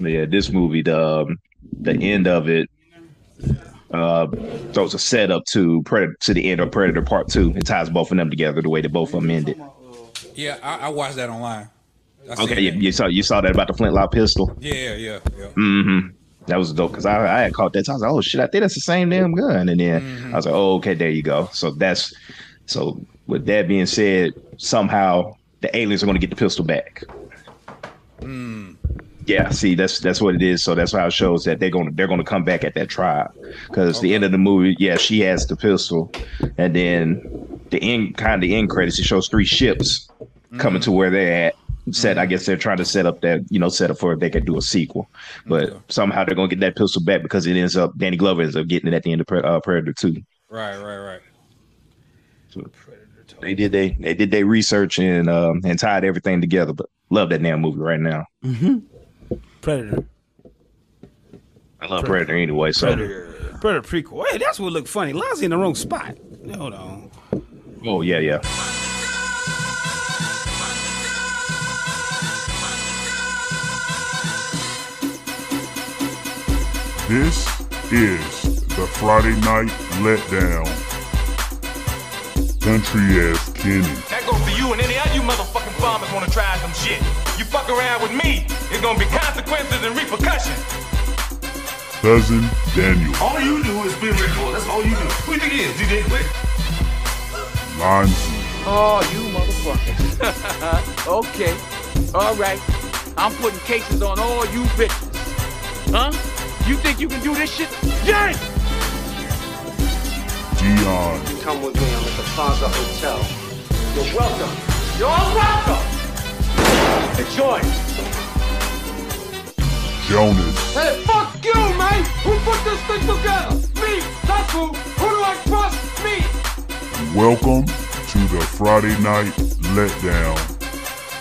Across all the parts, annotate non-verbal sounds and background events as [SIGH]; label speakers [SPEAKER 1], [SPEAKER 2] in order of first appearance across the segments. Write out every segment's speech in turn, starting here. [SPEAKER 1] yeah, this movie, the um, the end of it, uh, so it's a setup to Predator to the end of Predator Part Two. It ties both of them together the way that both of them ended.
[SPEAKER 2] Yeah, I, I watched that online. I seen
[SPEAKER 1] Okay, you,
[SPEAKER 2] that.
[SPEAKER 1] you saw you saw that about the flintlock pistol.
[SPEAKER 2] Yeah, yeah, yeah.
[SPEAKER 1] Mm-hmm. That was dope because I, I had caught that. I was like, oh shit, I think that's the same damn gun. And then I was like, oh okay, there you go. So that's so. With that being said, somehow the aliens are going to get the pistol back.
[SPEAKER 2] Mm,
[SPEAKER 1] Yeah, see, that's that's what it is. So that's how it shows that they're gonna they're gonna come back at that trial because the end of the movie, yeah, she has the pistol, and then the end kind of the end credits it shows three ships coming to where they're at. Set, I guess they're trying to set up that you know set up for if they could do a sequel, but somehow they're gonna get that pistol back because it ends up Danny Glover ends up getting it at the end of Pre- uh, Predator Two.
[SPEAKER 2] Right, right, right.
[SPEAKER 1] They did they they did their research and um and tied everything together. But love that damn movie right now.
[SPEAKER 3] Predator.
[SPEAKER 1] I love Predator anyway. So
[SPEAKER 3] Predator prequel. Hey, that's what looked funny. Lonzy in the wrong spot. Hold on.
[SPEAKER 1] oh yeah yeah.
[SPEAKER 4] This is the Friday Night Letdown. Country ass Kenny.
[SPEAKER 5] That goes for you and any other you motherfucking farmers wanna try some shit. You fuck around with me, it's gonna be consequences and repercussions.
[SPEAKER 4] Cousin Daniel.
[SPEAKER 5] All you do is be ritual, that's all you do. Who you think it is, DJ Quick?
[SPEAKER 4] Lonzy.
[SPEAKER 6] Oh, you motherfuckers. [LAUGHS] okay. All right. I'm putting cases on all you bitches. Huh? You think you can do this shit? Yes!
[SPEAKER 4] Dion.
[SPEAKER 7] Come with me, I'm at the Plaza Hotel. You're welcome.
[SPEAKER 6] You're welcome!
[SPEAKER 7] Enjoy.
[SPEAKER 4] Jonas.
[SPEAKER 6] Hey, fuck you, man! Who put this thing together? Me! That's who! Who do I trust? Me!
[SPEAKER 4] Welcome to the Friday Night Letdown.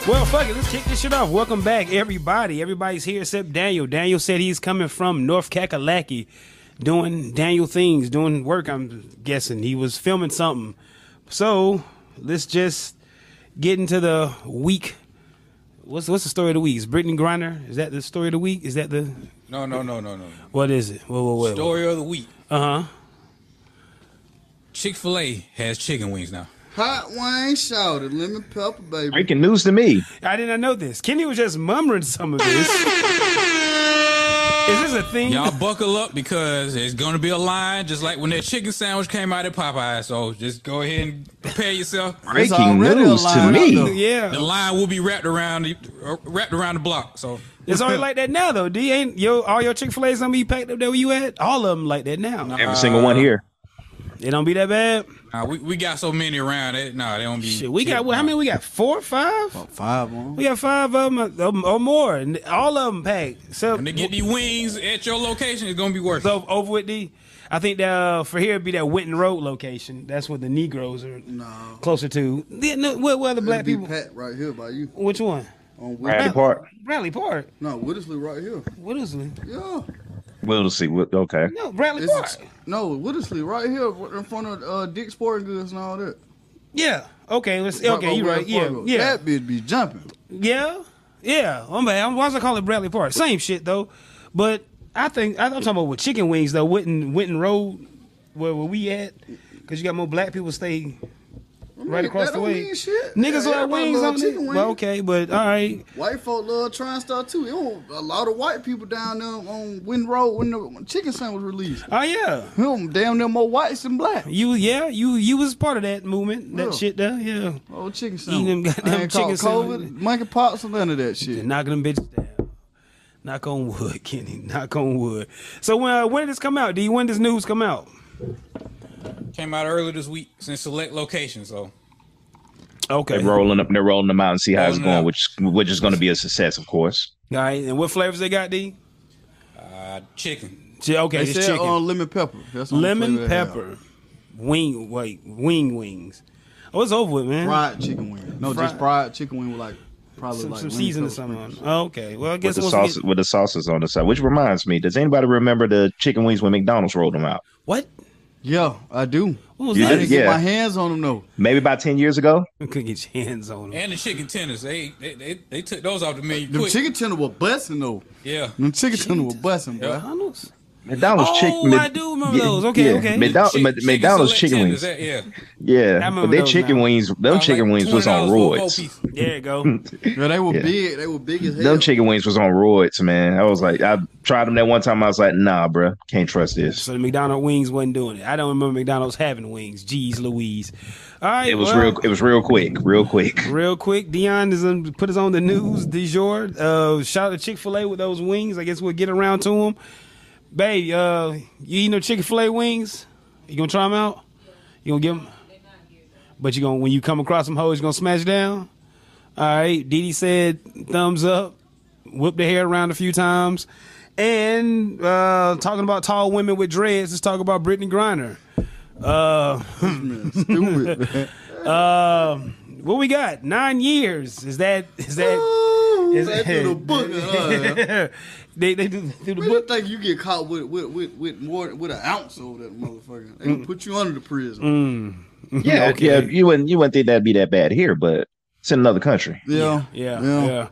[SPEAKER 3] Well, fuck it. Let's kick this shit off. Welcome back, everybody. Everybody's here except Daniel. Daniel said he's coming from North Kakalaki doing Daniel things, doing work, I'm guessing. He was filming something. So let's just get into the week. What's what's the story of the week? Is Brittany Griner? Is that the story of the week? Is that the
[SPEAKER 2] No, no, no, no, no.
[SPEAKER 3] what is it? Whoa, whoa, whoa.
[SPEAKER 2] Story of the week.
[SPEAKER 3] Uh huh.
[SPEAKER 2] Chick Fil A has chicken wings now.
[SPEAKER 8] Hot wine shouted, lemon pepper, baby.
[SPEAKER 1] Breaking news to me.
[SPEAKER 3] I did not know this. Kenny was just murmuring some of this. is this a thing?
[SPEAKER 2] Y'all buckle up because it's gonna be a line, just like when that chicken sandwich came out at Popeye. So just go ahead and prepare yourself.
[SPEAKER 1] Breaking
[SPEAKER 8] already a
[SPEAKER 1] news to
[SPEAKER 8] line up, though.
[SPEAKER 1] me.
[SPEAKER 3] yeah.
[SPEAKER 2] The line will be wrapped around the uh, wrapped around the block. So
[SPEAKER 3] It's already like that now, though. D ain't yo all your Chick Fil A's gonna be packed up there where you at. All of them like that now.
[SPEAKER 1] Every single one here.
[SPEAKER 3] It don't be that bad.
[SPEAKER 2] nah, we, we got so many around it. Nah, they don't be.
[SPEAKER 3] Shit, we got what? How many we got? Four, five?
[SPEAKER 8] Five on.
[SPEAKER 3] We got five of them um, or more, and all of them packed. So,
[SPEAKER 2] When they get these wings at your location, it's gonna be worth. it.
[SPEAKER 3] so over with D. I think that uh, for here it'd be that Winton Road location. That's what the Negroes are
[SPEAKER 8] No.
[SPEAKER 3] closer to. Yeah, no, where, where the black
[SPEAKER 8] It'd be
[SPEAKER 3] people?
[SPEAKER 8] Pat right here by you.
[SPEAKER 3] Which one?
[SPEAKER 8] On
[SPEAKER 1] Bradley
[SPEAKER 8] Whit-
[SPEAKER 1] Park.
[SPEAKER 3] Bradley Park.
[SPEAKER 8] no, Wittersley right here.
[SPEAKER 3] What is it?
[SPEAKER 8] Yeah.
[SPEAKER 1] We'll see. We'll- Okay.
[SPEAKER 3] No, Bradley
[SPEAKER 8] It's
[SPEAKER 3] Park.
[SPEAKER 8] ex- no, Wittersley right here right in front of uh, Dick's Sporting Goods and all that.
[SPEAKER 3] yeah. Okay. Let's,
[SPEAKER 8] Right
[SPEAKER 3] okay.
[SPEAKER 8] by
[SPEAKER 3] You're
[SPEAKER 8] where
[SPEAKER 3] right.
[SPEAKER 8] that
[SPEAKER 3] Yeah.
[SPEAKER 8] Fargo-
[SPEAKER 3] Yeah.
[SPEAKER 8] That bitch be jumping.
[SPEAKER 3] Yeah, yeah. I'm bad. I'm- Why was I calling it Bradley Park? Same shit though. But I think I- I'm talking about with chicken wings though. Winton Winton Road, where where we at? Because you got more black people stay right across
[SPEAKER 8] that
[SPEAKER 3] the
[SPEAKER 8] don't
[SPEAKER 3] way.
[SPEAKER 8] mean shit.
[SPEAKER 3] Niggas
[SPEAKER 8] Yeah,
[SPEAKER 3] like
[SPEAKER 8] everybody
[SPEAKER 3] wings
[SPEAKER 8] love
[SPEAKER 3] on it.
[SPEAKER 8] chicken wings.
[SPEAKER 3] Well, okay, but all right.
[SPEAKER 8] White folk love Trying Star too. It don't- a lot of white people down there on Wind Road when the when chicken sandwich was released.
[SPEAKER 3] Oh yeah,
[SPEAKER 8] Him damn near more whites than black.
[SPEAKER 3] you yeah you you was part of that movement, that
[SPEAKER 8] Yeah.
[SPEAKER 3] shit there. Yeah,
[SPEAKER 8] Oh, chicken sandwich.
[SPEAKER 3] Eating them goddamn
[SPEAKER 8] I ain't caught
[SPEAKER 3] chicken sandwich.
[SPEAKER 8] COVID, monkeypox, or none of that shit.
[SPEAKER 3] and knocking them bitches down. Knock on wood, [LAUGHS] Kenny. Knock on wood. So when uh, when did this come out? D? When does news come out?
[SPEAKER 2] Came out earlier this week. It's in select locations. So
[SPEAKER 3] Okay.
[SPEAKER 1] They're rolling up. They're rolling them out and see how it's
[SPEAKER 2] Rolling
[SPEAKER 1] going,
[SPEAKER 2] out.
[SPEAKER 1] which which is going to be a success, of course.
[SPEAKER 3] All right. And what flavors they got? D?
[SPEAKER 2] uh, chicken.
[SPEAKER 3] Ch- Okay,
[SPEAKER 8] They
[SPEAKER 3] it's
[SPEAKER 8] said
[SPEAKER 3] chicken.
[SPEAKER 8] uh, lemon pepper. That's the only
[SPEAKER 3] lemon
[SPEAKER 8] flavor they have.
[SPEAKER 3] pepper, wing wait wing wings. Oh, it's over with, man.
[SPEAKER 8] Fried chicken wing. No, just
[SPEAKER 3] Fried.
[SPEAKER 8] fried chicken wing with like probably
[SPEAKER 3] Some,
[SPEAKER 8] like
[SPEAKER 3] some
[SPEAKER 8] lemon
[SPEAKER 3] seasoning or
[SPEAKER 8] pepper
[SPEAKER 3] something. on
[SPEAKER 8] sprinkles.
[SPEAKER 3] it. Okay, well I
[SPEAKER 1] With
[SPEAKER 3] guess
[SPEAKER 1] the
[SPEAKER 3] once we
[SPEAKER 1] sauce,
[SPEAKER 3] get-
[SPEAKER 1] with the sauces on the side. Which reminds me, does anybody remember the chicken wings when McDonald's rolled them out?
[SPEAKER 3] what?
[SPEAKER 9] Yeah, I do.
[SPEAKER 3] What was
[SPEAKER 1] You
[SPEAKER 9] I
[SPEAKER 3] that?
[SPEAKER 9] didn't
[SPEAKER 3] [LAUGHS]
[SPEAKER 1] Yeah.
[SPEAKER 9] get my hands on them though.
[SPEAKER 1] Maybe about ten years ago.
[SPEAKER 3] Couldn't get your hands on them.
[SPEAKER 2] And the chicken tenders, they they, they, they took those off the menu
[SPEAKER 9] Them
[SPEAKER 2] quick.
[SPEAKER 9] chicken tender were busting though.
[SPEAKER 2] yeah,
[SPEAKER 9] Them chicken tender were busting, bro.
[SPEAKER 3] McDonald's?
[SPEAKER 1] McDonald's
[SPEAKER 3] Oh,
[SPEAKER 1] chicken.
[SPEAKER 3] I do remember those. Okay, okay.
[SPEAKER 1] McDonald's,
[SPEAKER 2] Chick-
[SPEAKER 1] Mc- McDonald's
[SPEAKER 2] select
[SPEAKER 1] chicken
[SPEAKER 2] tenders,
[SPEAKER 1] wings.
[SPEAKER 2] that- yeah,
[SPEAKER 1] Yeah,
[SPEAKER 3] eh? remember
[SPEAKER 1] but their
[SPEAKER 3] those
[SPEAKER 1] chicken
[SPEAKER 3] now.
[SPEAKER 1] wings,
[SPEAKER 2] I
[SPEAKER 1] those chicken
[SPEAKER 2] like
[SPEAKER 1] wings was on
[SPEAKER 2] $20 for a four
[SPEAKER 1] roids.
[SPEAKER 2] piece.
[SPEAKER 3] There
[SPEAKER 1] [LAUGHS]
[SPEAKER 3] you go.
[SPEAKER 9] Yeah, they were
[SPEAKER 1] Yeah.
[SPEAKER 9] big. They were big as hell.
[SPEAKER 1] Them chicken wings was on roids, man. I was like, I tried them that one time. I was like, nah, bruh, can't trust this.
[SPEAKER 3] so the McDonald's wings wasn't doing it. I don't remember McDonald's having wings. Jeez Louise. All right.
[SPEAKER 1] It was
[SPEAKER 3] well,
[SPEAKER 1] real. It was real quick, real [LAUGHS] quick.
[SPEAKER 3] Real quick, Dion is um, put us on the news du jour. Uh, shout out to Chick Fil A with those wings. I guess we'll get around to them. Babe, uh, you eat no Chick Fil A wings? You gonna try them out? You gonna get them? But you gonna when you come across them hoes, you gonna smash down. All right, Didi said thumbs up. Whip the hair around a few times, and uh, talking about tall women with dreads. Let's talk about Brittany Griner. Uh, [LAUGHS]
[SPEAKER 9] Stupid, man.
[SPEAKER 3] Um, what we got? Nine years. Is that is
[SPEAKER 9] [LAUGHS]
[SPEAKER 3] that? Is
[SPEAKER 9] They threw the book.
[SPEAKER 3] [LAUGHS]
[SPEAKER 9] at her.
[SPEAKER 3] they they do, do the
[SPEAKER 9] Man, you
[SPEAKER 3] book.
[SPEAKER 9] think you get caught with with with, with more with an ounce over that motherfucker? They gonna
[SPEAKER 3] Mm.
[SPEAKER 9] put you under the prison.
[SPEAKER 1] Yeah, yeah. You wouldn't. You wouldn't think that'd be that bad here, but it's in another country.
[SPEAKER 9] Yeah,
[SPEAKER 3] Yeah,
[SPEAKER 9] yeah.
[SPEAKER 3] yeah.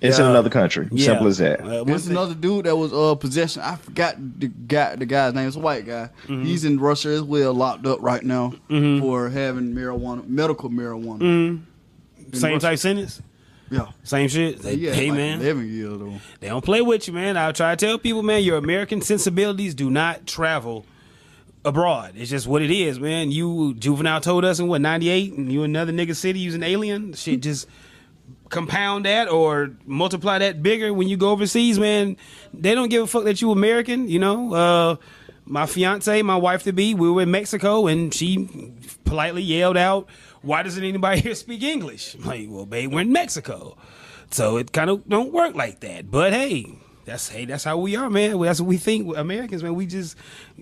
[SPEAKER 1] It's in
[SPEAKER 3] Yeah.
[SPEAKER 1] another country.
[SPEAKER 3] yeah.
[SPEAKER 1] Simple as that.
[SPEAKER 3] Uh,
[SPEAKER 9] There's
[SPEAKER 3] what's the-
[SPEAKER 9] another dude that was uh possession. I forgot the guy. The guy's name It's a white guy.
[SPEAKER 3] Mm-hmm.
[SPEAKER 9] He's in Russia as well, locked up right now for having marijuana, medical marijuana.
[SPEAKER 3] Mm-hmm. same type sentence?
[SPEAKER 9] Yeah,
[SPEAKER 3] Same shit. They,
[SPEAKER 9] yeah.
[SPEAKER 3] hey
[SPEAKER 9] like
[SPEAKER 3] man,
[SPEAKER 9] eleven years though.
[SPEAKER 3] they don't play with you, man. I try to tell people, man, your American sensibilities do not travel abroad. It's just what it is, man. You juvenile told us in what '98, and you another nigga city using alien shit. Just compound that or multiply that bigger when you go overseas, man. They don't give a fuck that you American, you know. Uh, my fiance, my wife to be, we were in Mexico and she politely yelled out, "Why doesn't anybody here speak English?" I'm like, well, babe, we're in Mexico, so it kind of don't work like that. But hey. That's hey, that's how we are, man. That's what we think, we're Americans, man. We just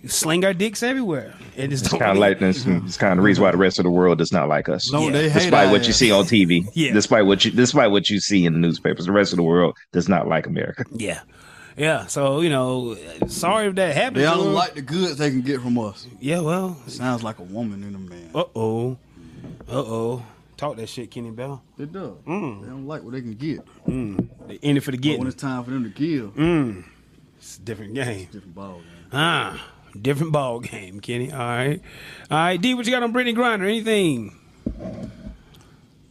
[SPEAKER 3] sling our dicks everywhere, and it's
[SPEAKER 1] It's kind of like this. It's kind of the reason why the rest of the world does not like us.
[SPEAKER 9] No,
[SPEAKER 3] Yeah.
[SPEAKER 9] they hate
[SPEAKER 1] Despite
[SPEAKER 9] our
[SPEAKER 1] what you
[SPEAKER 9] ass.
[SPEAKER 1] see on TV,
[SPEAKER 3] Yeah.
[SPEAKER 1] despite what you despite what you see in the newspapers, the rest of the world does not like America.
[SPEAKER 3] Yeah. Yeah. So, you know, sorry if that happened.
[SPEAKER 9] They
[SPEAKER 3] to
[SPEAKER 9] don't
[SPEAKER 3] him.
[SPEAKER 9] like the goods they can get from us.
[SPEAKER 3] Yeah, well.
[SPEAKER 9] Sounds like a woman in a man.
[SPEAKER 3] Uh oh. Uh oh. Talk that shit, Kenny Bell.
[SPEAKER 9] It does. They don't like what they can get. But
[SPEAKER 3] They in Mm. it Mm. for the
[SPEAKER 9] when
[SPEAKER 3] getting.
[SPEAKER 9] it's time for them to give,
[SPEAKER 3] It's a different game.
[SPEAKER 9] different ball. game.
[SPEAKER 3] Ah. Different ball game, Kenny. All right. All right, D, what you got on Brittany Grinder? Anything?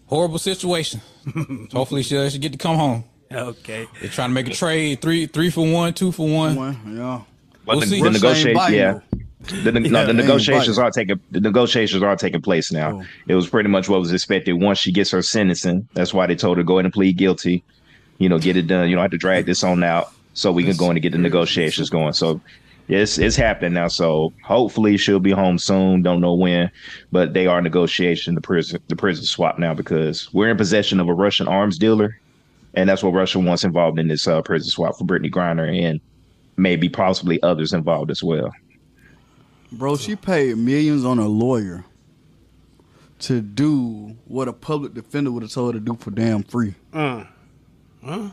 [SPEAKER 2] horrible situation. [LAUGHS] Hopefully she she get to come home.
[SPEAKER 3] Okay.
[SPEAKER 2] They're trying to make a trade, three three for one, two for one.
[SPEAKER 9] Well, yeah.
[SPEAKER 1] But
[SPEAKER 2] We'll
[SPEAKER 1] the,
[SPEAKER 2] see.
[SPEAKER 1] the
[SPEAKER 2] Russia
[SPEAKER 9] ain't
[SPEAKER 1] negotiations,
[SPEAKER 9] biting,
[SPEAKER 1] yeah. The, ne- no,
[SPEAKER 9] [LAUGHS] Yeah,
[SPEAKER 1] the
[SPEAKER 9] they ain't
[SPEAKER 1] negotiations
[SPEAKER 9] biting.
[SPEAKER 1] are taking the negotiations are taking place now.
[SPEAKER 9] Oh.
[SPEAKER 1] It was pretty much what was expected once she gets her sentencing. That's why they told her go in and plead guilty. You know, get it done. You don't have to drag this on out so we can go in and get the negotiations going. So it's it's happening now. So hopefully she'll be home soon. Don't know when, but they are negotiating the prison the prison swap now because we're in possession of a Russian arms dealer, and that's what Russia wants involved in this uh, prison swap for Brittany Griner and maybe possibly others involved as well.
[SPEAKER 9] Bro, she paid millions on a lawyer to do what a public defender would have told her to do for damn free.
[SPEAKER 1] in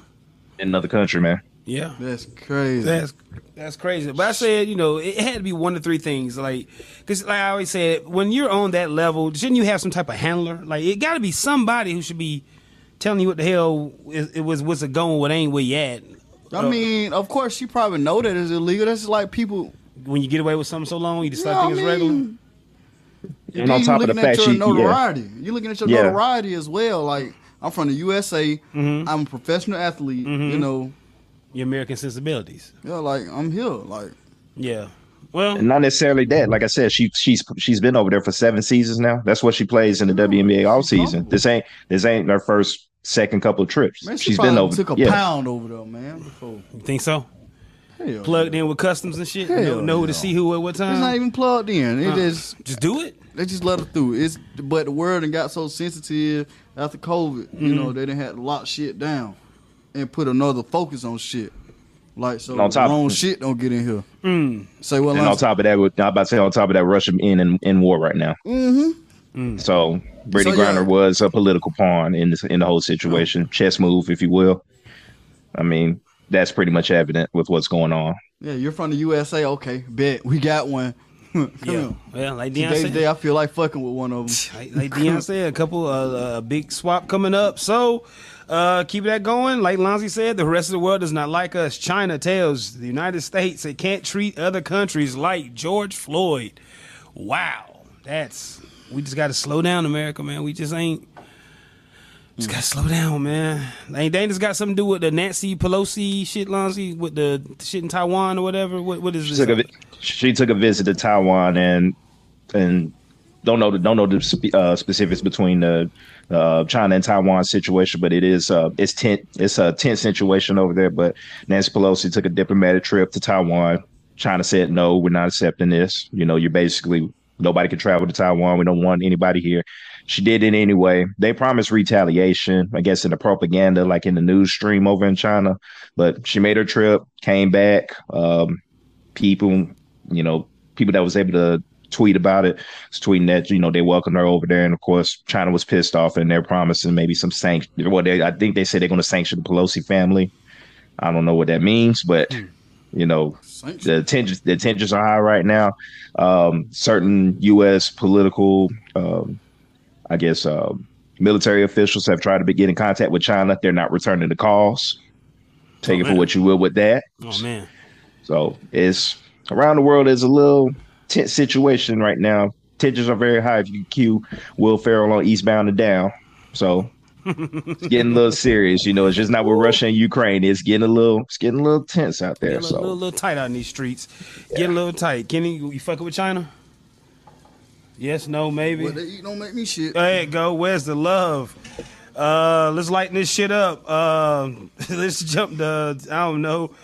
[SPEAKER 1] another country, man.
[SPEAKER 3] Yeah.
[SPEAKER 9] That's crazy.
[SPEAKER 3] That's that's crazy. But I said, you know, it had to be one of three things. Like, because like I always said, when you're on that level, shouldn't you have some type of handler? Like, it got to be somebody who should be telling you what the hell is, it was, what's it going, what ain't, where you at. uh,
[SPEAKER 9] I mean, of course, she probably know that it's illegal. That's like people.
[SPEAKER 3] When you get away with something so long, you just
[SPEAKER 9] You know
[SPEAKER 3] start
[SPEAKER 9] what I
[SPEAKER 3] thinking
[SPEAKER 9] mean?
[SPEAKER 3] it's regular.
[SPEAKER 1] And on
[SPEAKER 9] you
[SPEAKER 1] top of the
[SPEAKER 9] looking
[SPEAKER 1] fact,
[SPEAKER 9] at your
[SPEAKER 1] she, yeah,
[SPEAKER 9] notoriety. You're looking at your
[SPEAKER 1] Yeah.
[SPEAKER 9] notoriety as well. Like I'm from the USA.
[SPEAKER 3] Mm-hmm.
[SPEAKER 9] I'm a professional athlete. You know,
[SPEAKER 3] Your American sensibilities.
[SPEAKER 9] yeah. Like I'm here. Like
[SPEAKER 3] Yeah. Well,
[SPEAKER 1] not necessarily that. Like I said, she she's she's been over there for seven seasons now. That's what she plays
[SPEAKER 9] Oh,
[SPEAKER 1] in the WNBA offseason. This ain't this ain't her first second couple of trips.
[SPEAKER 9] man, she
[SPEAKER 1] she's
[SPEAKER 9] probably
[SPEAKER 1] been over.
[SPEAKER 9] took a
[SPEAKER 1] yeah.
[SPEAKER 9] pound over there, man. Before
[SPEAKER 3] you think so?
[SPEAKER 9] hell,
[SPEAKER 3] Plugged in with customs and shit.
[SPEAKER 9] Hell
[SPEAKER 3] know know who
[SPEAKER 9] no.
[SPEAKER 3] to see who at what
[SPEAKER 9] It's not
[SPEAKER 3] time.
[SPEAKER 9] even plugged in.
[SPEAKER 3] Uh.
[SPEAKER 9] It just
[SPEAKER 3] Just do it.
[SPEAKER 9] they just let her through. It's but the world and got so sensitive after COVID. You
[SPEAKER 3] Mm-hmm.
[SPEAKER 9] know, they didn't had to lock shit down and put another focus on shit. Like so,
[SPEAKER 1] And on top-
[SPEAKER 9] wrong shit don't get in here.
[SPEAKER 3] Mm.
[SPEAKER 9] Say what?
[SPEAKER 1] And on
[SPEAKER 9] Lance?
[SPEAKER 1] top of that, with- I'm about to say on top of that, Russia in in, in war right now. Mm-hmm. So Brittany
[SPEAKER 9] So, yeah.
[SPEAKER 1] Griner was a political pawn in this in the whole situation, chess move, if you will. I mean, that's pretty much evident with what's going on.
[SPEAKER 9] yeah, you're from the USA. Okay, bet we got one. [LAUGHS]
[SPEAKER 3] Yeah. Well, like Deion
[SPEAKER 9] Today's
[SPEAKER 3] said,
[SPEAKER 9] day, I feel like fucking with one of
[SPEAKER 3] [LAUGHS]
[SPEAKER 9] them.
[SPEAKER 3] like, like Deion said, a couple uh, a big swap coming up. So uh, keep that going. Like Lonzy said, the rest of the world does not like us. China tells the United States it can't treat other countries like George Floyd. Wow, that's we just got to slow down, America, man. We just ain't. Just gotta slow down, man. Ain't they just got something to do with the Nancy Pelosi shit, Lonzy, with the shit in Taiwan or whatever? What what is
[SPEAKER 1] She
[SPEAKER 3] this?
[SPEAKER 1] took a vi- she took a visit to Taiwan and and don't know the don't know the spe- uh, specifics between the uh, China and Taiwan situation, but it is uh, it's ten it's a tense situation over there. But Nancy Pelosi took a diplomatic trip to Taiwan. China said no, we're not accepting this. You know, you're basically nobody can travel to Taiwan. We don't want anybody here. She did it anyway. They promised retaliation, I guess, in the propaganda, like in the news stream over in China. But she made her trip, came back. Um, people, you know, people that was able to tweet about it, was tweeting that, you know, they welcomed her over there. And of course, China was pissed off and they're promising maybe some sanction. Well, they, I think they said they're going to sanction the Pelosi family. I don't know what that means, but, you know, the tensions, the tensions are high right now. Um, certain U.S. political, um, I guess, um, military officials have tried to be, get in contact with China. They're not returning the calls. Take it for
[SPEAKER 3] Oh, man.
[SPEAKER 1] what you will with that.
[SPEAKER 3] Oh man,
[SPEAKER 1] So it's around the world is a little tense situation right now. Tensions are very high. If you cue Will Ferrell on Eastbound and Down, so it's getting a little serious. You know, it's just not with Russia and Ukraine. It's getting a little, it's getting a little tense out
[SPEAKER 3] get a
[SPEAKER 1] there.
[SPEAKER 3] little, little,
[SPEAKER 1] So
[SPEAKER 3] little tight out in these streets. Get a little tight. Kenny, you, you fucking with China? Yes, no, maybe.
[SPEAKER 8] What they eat don't make me shit.
[SPEAKER 3] Go ahead, go. Where's the love? Uh, let's lighten this shit up. Um, [LAUGHS] let's jump the. I don't know.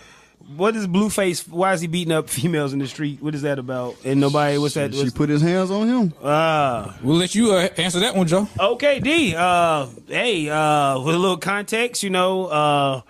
[SPEAKER 3] What is Blueface? Why is he beating up females in the street? What is that about? And nobody. What's that?
[SPEAKER 9] She
[SPEAKER 3] What's,
[SPEAKER 9] put his hands on him.
[SPEAKER 3] uh,
[SPEAKER 2] We'll let you uh, answer that one, Joe.
[SPEAKER 3] okay, D. Uh, hey. Uh, with a little context, you know. Uh,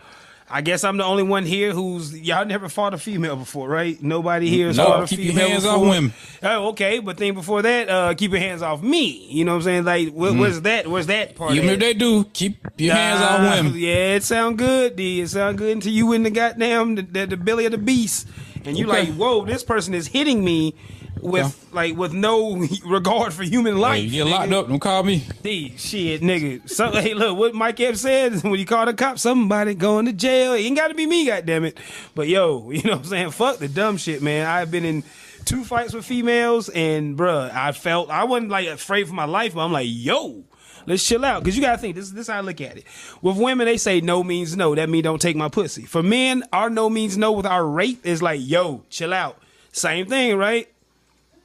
[SPEAKER 3] I guess I'm the only one here who's y'all never fought a female before, right? Nobody here has
[SPEAKER 2] No,
[SPEAKER 3] fought a
[SPEAKER 2] keep your
[SPEAKER 3] female.
[SPEAKER 2] hands off
[SPEAKER 3] before.
[SPEAKER 2] women.
[SPEAKER 3] Oh, okay, but then before that, uh, keep your hands off me. You know what I'm saying? Like, what,
[SPEAKER 2] Mm.
[SPEAKER 3] what's that? What's that part?
[SPEAKER 2] Even
[SPEAKER 3] at?
[SPEAKER 2] if they do, keep your hands
[SPEAKER 3] Oh, Nah,
[SPEAKER 2] off
[SPEAKER 3] [LAUGHS]
[SPEAKER 2] women.
[SPEAKER 3] Yeah, it sound good, D. It sound good until you in the goddamn the, the, the belly of the beast, and you
[SPEAKER 2] Okay.
[SPEAKER 3] like, whoa, this person is hitting me with like with no [LAUGHS] regard for human
[SPEAKER 2] Hey,
[SPEAKER 3] life.
[SPEAKER 2] you get locked
[SPEAKER 3] nigga.
[SPEAKER 2] up, don't call me.
[SPEAKER 3] D, shit, nigga. So, hey, look, what Mike Epps said [LAUGHS] is when you call the cop, somebody going to jail. It ain't got to be me, goddamn it. But yo, [LAUGHS] you know what I'm saying? Fuck the dumb shit, man. I've been in two fights with females, and bruh, I felt I wasn't like afraid for my life, but I'm like, yo. Let's chill out, cause you gotta think. This this is how I look at it. With women, they say no means no. That means don't take my pussy. For men, our no means no with our rape is like, yo, chill out. Same thing, right?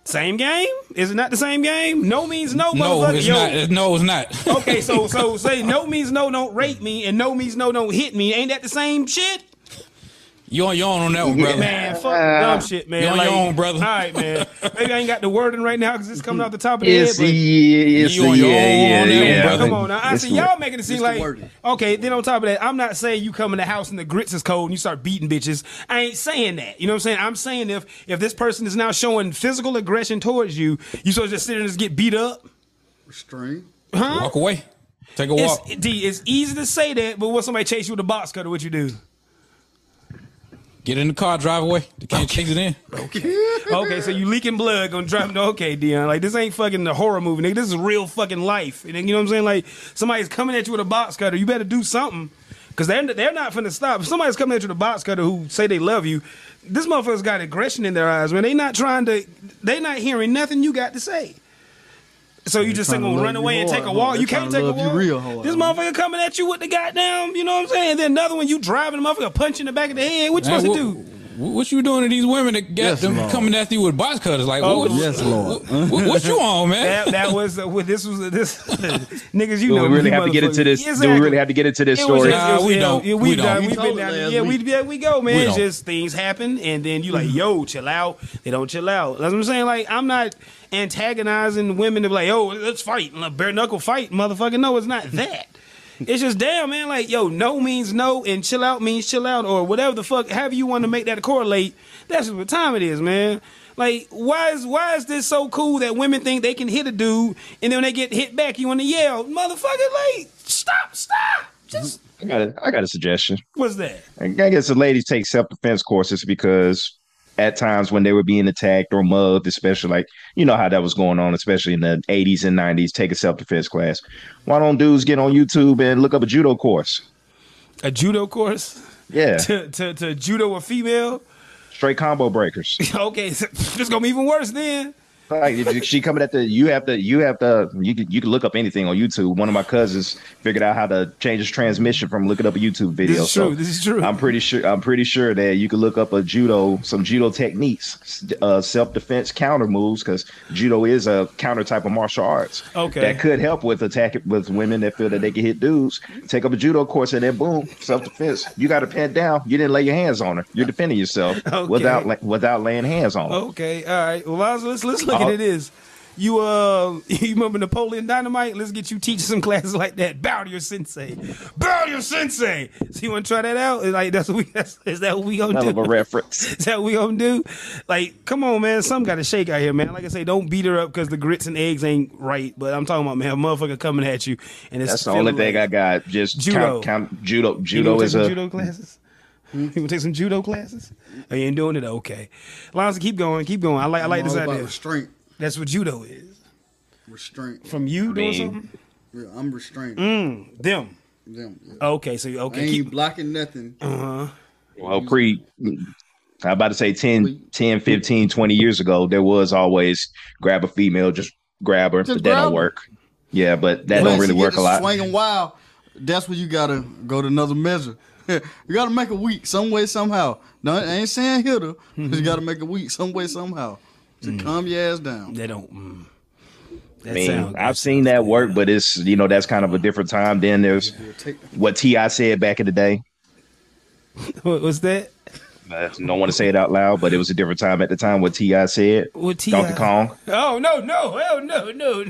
[SPEAKER 3] Same game? Is it not the same game? No means no,
[SPEAKER 2] No,
[SPEAKER 3] motherfucker.
[SPEAKER 2] it's
[SPEAKER 3] yo,
[SPEAKER 2] not. No, it's not. [LAUGHS]
[SPEAKER 3] Okay, so so say no means no don't rape me and no means no don't hit me. Ain't that the same shit?
[SPEAKER 2] You on your own on that one, brother.
[SPEAKER 3] [LAUGHS] Man, fuck the dumb shit, man.
[SPEAKER 2] You're on
[SPEAKER 3] Like,
[SPEAKER 2] your own, brother.
[SPEAKER 3] All right, man. Maybe I ain't got the wording right now because it's coming off the top of the
[SPEAKER 1] it's
[SPEAKER 3] head.
[SPEAKER 1] yeah, it's
[SPEAKER 2] You on your own
[SPEAKER 1] yeah, yeah,
[SPEAKER 2] on that one,
[SPEAKER 1] yeah.
[SPEAKER 3] But
[SPEAKER 2] brother.
[SPEAKER 3] come on now. I
[SPEAKER 1] It's
[SPEAKER 3] see
[SPEAKER 1] the-
[SPEAKER 3] y'all making it seem
[SPEAKER 9] the
[SPEAKER 3] like
[SPEAKER 9] wording.
[SPEAKER 3] okay, then on top of that, I'm not saying you come in the house and the grits is cold and you start beating bitches. I ain't saying that. You know what I'm saying? I'm saying if if this person is now showing physical aggression towards you, you supposed to just sit there and just get beat up.
[SPEAKER 8] String.
[SPEAKER 2] Walk away. Take a walk.
[SPEAKER 3] It's, D, it's easy to say that, but when somebody chase you with a box cutter, what you do?
[SPEAKER 2] Get in the car, drive away. They can't chase it in.
[SPEAKER 3] Okay, so you leaking blood gonna drive no okay, Dion. Like this ain't fucking a horror movie, nigga. This is real fucking life. And then, you know what I'm saying? Like somebody's coming at you with a box cutter, you better do something. Cause they're they're not finna stop. If somebody's coming at you with a box cutter who say they love you, this motherfucker's got aggression in their eyes, man. They not trying to they not hearing nothing you got to say. So you just
[SPEAKER 9] trying
[SPEAKER 3] ain't
[SPEAKER 9] to
[SPEAKER 3] gonna
[SPEAKER 9] love
[SPEAKER 3] run
[SPEAKER 9] you
[SPEAKER 3] away and
[SPEAKER 9] hard,
[SPEAKER 3] take a
[SPEAKER 9] huh?
[SPEAKER 3] walk.
[SPEAKER 9] They
[SPEAKER 3] You can't
[SPEAKER 9] trying to
[SPEAKER 3] take a
[SPEAKER 9] love you
[SPEAKER 3] walk.
[SPEAKER 9] real hard,
[SPEAKER 3] this
[SPEAKER 9] huh?
[SPEAKER 3] motherfucker coming at you with the goddamn, you know what I'm saying? Then another one, you driving the motherfucker, punch you in the back of the head. What you
[SPEAKER 2] Man,
[SPEAKER 3] supposed
[SPEAKER 2] what-
[SPEAKER 3] to do?
[SPEAKER 2] What, what you doing to these women that got
[SPEAKER 9] Yes,
[SPEAKER 2] them
[SPEAKER 9] Lord.
[SPEAKER 2] coming after you with box cutters? Like,
[SPEAKER 3] Oh,
[SPEAKER 2] what, what-
[SPEAKER 3] yes,
[SPEAKER 9] Lord.
[SPEAKER 2] What, what- what you on, man?
[SPEAKER 3] that, that was uh, well, this was uh,
[SPEAKER 2] [LAUGHS]
[SPEAKER 3] this niggas. You
[SPEAKER 1] Do
[SPEAKER 3] know,
[SPEAKER 1] we really
[SPEAKER 3] you
[SPEAKER 1] have to get into this? Do we
[SPEAKER 3] Exactly.
[SPEAKER 1] really have to get into this
[SPEAKER 3] It was
[SPEAKER 1] story?
[SPEAKER 3] just- it
[SPEAKER 2] Nah,
[SPEAKER 3] was-
[SPEAKER 2] we
[SPEAKER 3] yeah,
[SPEAKER 2] don't.
[SPEAKER 3] yeah,
[SPEAKER 2] We
[SPEAKER 3] we've
[SPEAKER 2] don't.
[SPEAKER 3] done-
[SPEAKER 2] We
[SPEAKER 3] we've been
[SPEAKER 9] told
[SPEAKER 3] down.
[SPEAKER 9] last
[SPEAKER 3] Yeah, we
[SPEAKER 9] week.
[SPEAKER 3] yeah, we Mm-hmm. go,
[SPEAKER 2] We
[SPEAKER 3] man. It's
[SPEAKER 2] don't.
[SPEAKER 3] just things happen, and then you like, yo, chill out. They don't chill out. That's what I'm saying. Like, I'm not antagonizing women to be like, oh, let's fight, let bare knuckle fight, motherfucker. No, it's not that. It's just damn, man. Like, yo, no means no, and chill out means chill out, or whatever the fuck. Have you want to make that correlate? That's just what time it is, man. Like, why is why is this so cool that women think they can hit a dude, and then when they get hit back, you want to yell, motherfucker, like, stop, stop. Just
[SPEAKER 1] I got a, I got a suggestion.
[SPEAKER 3] what's that?
[SPEAKER 1] I guess the ladies take self defense courses because at times when they were being attacked or mugged, especially like you know how that was going on, especially in the eighties and nineties. Take a self defense class. Why don't dudes get on YouTube and look up a judo course?
[SPEAKER 3] A judo course [LAUGHS]
[SPEAKER 1] Yeah,
[SPEAKER 3] to, to, to judo a female.
[SPEAKER 1] straight combo breakers.
[SPEAKER 3] [LAUGHS] Okay, so it's gonna be even worse then.
[SPEAKER 1] Like if you- she coming at the you have to you have to you can, you can look up anything on YouTube. One of my cousins figured out how to change his transmission from looking up a YouTube video.
[SPEAKER 3] This is
[SPEAKER 1] So
[SPEAKER 3] true. This is true.
[SPEAKER 1] I'm pretty sure I'm pretty sure that you can look up a judo some judo techniques, uh, self defense counter moves because judo is a counter type of martial arts.
[SPEAKER 3] Okay.
[SPEAKER 1] that could help with attacking with women that feel that they can hit dudes. Take up a judo course and then boom self defense. You got to pin down. You didn't lay your hands on her. You're defending yourself
[SPEAKER 3] [LAUGHS] Okay.
[SPEAKER 1] without la- without laying hands on her.
[SPEAKER 3] Okay, all right. Well, Lonzo, let's let's look
[SPEAKER 1] Oh.
[SPEAKER 3] at it. Is you uh [LAUGHS] you remember Napoleon Dynamite? Let's get you teaching some classes like that. Bow to your sensei. Bow to your sensei. So you want to try that out? Like that's what we that's, is that what we gonna
[SPEAKER 1] Hell of
[SPEAKER 3] do?
[SPEAKER 1] a reference.
[SPEAKER 3] [LAUGHS] Is that what we gonna do? Like, come on, man. Something got to shake out here, man. Like I say, don't beat her up because the grits and eggs ain't right. But I'm talking about man, a motherfucker coming at you, and it's
[SPEAKER 1] That's the only thing I got. Just
[SPEAKER 3] Judo.
[SPEAKER 1] judo. Count, count, judo.
[SPEAKER 3] You
[SPEAKER 1] Judo
[SPEAKER 3] gonna
[SPEAKER 1] is
[SPEAKER 3] take
[SPEAKER 1] a
[SPEAKER 3] some judo classes. You gonna take some judo classes? Are you ain't doing it? Okay, Lonzo, keep going, keep going. I like I like
[SPEAKER 8] I'm
[SPEAKER 3] this
[SPEAKER 8] all about
[SPEAKER 3] idea.
[SPEAKER 8] restraint.
[SPEAKER 3] That's what judo is.
[SPEAKER 8] Restraint.
[SPEAKER 3] From you doing
[SPEAKER 1] mean-
[SPEAKER 3] something?
[SPEAKER 8] Yeah, I'm restrained.
[SPEAKER 3] Them.
[SPEAKER 8] Them. yeah.
[SPEAKER 3] Okay, so
[SPEAKER 8] I
[SPEAKER 3] Mm. okay,
[SPEAKER 8] ain't
[SPEAKER 3] [LAUGHS] keep
[SPEAKER 8] blocking nothing.
[SPEAKER 1] well pre. I'm about to say 10, 10, 15, 20 years ago, there was always grab a female, just grab her.
[SPEAKER 8] Just
[SPEAKER 1] but that
[SPEAKER 8] grab her.
[SPEAKER 1] don't work. Yeah, but that
[SPEAKER 8] Once
[SPEAKER 1] don't really
[SPEAKER 8] you get
[SPEAKER 1] work
[SPEAKER 8] to
[SPEAKER 1] a lot.
[SPEAKER 8] Swinging wild. That's where you gotta go to another measure. [LAUGHS] you gotta make a week some way somehow. No, I ain't saying hit her. but
[SPEAKER 3] Mm-hmm.
[SPEAKER 8] You gotta make a week some way somehow to
[SPEAKER 3] Mm.
[SPEAKER 8] calm your ass down.
[SPEAKER 3] they don't. Mm. That
[SPEAKER 1] I mean,
[SPEAKER 3] sound good.
[SPEAKER 1] I've seen that work, but it's you know that's kind of a different time. Then there's
[SPEAKER 8] Take
[SPEAKER 1] what Ti said back in the day.
[SPEAKER 3] What was that?
[SPEAKER 1] I don't want to say it out loud, but it was a different time at the time. What Ti said,
[SPEAKER 3] What T.I.?
[SPEAKER 1] Donkey Kong.
[SPEAKER 3] Oh no no oh no no!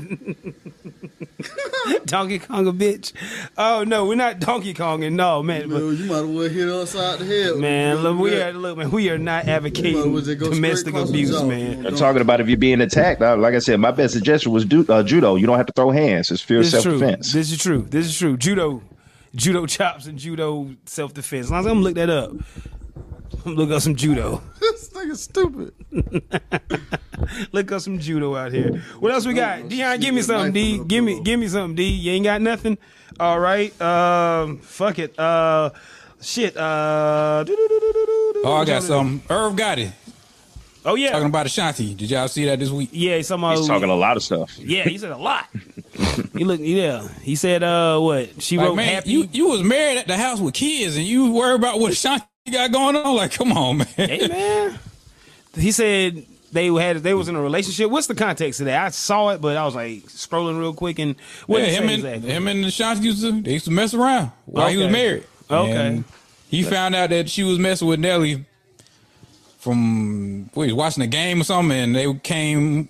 [SPEAKER 3] Donkey Kong a bitch. Oh no, we're not Donkey Kong and no man. But,
[SPEAKER 8] Dude, you might as well hit her upside the head.
[SPEAKER 3] Man, look, we
[SPEAKER 8] Yeah.
[SPEAKER 3] are look, man, we are not
[SPEAKER 8] Well,
[SPEAKER 3] advocating
[SPEAKER 8] was it go straight
[SPEAKER 3] domestic
[SPEAKER 8] across the
[SPEAKER 3] abuse,
[SPEAKER 8] jaw?
[SPEAKER 3] man.
[SPEAKER 1] I'm talking about if you're being attacked. I- Like I said, my best suggestion was do, uh, judo. You don't have to throw hands. It's fear
[SPEAKER 3] This is
[SPEAKER 1] self
[SPEAKER 3] true.
[SPEAKER 1] defense.
[SPEAKER 3] This is true. This is true. Judo, judo chops and judo self defense. As long as I'm gonna look that up, I'm gonna look up some judo.
[SPEAKER 8] [LAUGHS]
[SPEAKER 3] [LAUGHS]
[SPEAKER 8] this thing is stupid.
[SPEAKER 3] Look up some judo out here. What else we got? Dion, give me
[SPEAKER 8] Knife
[SPEAKER 3] something. D,
[SPEAKER 8] with a
[SPEAKER 3] give me,
[SPEAKER 8] pillow.
[SPEAKER 3] give me something. D, you ain't got nothing. All right. Um, fuck it. Uh, shit. Uh, doo-doo-doo-doo-doo-doo.
[SPEAKER 2] Oh, I got some. Irv Gotti
[SPEAKER 3] Oh yeah,
[SPEAKER 2] talking about Ashanti. Did y'all see that this week?
[SPEAKER 3] yeah. Somehow
[SPEAKER 1] He's talking a lot of stuff.
[SPEAKER 3] Yeah, he said a lot. [LAUGHS] he looked. Yeah, he said. Uh, what she
[SPEAKER 2] Like,
[SPEAKER 3] wrote?
[SPEAKER 2] man,
[SPEAKER 3] happy.
[SPEAKER 2] you you was married at the house with kids, and you worry about what Ashanti got going on. Like, come on, man.
[SPEAKER 3] hey man. [LAUGHS] He said they had they was in a relationship. What's the context of that? I saw it, but I was like scrolling real quick and what
[SPEAKER 2] yeah,
[SPEAKER 3] did it
[SPEAKER 2] him
[SPEAKER 3] say
[SPEAKER 2] and
[SPEAKER 3] exactly?
[SPEAKER 2] him and Ashanti used to they used to mess around while he was
[SPEAKER 3] Okay.
[SPEAKER 2] married.
[SPEAKER 3] Okay.
[SPEAKER 2] And he found out that she was messing with Nelly from wait, watching a game or something, and they came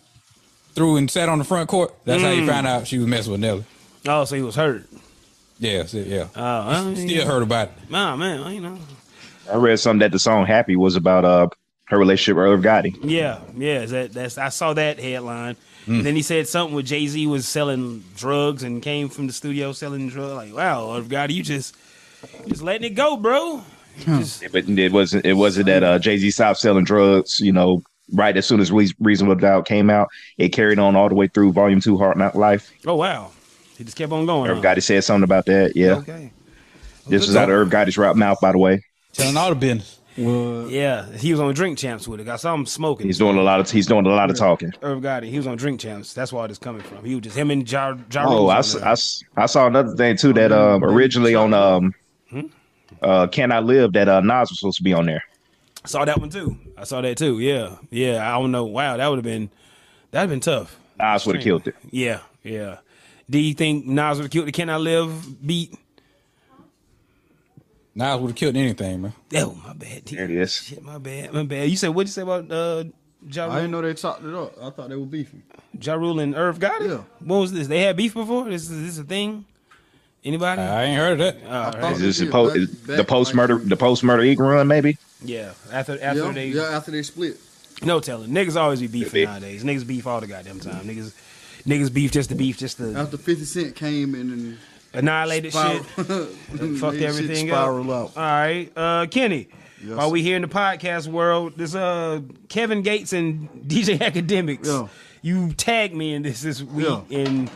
[SPEAKER 2] through and sat on the front court. That's how he
[SPEAKER 3] Mm.
[SPEAKER 2] found out she was messing with Nelly.
[SPEAKER 3] Oh, so he was hurt.
[SPEAKER 2] Yeah, so, [LAUGHS] yeah.
[SPEAKER 3] Oh, uh,
[SPEAKER 2] Still heard about it.
[SPEAKER 3] Nah, man, well, you know.
[SPEAKER 1] I read something that the song "Happy" was about uh her relationship with Irv Gotti.
[SPEAKER 3] Yeah, yeah. is That that's I saw that headline.
[SPEAKER 2] Hmm.
[SPEAKER 3] And then he said something where Jay Z was selling drugs and came from the studio selling drugs. Like, wow, oh, God, you just you just letting it go, bro.
[SPEAKER 1] But it wasn't it wasn't that uh, Jay Z stopped selling drugs. You know, right as soon as Re- Reasonable Doubt came out, it carried on all the way through Volume Two, Heart Not Life.
[SPEAKER 3] Oh wow, he just kept on going.
[SPEAKER 1] Irv
[SPEAKER 3] huh?
[SPEAKER 1] Gotti said something about that. Yeah,
[SPEAKER 3] Uh-huh. Okay.
[SPEAKER 1] this was out of Irv Gotti's rap mouth, by the way.
[SPEAKER 2] Telling all the business.
[SPEAKER 3] Yeah, he was on Drink Champs with it. I saw him smoking.
[SPEAKER 1] He's doing a lot of he's doing a lot of talking.
[SPEAKER 3] Irv Gotti. He was on Drink Champs. That's where all this coming from. He was just him and Ja, ja Rule
[SPEAKER 1] Oh,
[SPEAKER 3] was
[SPEAKER 1] I,
[SPEAKER 3] on
[SPEAKER 1] s-
[SPEAKER 3] there.
[SPEAKER 1] I s- I saw another thing too that um originally on um uh Can I Live that uh Nas was supposed to be on there.
[SPEAKER 3] saw that one too. I saw that too. Yeah, yeah. I don't know. Wow, that would have been that'd have been tough.
[SPEAKER 1] Nas would have killed it.
[SPEAKER 3] Yeah, yeah. Do you think Nas would have killed the "Can I Live" beat?
[SPEAKER 2] Nas would have killed anything, man.
[SPEAKER 3] Oh my bad.
[SPEAKER 1] There it is.
[SPEAKER 3] Shit, my bad, my bad. You said what you say about uh, ja,
[SPEAKER 8] I didn't
[SPEAKER 3] Rule,
[SPEAKER 8] know they chopped it up. I thought they were beefing.
[SPEAKER 3] ja Rule and Irv Gotti?
[SPEAKER 8] Yeah.
[SPEAKER 3] What was this? They had beef before. This is this a thing? Anybody?
[SPEAKER 8] Uh,
[SPEAKER 2] I ain't heard of
[SPEAKER 3] Uh,
[SPEAKER 2] that.
[SPEAKER 8] I thought
[SPEAKER 1] Is this
[SPEAKER 8] they
[SPEAKER 1] the,
[SPEAKER 8] did.
[SPEAKER 1] po-
[SPEAKER 8] Back-
[SPEAKER 1] is
[SPEAKER 8] back
[SPEAKER 1] the post murder
[SPEAKER 8] like-
[SPEAKER 1] the post murder ink run maybe?
[SPEAKER 3] yeah. After after
[SPEAKER 8] Yeah,
[SPEAKER 3] they
[SPEAKER 8] yeah, after they split.
[SPEAKER 3] no telling. Niggas always be beefing
[SPEAKER 1] be.
[SPEAKER 3] nowadays. Niggas beef all the goddamn time. Niggas niggas beef just to beef just to
[SPEAKER 8] After 50 Cent came in and
[SPEAKER 3] annihilate the shit.
[SPEAKER 8] [LAUGHS] spiral-
[SPEAKER 3] fucked
[SPEAKER 9] Mm,
[SPEAKER 8] made shit
[SPEAKER 3] everything up.
[SPEAKER 8] spiral out.
[SPEAKER 3] All right, uh, Kenny. While we here in the podcast world, this uh Kevin Gates and [LAUGHS] DJ Academics.
[SPEAKER 9] Yeah.
[SPEAKER 3] You tagged me in this this week,
[SPEAKER 9] Yeah.
[SPEAKER 3] and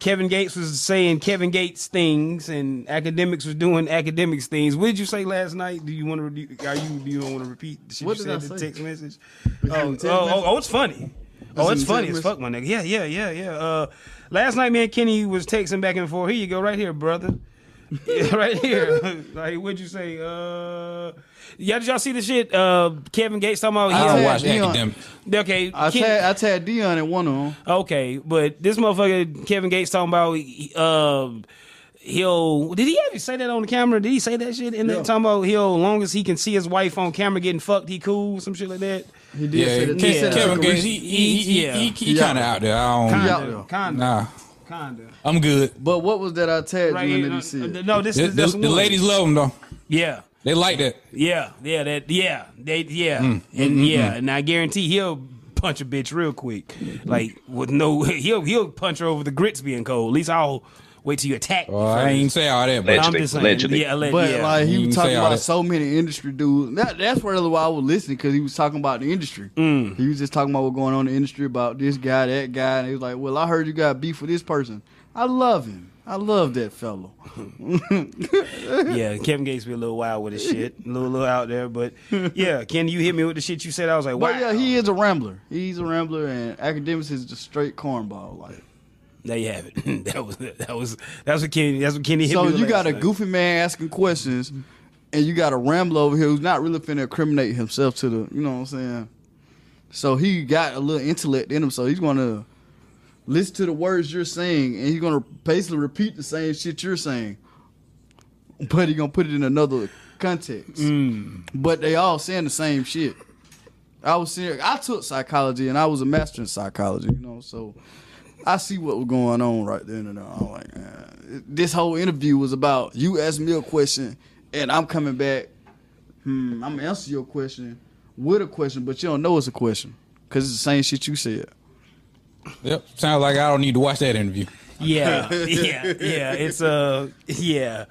[SPEAKER 3] Kevin Gates was saying Kevin Gates things, and Academics was doing Academics things. What did you say last night? Do you want to? Re- are you? Do you want to repeat? The shit
[SPEAKER 9] What
[SPEAKER 3] you
[SPEAKER 9] did I
[SPEAKER 3] said in the
[SPEAKER 9] say?
[SPEAKER 3] text message?
[SPEAKER 9] Was it in
[SPEAKER 3] Oh,
[SPEAKER 9] the text
[SPEAKER 3] oh, oh,
[SPEAKER 9] message?
[SPEAKER 3] oh, it's funny. Oh,
[SPEAKER 9] it in
[SPEAKER 3] it's
[SPEAKER 9] the
[SPEAKER 3] funny
[SPEAKER 9] text
[SPEAKER 3] as fuck, my nigga. Yeah, yeah, yeah, yeah. Uh, last night, me and Kenny was texting back and forth. Here you go, right here, brother. Yeah, right here. [LAUGHS] like, what'd you say? Uh, yeah, did y'all see the shit? Uh, Kevin Gates talking about.
[SPEAKER 2] I
[SPEAKER 3] he-
[SPEAKER 2] don't
[SPEAKER 9] Yeah,
[SPEAKER 2] watch
[SPEAKER 9] Dion.
[SPEAKER 2] academic.
[SPEAKER 3] okay,
[SPEAKER 9] I
[SPEAKER 3] Ken-
[SPEAKER 9] tagged I tagged Dion in one of them.
[SPEAKER 3] okay, but this motherfucker Kevin Gates talking about. he- Um, he'll did he ever say that on the camera? Did he say that shit? And then
[SPEAKER 9] Yeah.
[SPEAKER 3] talking about he'll long as he can see his wife on camera getting fucked, he cool, some shit like that.
[SPEAKER 9] He did
[SPEAKER 2] Yeah,
[SPEAKER 9] say that. he
[SPEAKER 2] Ke-
[SPEAKER 9] said that
[SPEAKER 2] Kevin
[SPEAKER 9] like a
[SPEAKER 2] Gates,
[SPEAKER 9] reason.
[SPEAKER 2] he, he, he,
[SPEAKER 3] Yeah.
[SPEAKER 2] he, he
[SPEAKER 9] Yeah.
[SPEAKER 2] kind of out there. I don't.
[SPEAKER 9] Yeah.
[SPEAKER 3] Kinda,
[SPEAKER 9] out
[SPEAKER 3] kinda,
[SPEAKER 2] Nah,
[SPEAKER 3] kinda.
[SPEAKER 2] I'm good.
[SPEAKER 9] But what was that I tagged
[SPEAKER 3] Right
[SPEAKER 9] you in
[SPEAKER 3] here,
[SPEAKER 9] that he
[SPEAKER 3] uh,
[SPEAKER 9] said?
[SPEAKER 3] uh, no, this
[SPEAKER 2] The,
[SPEAKER 3] is this
[SPEAKER 2] the- the
[SPEAKER 3] one.
[SPEAKER 2] ladies love him though.
[SPEAKER 3] Yeah.
[SPEAKER 2] They like that.
[SPEAKER 3] Yeah, yeah, that, yeah, they, yeah,
[SPEAKER 9] Mm,
[SPEAKER 3] and yeah, and I guarantee he'll punch a bitch real quick, like with no, [LAUGHS] he'll he'll punch her over the grits being cold. At least I'll wait till you attack. me
[SPEAKER 2] Well, I
[SPEAKER 3] first.
[SPEAKER 2] ain't say all that,
[SPEAKER 3] But
[SPEAKER 2] but
[SPEAKER 3] I'm just saying,
[SPEAKER 1] Allegedly,
[SPEAKER 3] yeah, alleg-
[SPEAKER 9] Oh, But
[SPEAKER 3] yeah.
[SPEAKER 9] like
[SPEAKER 2] You
[SPEAKER 9] he
[SPEAKER 2] can
[SPEAKER 9] was talking
[SPEAKER 2] say all
[SPEAKER 9] about
[SPEAKER 2] that.
[SPEAKER 9] so many industry dudes. That, that's really why I was listening because he was talking about the industry.
[SPEAKER 2] Mm.
[SPEAKER 9] He was just talking about what's going on in the industry about this guy, that guy, and he was like, "Well, I heard you got beef with this person. I love him. I love that fellow."
[SPEAKER 3] [LAUGHS] yeah, Kevin Gates be a little wild with his shit, a little, little out there, but
[SPEAKER 9] [LAUGHS]
[SPEAKER 3] yeah, Ken, you hit me with the shit you said. I was like, wow,
[SPEAKER 9] But yeah, he is a rambler. He's a rambler, and academics is just straight cornball. Like,
[SPEAKER 3] there you have it. [LAUGHS] that was that was that's what Kenny that's what Kenny hit
[SPEAKER 9] so
[SPEAKER 3] me. with
[SPEAKER 9] you
[SPEAKER 3] last
[SPEAKER 9] got a
[SPEAKER 3] night.
[SPEAKER 9] goofy man asking questions, and you got a rambler over here who's not really finna incriminate himself to the. You know what I'm saying? So he got a little intellect in him, so he's gonna listen to the words you're saying, and he's gonna basically repeat the same shit you're saying, but he's gonna put it in another context. But they all saying the same shit. I was seeing, I took psychology, and I was a master in psychology. You know, so I see what was going on right then and there. I'm like, eh. this whole interview was about you asked me a question, and I'm coming back. Hmm, I'm gonna answer your question with a question, but you don't know it's a question because it's the same shit you said.
[SPEAKER 2] Yep. Sounds like I don't need to watch that interview.
[SPEAKER 3] Yeah, yeah, yeah. It's uh, yeah.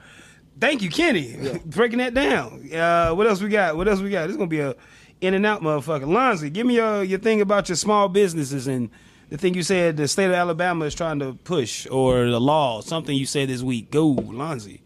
[SPEAKER 3] Thank you, Kenny, [LAUGHS] breaking that down. Uh, what else we got? What else we got? This is gonna be a in and out motherfucker. Lonzy, give me your your thing about your small businesses and the thing you said the state of Alabama is trying to push or the law, something you said this week. Go, Lonzy.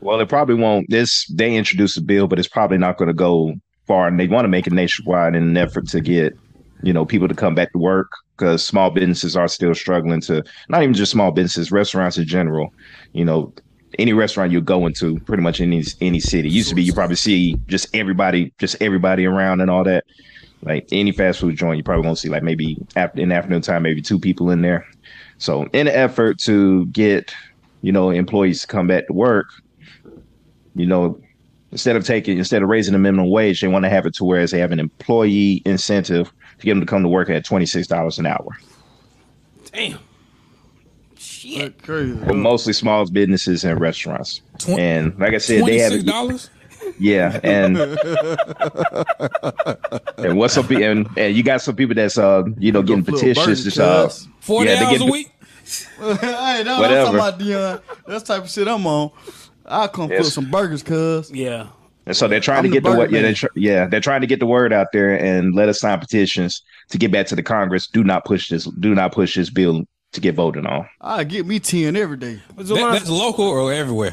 [SPEAKER 1] Well, it probably won't. This they introduced a bill, but it's probably not going to go far, and they want to make it nationwide in an effort to get you know people to come back to work because small businesses are still struggling to not even just small businesses, restaurants in general. You know, any restaurant you go into, pretty much in any any city, used to be you probably see just everybody, just everybody around and all that. Like any fast food joint, you probably won't see like maybe after in the afternoon time, maybe two people in there. So, in an effort to get you know employees to come back to work, you know, instead of taking instead of raising the minimum wage, they want to have it to whereas they have an employee incentive to get them to come to work at twenty six dollars an hour.
[SPEAKER 3] Damn. Shit.
[SPEAKER 9] That's crazy.
[SPEAKER 1] But mostly small businesses and restaurants.
[SPEAKER 2] Twen-
[SPEAKER 1] and like I said, they
[SPEAKER 2] Twenty
[SPEAKER 1] have
[SPEAKER 2] six dollars.
[SPEAKER 1] yeah,
[SPEAKER 9] [LAUGHS]
[SPEAKER 1] and and what's up? And and you got some people that's uh you know getting
[SPEAKER 9] Little
[SPEAKER 1] petitions
[SPEAKER 9] bird,
[SPEAKER 1] that's uh
[SPEAKER 9] cuz.
[SPEAKER 2] Forty
[SPEAKER 1] yeah, they
[SPEAKER 2] hours
[SPEAKER 1] get-
[SPEAKER 2] a week.
[SPEAKER 9] [LAUGHS] hey, no,
[SPEAKER 1] Whatever.
[SPEAKER 9] I'm talking about Dion. That's the type of shit I'm on. I come put
[SPEAKER 1] Yes.
[SPEAKER 9] some burgers, cuz.
[SPEAKER 3] Yeah.
[SPEAKER 1] And so they're trying
[SPEAKER 9] I'm
[SPEAKER 1] to
[SPEAKER 9] the
[SPEAKER 1] get the
[SPEAKER 9] bird
[SPEAKER 1] word. Yeah,
[SPEAKER 9] man.
[SPEAKER 1] they're tr- yeah, they're trying to get the word out there and let us sign petitions to get back to the Congress. Do not push this. Do not push this bill to get voted on.
[SPEAKER 9] I get me ten every day.
[SPEAKER 3] So
[SPEAKER 2] That,
[SPEAKER 3] Lonzy-
[SPEAKER 2] that's local or everywhere.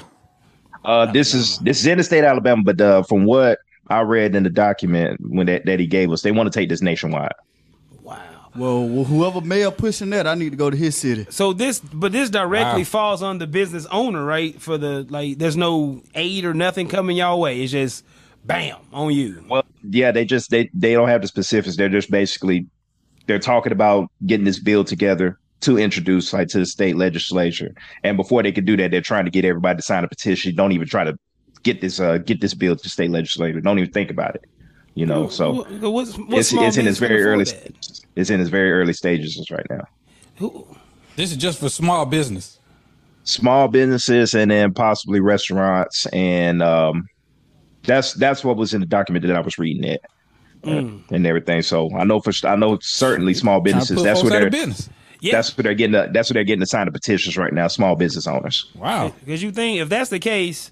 [SPEAKER 1] Uh, this is this is in the state of Alabama, but uh, from what I read in the document when that, that he gave us, they want to take this nationwide.
[SPEAKER 3] wow.
[SPEAKER 9] Well, wh- whoever mayor pushing that, I need to go to his city.
[SPEAKER 3] So this, but this directly
[SPEAKER 2] Wow.
[SPEAKER 3] falls on the business owner, right? For the like, there's no aid or nothing coming your way. It's just bam on you.
[SPEAKER 1] Well, yeah, they just they they don't have the specifics. They're just basically they're talking about getting this bill together to introduce like to the state legislature. And before they can do that, they're trying to get everybody to sign a petition. Don't even try to get this uh get this bill to the state legislature. Don't even think about it. You know, so
[SPEAKER 3] Wh- what's, what's
[SPEAKER 1] it's
[SPEAKER 3] small
[SPEAKER 1] it's in its
[SPEAKER 3] business
[SPEAKER 1] very
[SPEAKER 3] before
[SPEAKER 1] early
[SPEAKER 3] that?
[SPEAKER 1] it's in its very early stages right now.
[SPEAKER 3] Who-
[SPEAKER 2] This is just for small business.
[SPEAKER 1] small businesses and then possibly restaurants and um that's that's what was in the document that I was reading it uh, and everything. So I know for I know certainly small
[SPEAKER 2] Trying Mm. to
[SPEAKER 1] businesses.
[SPEAKER 2] put
[SPEAKER 1] That's
[SPEAKER 2] folks
[SPEAKER 1] what
[SPEAKER 2] out
[SPEAKER 1] they're
[SPEAKER 2] of business.
[SPEAKER 3] Yeah.
[SPEAKER 1] that's what they're getting. The, that's what they're getting to sign the petitions right now. Small business owners.
[SPEAKER 2] Wow.
[SPEAKER 3] Because you think if that's the case,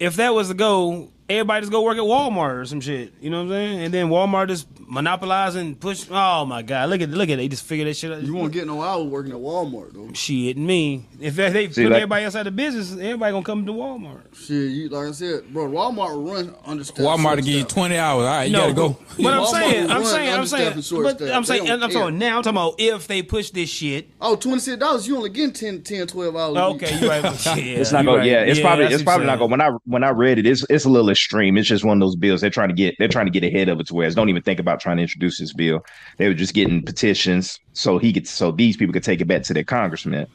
[SPEAKER 3] if that was the goal, everybody just go work at Walmart or some shit. You know what I'm saying? And then Walmart just monopolizing, push. Oh my God, look at look at it. they just figure that shit out.
[SPEAKER 9] You won't get no hour working at Walmart though.
[SPEAKER 3] shit me. If they, they
[SPEAKER 1] See,
[SPEAKER 3] put
[SPEAKER 1] like-
[SPEAKER 3] everybody else out of business, everybody gonna come to Walmart.
[SPEAKER 9] Shit, you like I said, bro. Walmart will run under. staff,
[SPEAKER 2] Walmart to
[SPEAKER 9] short
[SPEAKER 2] give you
[SPEAKER 9] staff.
[SPEAKER 2] twenty hours. All right, you gotta go.
[SPEAKER 3] But I'm
[SPEAKER 9] Walmart
[SPEAKER 3] saying, I'm
[SPEAKER 9] run
[SPEAKER 3] saying, I'm
[SPEAKER 9] understaffed
[SPEAKER 3] saying,
[SPEAKER 9] and short
[SPEAKER 3] but
[SPEAKER 9] staffed.
[SPEAKER 3] I'm
[SPEAKER 9] They
[SPEAKER 3] saying,
[SPEAKER 9] don't
[SPEAKER 3] I'm
[SPEAKER 9] care.
[SPEAKER 3] talking now. I'm talking about if they push this shit. Oh,
[SPEAKER 9] Oh, twenty six dollars. You only getting 10, 10 12 dollars.
[SPEAKER 3] Okay, you right. Yeah,
[SPEAKER 1] It's not
[SPEAKER 3] you
[SPEAKER 1] gonna.
[SPEAKER 3] right.
[SPEAKER 1] Yeah, it's probably
[SPEAKER 3] that's
[SPEAKER 1] it's
[SPEAKER 3] what
[SPEAKER 1] probably
[SPEAKER 3] you're
[SPEAKER 1] not gonna. When I when I read it, it's it's a little extreme. It's just one of those bills they're trying to get. They're trying to get ahead of it to where it's don't even think about trying to introduce this bill. They were just getting petitions so he could so these people could take it back to their congressman.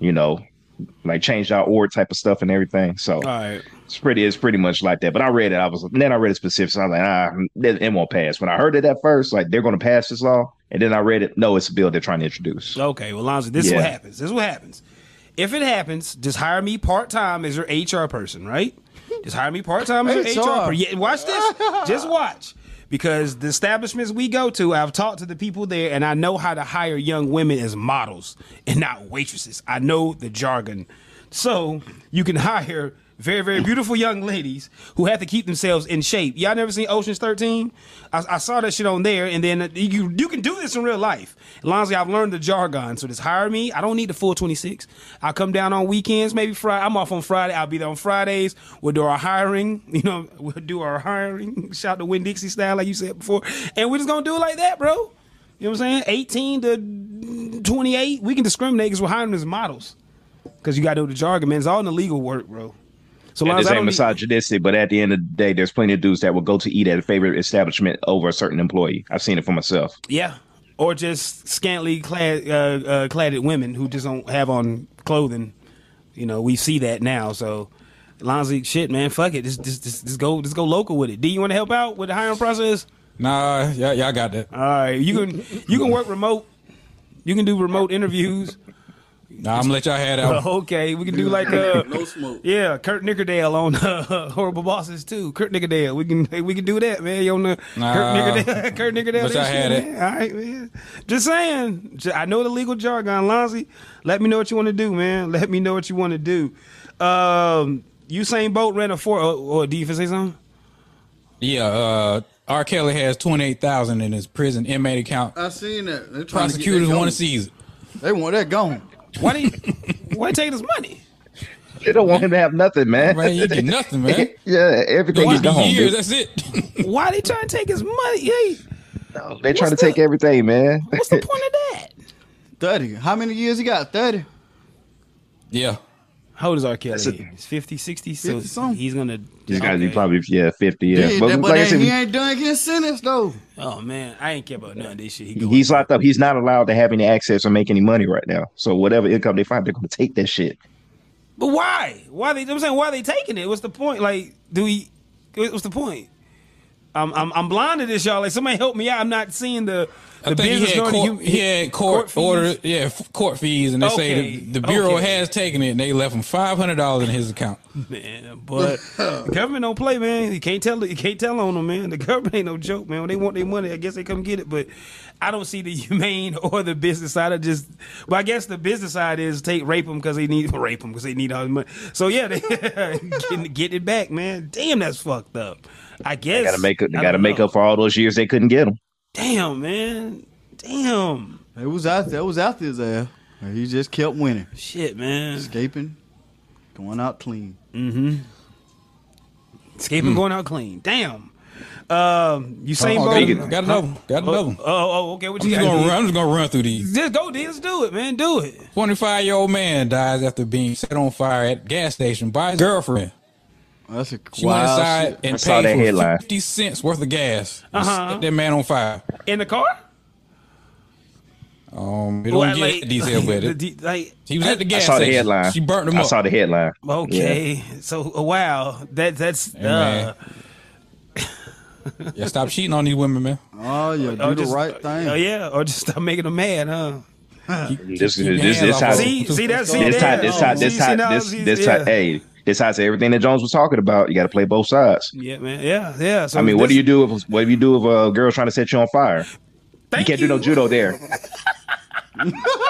[SPEAKER 1] You know, like change our order type of stuff and everything. So
[SPEAKER 3] saying. All right.
[SPEAKER 1] it's pretty it's pretty much like that. But I read it. I was and then I read it specifics. I was like, ah, it, it won't pass. When I heard it at first, like they're gonna pass this law, and then I read it. No, it's a bill they're trying to introduce.
[SPEAKER 3] Okay, well, Lonzo, this is what
[SPEAKER 1] Yeah.
[SPEAKER 3] happens. This is what happens. If it happens, just hire me part time as your HR person, right? Just hire me part time as your HR
[SPEAKER 9] HR.
[SPEAKER 3] person. Yeah, watch this. just watch. Because the establishments we go to, I've talked to the people there and I know how to hire young women as models and not waitresses. I know the jargon. So you can hire very, very beautiful young ladies who have to keep themselves in shape. Y'all never seen Ocean's 13? I, I saw that shit on there, and then you you can do this in real life. Lonzo, I've learned the jargon, so just hire me. I don't need the full 26. I'll come down on weekends, maybe Friday. I'm off on Friday. I'll be there on Fridays. We'll do our hiring. [LAUGHS] You know, we'll do our hiring. [LAUGHS] Shout to Win Dixie style, like you said before. And we're just going to do it like that, bro. You know what I'm saying? 18 to 28, we can discriminate because we're hiring as models. Because you got to do the jargon, man. It's all in the legal work, bro. So
[SPEAKER 1] And
[SPEAKER 3] long as
[SPEAKER 1] this
[SPEAKER 3] I
[SPEAKER 1] ain't
[SPEAKER 3] don't need-
[SPEAKER 1] misogynistic, but at the end of the day, there's plenty of dudes that will go to eat at a favorite establishment over a certain employee. I've seen it for myself.
[SPEAKER 3] Yeah, or just scantily clad, uh, uh, cladded women who just don't have on clothing. You know, we see that now. So, Lonzy, shit, man, fuck it. Just, just, just, just go, just go local with it. D, you want to help out with the hiring process?
[SPEAKER 2] Nah, y'all, y'all got that.
[SPEAKER 3] All right, you can, you can work remote. You can do remote interviews. [LAUGHS]
[SPEAKER 2] Nah, I'm gonna let y'all have that. one.
[SPEAKER 3] Okay, we can do like uh,
[SPEAKER 9] [LAUGHS] No smoke.
[SPEAKER 3] yeah, Kurt Nickerdale on [LAUGHS] uh, Horrible Bosses too. Kurt Nickerdale, we can we can do that, man. You on the
[SPEAKER 2] Nah,
[SPEAKER 3] Kurt Nickerdale? [LAUGHS] Kurt Nickerdale,
[SPEAKER 2] but
[SPEAKER 3] that
[SPEAKER 2] y'all had
[SPEAKER 3] shit,
[SPEAKER 2] it.
[SPEAKER 3] man. All right, man. Just saying, J- I know the legal jargon, Lonzy. Let me know what you want to do, man. [LAUGHS] Let me know what you want to do. Um, Usain Bolt ran a four. Or, or do you finna say something?
[SPEAKER 2] Yeah, uh, R. Kelly has twenty eight thousand in his prison inmate account.
[SPEAKER 9] I seen that. They trying to get
[SPEAKER 2] Prosecutors
[SPEAKER 9] that
[SPEAKER 2] want
[SPEAKER 9] gone.
[SPEAKER 2] to seize it.
[SPEAKER 9] They want that gone.
[SPEAKER 3] Why do you, [LAUGHS] why you taking his money?
[SPEAKER 1] [LAUGHS] They don't want him to have nothing, man. [LAUGHS]
[SPEAKER 2] Right, you get nothing, man.
[SPEAKER 1] yeah, everything is
[SPEAKER 2] It'd be
[SPEAKER 1] gone.
[SPEAKER 2] years.
[SPEAKER 1] dude.
[SPEAKER 2] That's it. [LAUGHS]
[SPEAKER 3] Why they trying to take his money? Hey,
[SPEAKER 1] They trying to
[SPEAKER 3] what's
[SPEAKER 1] take
[SPEAKER 3] the-
[SPEAKER 1] everything, man. [LAUGHS]
[SPEAKER 3] what's the point of that?
[SPEAKER 9] Thirty. How many years he got? Thirty.
[SPEAKER 2] yeah.
[SPEAKER 3] How old is R. Kelly?
[SPEAKER 1] a-
[SPEAKER 3] He's 50, 60, so
[SPEAKER 9] 50 something.
[SPEAKER 3] he's gonna.
[SPEAKER 1] These guys be
[SPEAKER 3] okay.
[SPEAKER 1] probably yeah fifty. Yeah,
[SPEAKER 9] Yeah,
[SPEAKER 1] but
[SPEAKER 9] that- but
[SPEAKER 1] like I
[SPEAKER 9] that-
[SPEAKER 1] said,
[SPEAKER 9] he ain't done getting sentenced though.
[SPEAKER 3] Oh man, I ain't care about none of this shit. He going
[SPEAKER 1] he's locked up. He's not allowed to have any access or make any money right now. So whatever income they find, they're going to take that shit.
[SPEAKER 3] But why? Why they? I'm saying why they taking it? What's the point? Like, do we? What's the point? I'm I'm, I'm blind to this, y'all. Like, somebody help me out. I'm not seeing the the
[SPEAKER 2] I think
[SPEAKER 3] business.
[SPEAKER 2] he had
[SPEAKER 3] nor the
[SPEAKER 2] court,
[SPEAKER 3] hum-
[SPEAKER 2] he had court,
[SPEAKER 3] fees.
[SPEAKER 2] order, yeah, f- court fees, and they
[SPEAKER 3] Okay,
[SPEAKER 2] say the, the bureau
[SPEAKER 3] okay.
[SPEAKER 2] has taken it, and they left him five hundred dollars in his account.
[SPEAKER 3] man. But the government don't play, man. You can't tell. You can't tell on them, man. The [LAUGHS] government ain't no joke, man. When they want their money, I guess they come get it. But I don't see the [LAUGHS] humane or the business side. of just, well, I guess the business side is take rape them because they need [LAUGHS] rape them because they need all the money. So yeah, they [LAUGHS] get, get it back, man. Damn, that's fucked up. I
[SPEAKER 1] They
[SPEAKER 3] guess
[SPEAKER 1] got to make up. They
[SPEAKER 3] I
[SPEAKER 1] got to
[SPEAKER 3] don't
[SPEAKER 1] make
[SPEAKER 3] know.
[SPEAKER 1] up for all those years they couldn't get them.
[SPEAKER 3] Damn, man. Damn.
[SPEAKER 9] It was out. That was out his ass. And He just kept winning,
[SPEAKER 3] Shit, man.
[SPEAKER 9] escaping, going out clean.
[SPEAKER 3] Escaping,
[SPEAKER 1] Hmm.
[SPEAKER 3] going out clean. Damn. Um, you same
[SPEAKER 2] Oh,
[SPEAKER 3] boat.
[SPEAKER 2] got, got another, one, got another.
[SPEAKER 3] Oh,
[SPEAKER 2] one.
[SPEAKER 3] oh, oh, okay. What
[SPEAKER 2] I'm
[SPEAKER 3] you
[SPEAKER 2] just
[SPEAKER 3] got?
[SPEAKER 2] gonna run. I'm just gonna run through these.
[SPEAKER 3] Just go, D. Let's do it, man. Do it.
[SPEAKER 2] Twenty five year old man dies after being set on fire at gas station by his girlfriend.
[SPEAKER 9] That's a
[SPEAKER 2] She went
[SPEAKER 9] wild.
[SPEAKER 2] inside
[SPEAKER 9] Shit.
[SPEAKER 2] and
[SPEAKER 1] I saw
[SPEAKER 2] paid
[SPEAKER 1] that
[SPEAKER 2] for
[SPEAKER 1] headline.
[SPEAKER 2] fifty cents worth of gas. and
[SPEAKER 3] Uh-huh.
[SPEAKER 2] Set that man on fire.
[SPEAKER 3] In the car?
[SPEAKER 2] Um, it
[SPEAKER 3] Well,
[SPEAKER 2] don't get detail with
[SPEAKER 3] the [LAUGHS]
[SPEAKER 2] it.
[SPEAKER 3] de- like,
[SPEAKER 2] He was at the
[SPEAKER 1] I
[SPEAKER 2] gas
[SPEAKER 1] saw the
[SPEAKER 2] station.
[SPEAKER 1] headline.
[SPEAKER 2] She burnt him
[SPEAKER 1] I
[SPEAKER 2] up.
[SPEAKER 1] saw the headline.
[SPEAKER 3] okay. So uh, wow, that that's
[SPEAKER 2] Hey, man.
[SPEAKER 3] uh,
[SPEAKER 2] yeah, stop cheating on these women, man.
[SPEAKER 9] Oh yeah, do
[SPEAKER 3] or
[SPEAKER 9] the
[SPEAKER 3] just-
[SPEAKER 9] right thing.
[SPEAKER 3] Oh yeah, or just stop making them mad, huh?
[SPEAKER 1] Yeah. This,
[SPEAKER 2] Keep your
[SPEAKER 1] this, this,
[SPEAKER 2] hands
[SPEAKER 1] this
[SPEAKER 2] off
[SPEAKER 1] how
[SPEAKER 2] her.
[SPEAKER 3] See, see that, see
[SPEAKER 1] this
[SPEAKER 3] that. Oh,
[SPEAKER 1] time, this time, this
[SPEAKER 3] See,
[SPEAKER 1] time,
[SPEAKER 3] see, now
[SPEAKER 1] this
[SPEAKER 3] she's-
[SPEAKER 1] this
[SPEAKER 3] yeah.
[SPEAKER 1] time, hey, this ties to everything that Jones was talking about. You got to play both sides.
[SPEAKER 3] Yeah, man. Yeah, yeah. So
[SPEAKER 1] I mean, what
[SPEAKER 3] this-
[SPEAKER 1] do you do if what do you do if a girl trying to set you on fire? You
[SPEAKER 3] Thank
[SPEAKER 1] can't do no judo there.
[SPEAKER 9] [LAUGHS]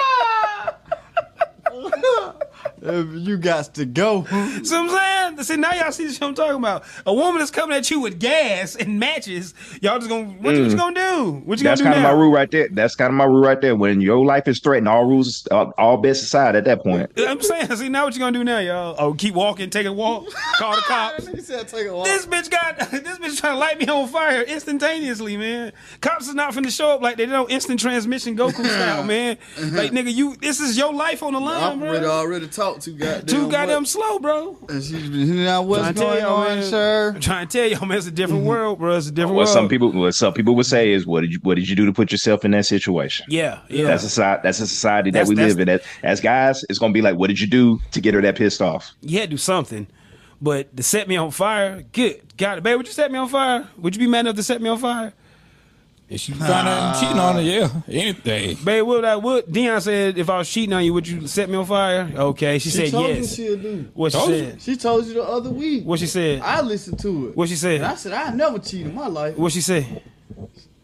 [SPEAKER 9] you got to go.
[SPEAKER 3] See what I'm saying? See, now y'all see what I'm talking about. A woman is coming at you with gas and matches. Y'all just gonna what, you- what you gonna do? What
[SPEAKER 1] Mm.
[SPEAKER 3] you
[SPEAKER 1] That's
[SPEAKER 3] gonna
[SPEAKER 1] kind
[SPEAKER 3] do
[SPEAKER 1] of
[SPEAKER 3] now?
[SPEAKER 1] my rule right there. That's kind of my rule right there. When your life is threatened, all rules, uh, all bets aside at that point.
[SPEAKER 3] I'm saying, see now what you gonna do now, y'all? Oh, keep walking, take a walk, call the cops.
[SPEAKER 9] [LAUGHS] He said, take a walk.
[SPEAKER 3] This bitch got [LAUGHS] this bitch trying to light me on fire instantaneously, man. Cops is not finna show up like they don't instant transmission Goku style, man. Like nigga, you this is your life on the line,
[SPEAKER 9] Operator
[SPEAKER 3] bro.
[SPEAKER 9] already talked to goddamn.
[SPEAKER 3] Too goddamn
[SPEAKER 9] what-
[SPEAKER 3] slow, bro.
[SPEAKER 9] And she's been, now
[SPEAKER 3] Trying
[SPEAKER 9] what's
[SPEAKER 3] to tell
[SPEAKER 9] going
[SPEAKER 3] y'all,
[SPEAKER 9] on,
[SPEAKER 3] man.
[SPEAKER 9] sir?
[SPEAKER 3] I'm trying to tell y'all, man, it's a different world, bro. It's a different
[SPEAKER 1] What
[SPEAKER 3] world.
[SPEAKER 1] some people, what some people would say is, what did you, what did you do to put yourself in that situation?
[SPEAKER 3] yeah, yeah.
[SPEAKER 1] That's a society. That's a society
[SPEAKER 3] That's-
[SPEAKER 1] that we
[SPEAKER 3] that's-
[SPEAKER 1] live in. As, as guys, it's gonna be like, what did you do to get her that pissed off?
[SPEAKER 3] you had to do something. But to set me on fire, good God, babe, would you set me on fire? Would you be mad enough to set me on fire?
[SPEAKER 2] If she found out I'm cheating on her, yeah, anything.
[SPEAKER 3] Babe, would I would Dion said if I was cheating on you, would you set me on fire? Okay. She, said
[SPEAKER 9] told
[SPEAKER 3] yes.
[SPEAKER 9] you she'll do.
[SPEAKER 3] what she
[SPEAKER 2] Told you.
[SPEAKER 3] said.
[SPEAKER 9] She told you the other week.
[SPEAKER 3] What she said.
[SPEAKER 9] I listened to it.
[SPEAKER 3] What she
[SPEAKER 9] And I
[SPEAKER 3] said.
[SPEAKER 9] said, I never cheat in my life.
[SPEAKER 3] What she said.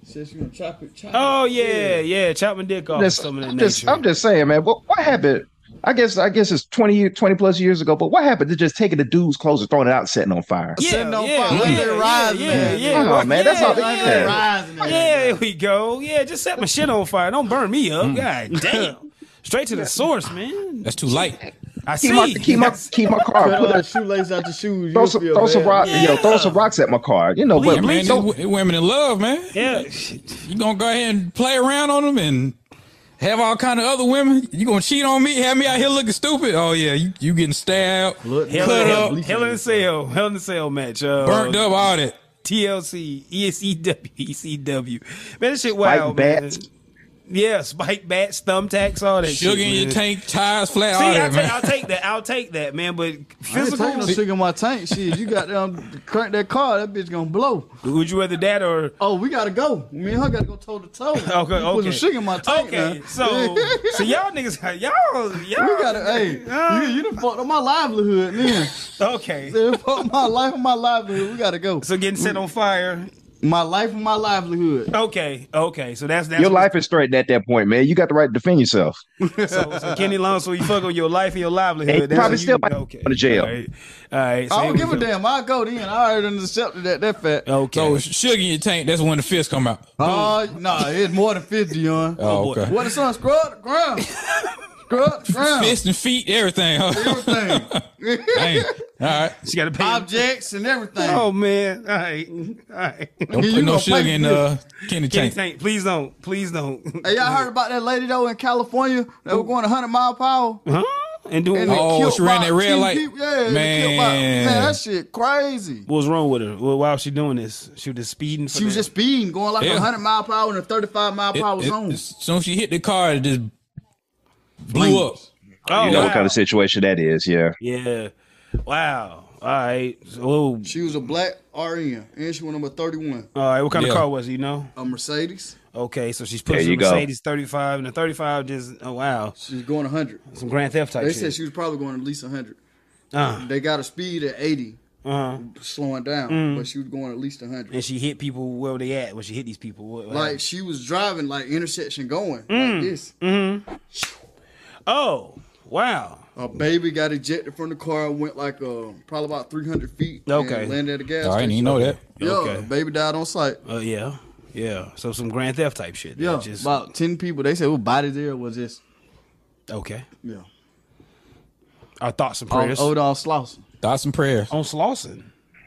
[SPEAKER 9] Said she gonna chop it, chop
[SPEAKER 3] Oh
[SPEAKER 9] it.
[SPEAKER 3] yeah, yeah, chop my dick off or
[SPEAKER 1] That's-
[SPEAKER 3] something of that
[SPEAKER 1] I'm, just,
[SPEAKER 3] nature.
[SPEAKER 1] I'm just saying, man. What, what happened? I guess I guess it's 20, year- 20 plus years ago. But what happened to just taking the dude's clothes and throwing it out, and setting it on fire?
[SPEAKER 3] yeah,
[SPEAKER 9] Setting on
[SPEAKER 3] yeah,
[SPEAKER 9] fire. Let
[SPEAKER 3] yeah,
[SPEAKER 9] it
[SPEAKER 3] yeah,
[SPEAKER 9] rise,
[SPEAKER 3] yeah,
[SPEAKER 9] man.
[SPEAKER 3] yeah,
[SPEAKER 1] Come on, man, that's
[SPEAKER 3] yeah,
[SPEAKER 1] all-
[SPEAKER 9] Like
[SPEAKER 1] Yeah.
[SPEAKER 9] they rising there.
[SPEAKER 3] Yeah, there we go. Yeah, just set my shit on fire. Don't burn me up. God damn. Straight to the source, man.
[SPEAKER 2] That's too light.
[SPEAKER 3] I see.
[SPEAKER 1] Keep my keep my keep my car.
[SPEAKER 9] Cut
[SPEAKER 1] Put
[SPEAKER 9] all the
[SPEAKER 1] a,
[SPEAKER 9] shoelaces out your shoes.
[SPEAKER 1] throw
[SPEAKER 9] you'll
[SPEAKER 1] some
[SPEAKER 9] feel
[SPEAKER 1] throw some
[SPEAKER 9] bad.
[SPEAKER 1] rocks. Yo, throw some rocks at my car. You know, but
[SPEAKER 3] Please,
[SPEAKER 2] Man,
[SPEAKER 1] please
[SPEAKER 2] these
[SPEAKER 1] don't.
[SPEAKER 2] wo- these women in love, man.
[SPEAKER 3] yeah.
[SPEAKER 2] You gonna go ahead and play around on them and have all kind of other women? You gonna cheat on me? Have me out here looking stupid? Oh yeah, you, you getting stabbed,
[SPEAKER 9] Look,
[SPEAKER 3] Hell,
[SPEAKER 2] Cut
[SPEAKER 3] hell,
[SPEAKER 2] up.
[SPEAKER 3] hell in a Cell, Hell in a Cell match. Uh,
[SPEAKER 2] burnt up, all that.
[SPEAKER 3] TLC, ESEW, ECW. E Man, this shit
[SPEAKER 1] Spike
[SPEAKER 3] wild,
[SPEAKER 1] bats.
[SPEAKER 3] man. Yeah, spike bats, thumbtacks, all that
[SPEAKER 2] Sugar
[SPEAKER 3] shit.
[SPEAKER 2] in your
[SPEAKER 3] man.
[SPEAKER 2] tank, tires flat,
[SPEAKER 3] See,
[SPEAKER 2] all
[SPEAKER 3] I'll,
[SPEAKER 2] that,
[SPEAKER 3] take, I'll
[SPEAKER 2] man.
[SPEAKER 3] take that. I'll take that, man. But
[SPEAKER 9] I ain't
[SPEAKER 3] physical,
[SPEAKER 9] taking no sugar in my tank. Shit, you got them crank that car. That bitch gonna blow.
[SPEAKER 3] would you rather that or
[SPEAKER 9] Oh, we gotta go. Me and her gotta go toe to toe. Okay,
[SPEAKER 3] [LAUGHS] okay? okay.
[SPEAKER 9] Put some sugar in my tank.
[SPEAKER 3] Okay,
[SPEAKER 9] now.
[SPEAKER 3] so [LAUGHS]
[SPEAKER 9] [LAUGHS]
[SPEAKER 3] so y'all niggas, y'all, y'all.
[SPEAKER 9] we gotta. hey, you, you done fucked up my livelihood, man.
[SPEAKER 3] okay.
[SPEAKER 9] [LAUGHS] You fucked my life and my livelihood. We gotta go.
[SPEAKER 3] So getting set on fire.
[SPEAKER 9] My life and my livelihood.
[SPEAKER 3] Okay, okay. So that's that's
[SPEAKER 1] Your
[SPEAKER 3] what-
[SPEAKER 1] life is threatened at that point, man. You got the right to defend yourself.
[SPEAKER 3] So, so Kenny Long, so you fuck up your life and your livelihood.
[SPEAKER 1] Hey,
[SPEAKER 3] That's
[SPEAKER 1] probably
[SPEAKER 3] what you-
[SPEAKER 1] still might go to jail.
[SPEAKER 3] All right. All right so
[SPEAKER 9] I
[SPEAKER 3] here
[SPEAKER 9] don't
[SPEAKER 3] we
[SPEAKER 9] give a
[SPEAKER 3] go.
[SPEAKER 9] damn. I'll go then. I already done accepted that. That fact.
[SPEAKER 3] Okay.
[SPEAKER 2] So sugar in your tank. That's when the fist come out.
[SPEAKER 9] Oh, nah, it's more than 50, on.
[SPEAKER 2] Oh, okay.
[SPEAKER 9] What the son? Scrub the ground.
[SPEAKER 2] [LAUGHS]
[SPEAKER 9] Scrub the ground.
[SPEAKER 2] Fist and feet, everything. Huh?
[SPEAKER 9] [LAUGHS] Everything.
[SPEAKER 2] [LAUGHS] Dang. All right.
[SPEAKER 3] she got to pay.
[SPEAKER 9] [LAUGHS] Objects and everything.
[SPEAKER 3] Oh man! All right, all
[SPEAKER 9] [LAUGHS]
[SPEAKER 3] right.
[SPEAKER 2] Don't
[SPEAKER 9] You
[SPEAKER 2] put no
[SPEAKER 9] gonna
[SPEAKER 2] sugar
[SPEAKER 9] pay
[SPEAKER 2] in
[SPEAKER 9] for
[SPEAKER 2] uh Kenny
[SPEAKER 3] Kenny
[SPEAKER 2] tank.
[SPEAKER 3] Tank, please don't, please don't.
[SPEAKER 9] Hey, y'all heard about that lady though in California that was going 100 mile per hour?
[SPEAKER 3] Huh? And doing
[SPEAKER 9] And they
[SPEAKER 3] what?
[SPEAKER 2] Oh,
[SPEAKER 9] killed
[SPEAKER 2] she ran
[SPEAKER 9] about
[SPEAKER 2] that red
[SPEAKER 9] 10
[SPEAKER 2] light.
[SPEAKER 9] people. Yeah, man. Killed about,
[SPEAKER 2] Man.
[SPEAKER 9] man, that shit crazy.
[SPEAKER 3] What was wrong with her? Well, why was she doing this? She was just speeding. For
[SPEAKER 9] She was
[SPEAKER 3] the-
[SPEAKER 9] just speeding, going like
[SPEAKER 2] Yeah.
[SPEAKER 9] 100 mile per hour in a 35 mile per
[SPEAKER 2] It-
[SPEAKER 9] hour
[SPEAKER 2] it-
[SPEAKER 9] zone.
[SPEAKER 2] as soon as she hit the car, it just blew up.
[SPEAKER 3] Oh,
[SPEAKER 1] You know
[SPEAKER 3] wow.
[SPEAKER 1] what kind of situation that is. Yeah.
[SPEAKER 3] Yeah. Wow. All right. Oh,
[SPEAKER 9] She was a black RN, and she went number 31.
[SPEAKER 3] all right. What kind of
[SPEAKER 2] Yeah.
[SPEAKER 3] car was it? You know?
[SPEAKER 9] A Mercedes.
[SPEAKER 3] Okay, so she's
[SPEAKER 1] There
[SPEAKER 3] pushing
[SPEAKER 1] you go.
[SPEAKER 3] Mercedes 35, and the 35 just oh wow,
[SPEAKER 9] She's going 100.
[SPEAKER 3] some Grand Theft type
[SPEAKER 9] They
[SPEAKER 3] shit.
[SPEAKER 9] said she was probably going at least 100.
[SPEAKER 3] uh,
[SPEAKER 9] They got a speed at 80,
[SPEAKER 3] uh,
[SPEAKER 9] slowing down,
[SPEAKER 3] Mm.
[SPEAKER 9] but she was going at least 100.
[SPEAKER 3] and she hit people where they at when she hit these people. What, what
[SPEAKER 9] Like she was driving like intersection going
[SPEAKER 3] Mm.
[SPEAKER 9] like this.
[SPEAKER 3] happened? oh wow,
[SPEAKER 9] A baby got ejected from the car, went like uh, probably about three hundred feet.
[SPEAKER 3] Okay.
[SPEAKER 9] and landed at a gas
[SPEAKER 2] Oh, I
[SPEAKER 9] station.
[SPEAKER 2] didn't even know that.
[SPEAKER 9] Yeah,
[SPEAKER 3] Okay.
[SPEAKER 9] baby died on sight.
[SPEAKER 3] Uh, yeah, yeah. So some Grand Theft type shit.
[SPEAKER 9] Yeah,
[SPEAKER 3] Just,
[SPEAKER 9] about ten people. They said what body there was this.
[SPEAKER 3] okay.
[SPEAKER 9] Yeah,
[SPEAKER 3] Our thoughts and
[SPEAKER 9] on
[SPEAKER 3] prayers on,
[SPEAKER 9] Old Dog Slauson.
[SPEAKER 2] Thoughts and prayers.
[SPEAKER 3] Slauson.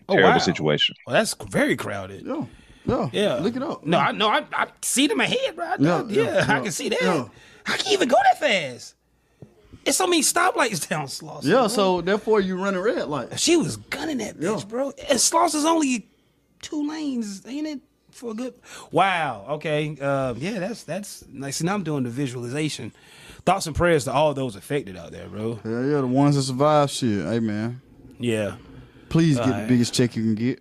[SPEAKER 3] Oh,
[SPEAKER 1] Terrible
[SPEAKER 3] wow.
[SPEAKER 1] situation.
[SPEAKER 3] Well, that's very crowded.
[SPEAKER 9] Yeah, yeah,
[SPEAKER 3] Yeah.
[SPEAKER 9] Look it up.
[SPEAKER 3] No, I know. I, I see it in my head, bro. I, yeah,
[SPEAKER 9] Yeah,
[SPEAKER 3] yeah,
[SPEAKER 9] yeah,
[SPEAKER 3] I
[SPEAKER 9] yeah,
[SPEAKER 3] can see that.
[SPEAKER 9] yeah.
[SPEAKER 3] I can even go that fast. It's so many stoplights [LAUGHS] down Slauson.
[SPEAKER 9] yeah.
[SPEAKER 3] bro.
[SPEAKER 9] So therefore, you run a red light.
[SPEAKER 3] she was gunning that bitch,
[SPEAKER 9] Yeah.
[SPEAKER 3] bro. And Slauson's only two lanes, ain't it? For a good. Wow. Okay. Uh, yeah. That's that's nice. See, now I'm doing the visualization. Thoughts and prayers to all those affected out there, bro.
[SPEAKER 9] Yeah, yeah. The ones that survived, shit. Hey, man.
[SPEAKER 3] Yeah. [LAUGHS]
[SPEAKER 9] Please get
[SPEAKER 3] Alright.
[SPEAKER 9] the biggest check you
[SPEAKER 3] [LAUGHS]
[SPEAKER 9] can get.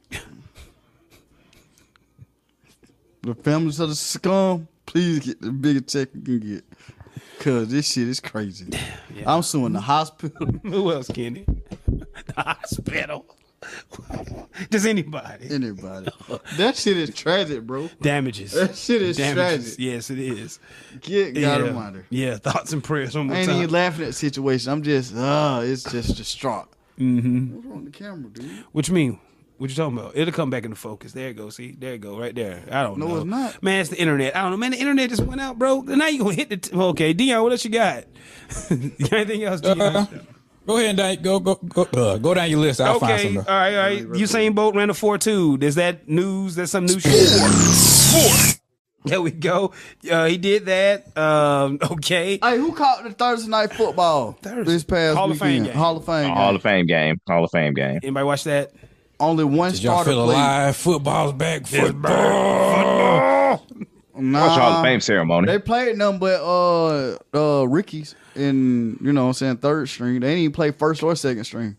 [SPEAKER 9] the families of the scum, please get the biggest check you can get. Cause this shit is crazy. I'm suing the hospital. [LAUGHS]
[SPEAKER 3] [LAUGHS] Who else, Kenny? The hospital. Does anybody? [LAUGHS]
[SPEAKER 9] Anybody. that shit is tragic, bro.
[SPEAKER 3] Damages.
[SPEAKER 9] That shit is tragic.
[SPEAKER 3] Yes, it is.
[SPEAKER 9] Get God
[SPEAKER 3] yeah.
[SPEAKER 9] Almighty.
[SPEAKER 3] yeah, thoughts and prayers one more
[SPEAKER 9] I ain't
[SPEAKER 3] time.
[SPEAKER 9] even laughing at the situation. I'm just, uh, it's just distraught. Mm-hmm. What's wrong with the camera, dude?
[SPEAKER 3] What you mean? What you talking about? It'll come back into focus. There it goes. See, there it go. Right there. I don't
[SPEAKER 9] No,
[SPEAKER 3] know.
[SPEAKER 9] it's not.
[SPEAKER 3] Man, it's the internet. I don't know. Man, the internet just went out, bro. Now you gonna hit the. T- okay, Dion, what else you got? [LAUGHS] you got anything else, Dion?
[SPEAKER 2] Uh, go ahead and down, go go go uh, go down your list. I'll find
[SPEAKER 3] okay. uh,
[SPEAKER 2] some. uh,
[SPEAKER 3] All
[SPEAKER 2] though.
[SPEAKER 3] right. All right. Usain Bolt ran a four two. There's that news. There's some new shit. There we go. Uh, he did that. Um, [LAUGHS] okay.
[SPEAKER 9] Hey, who caught the Thursday
[SPEAKER 2] [LAUGHS]
[SPEAKER 9] night football
[SPEAKER 3] Thursday.
[SPEAKER 9] this past
[SPEAKER 3] Hall of Fame
[SPEAKER 9] weekend?
[SPEAKER 3] game.
[SPEAKER 9] Hall of Fame.
[SPEAKER 1] Oh, Hall
[SPEAKER 9] game.
[SPEAKER 1] of Fame game. Hall of Fame game.
[SPEAKER 3] Anybody watch that?
[SPEAKER 9] Only one
[SPEAKER 2] Did y'all
[SPEAKER 9] starter
[SPEAKER 2] feel
[SPEAKER 9] played.
[SPEAKER 2] alive? Football's back. Football.
[SPEAKER 9] Nah,
[SPEAKER 1] Watch Hall of Fame ceremony.
[SPEAKER 9] They played nothing but uh uh rookies and you know what I'm saying third string. They didn't even play first or second string.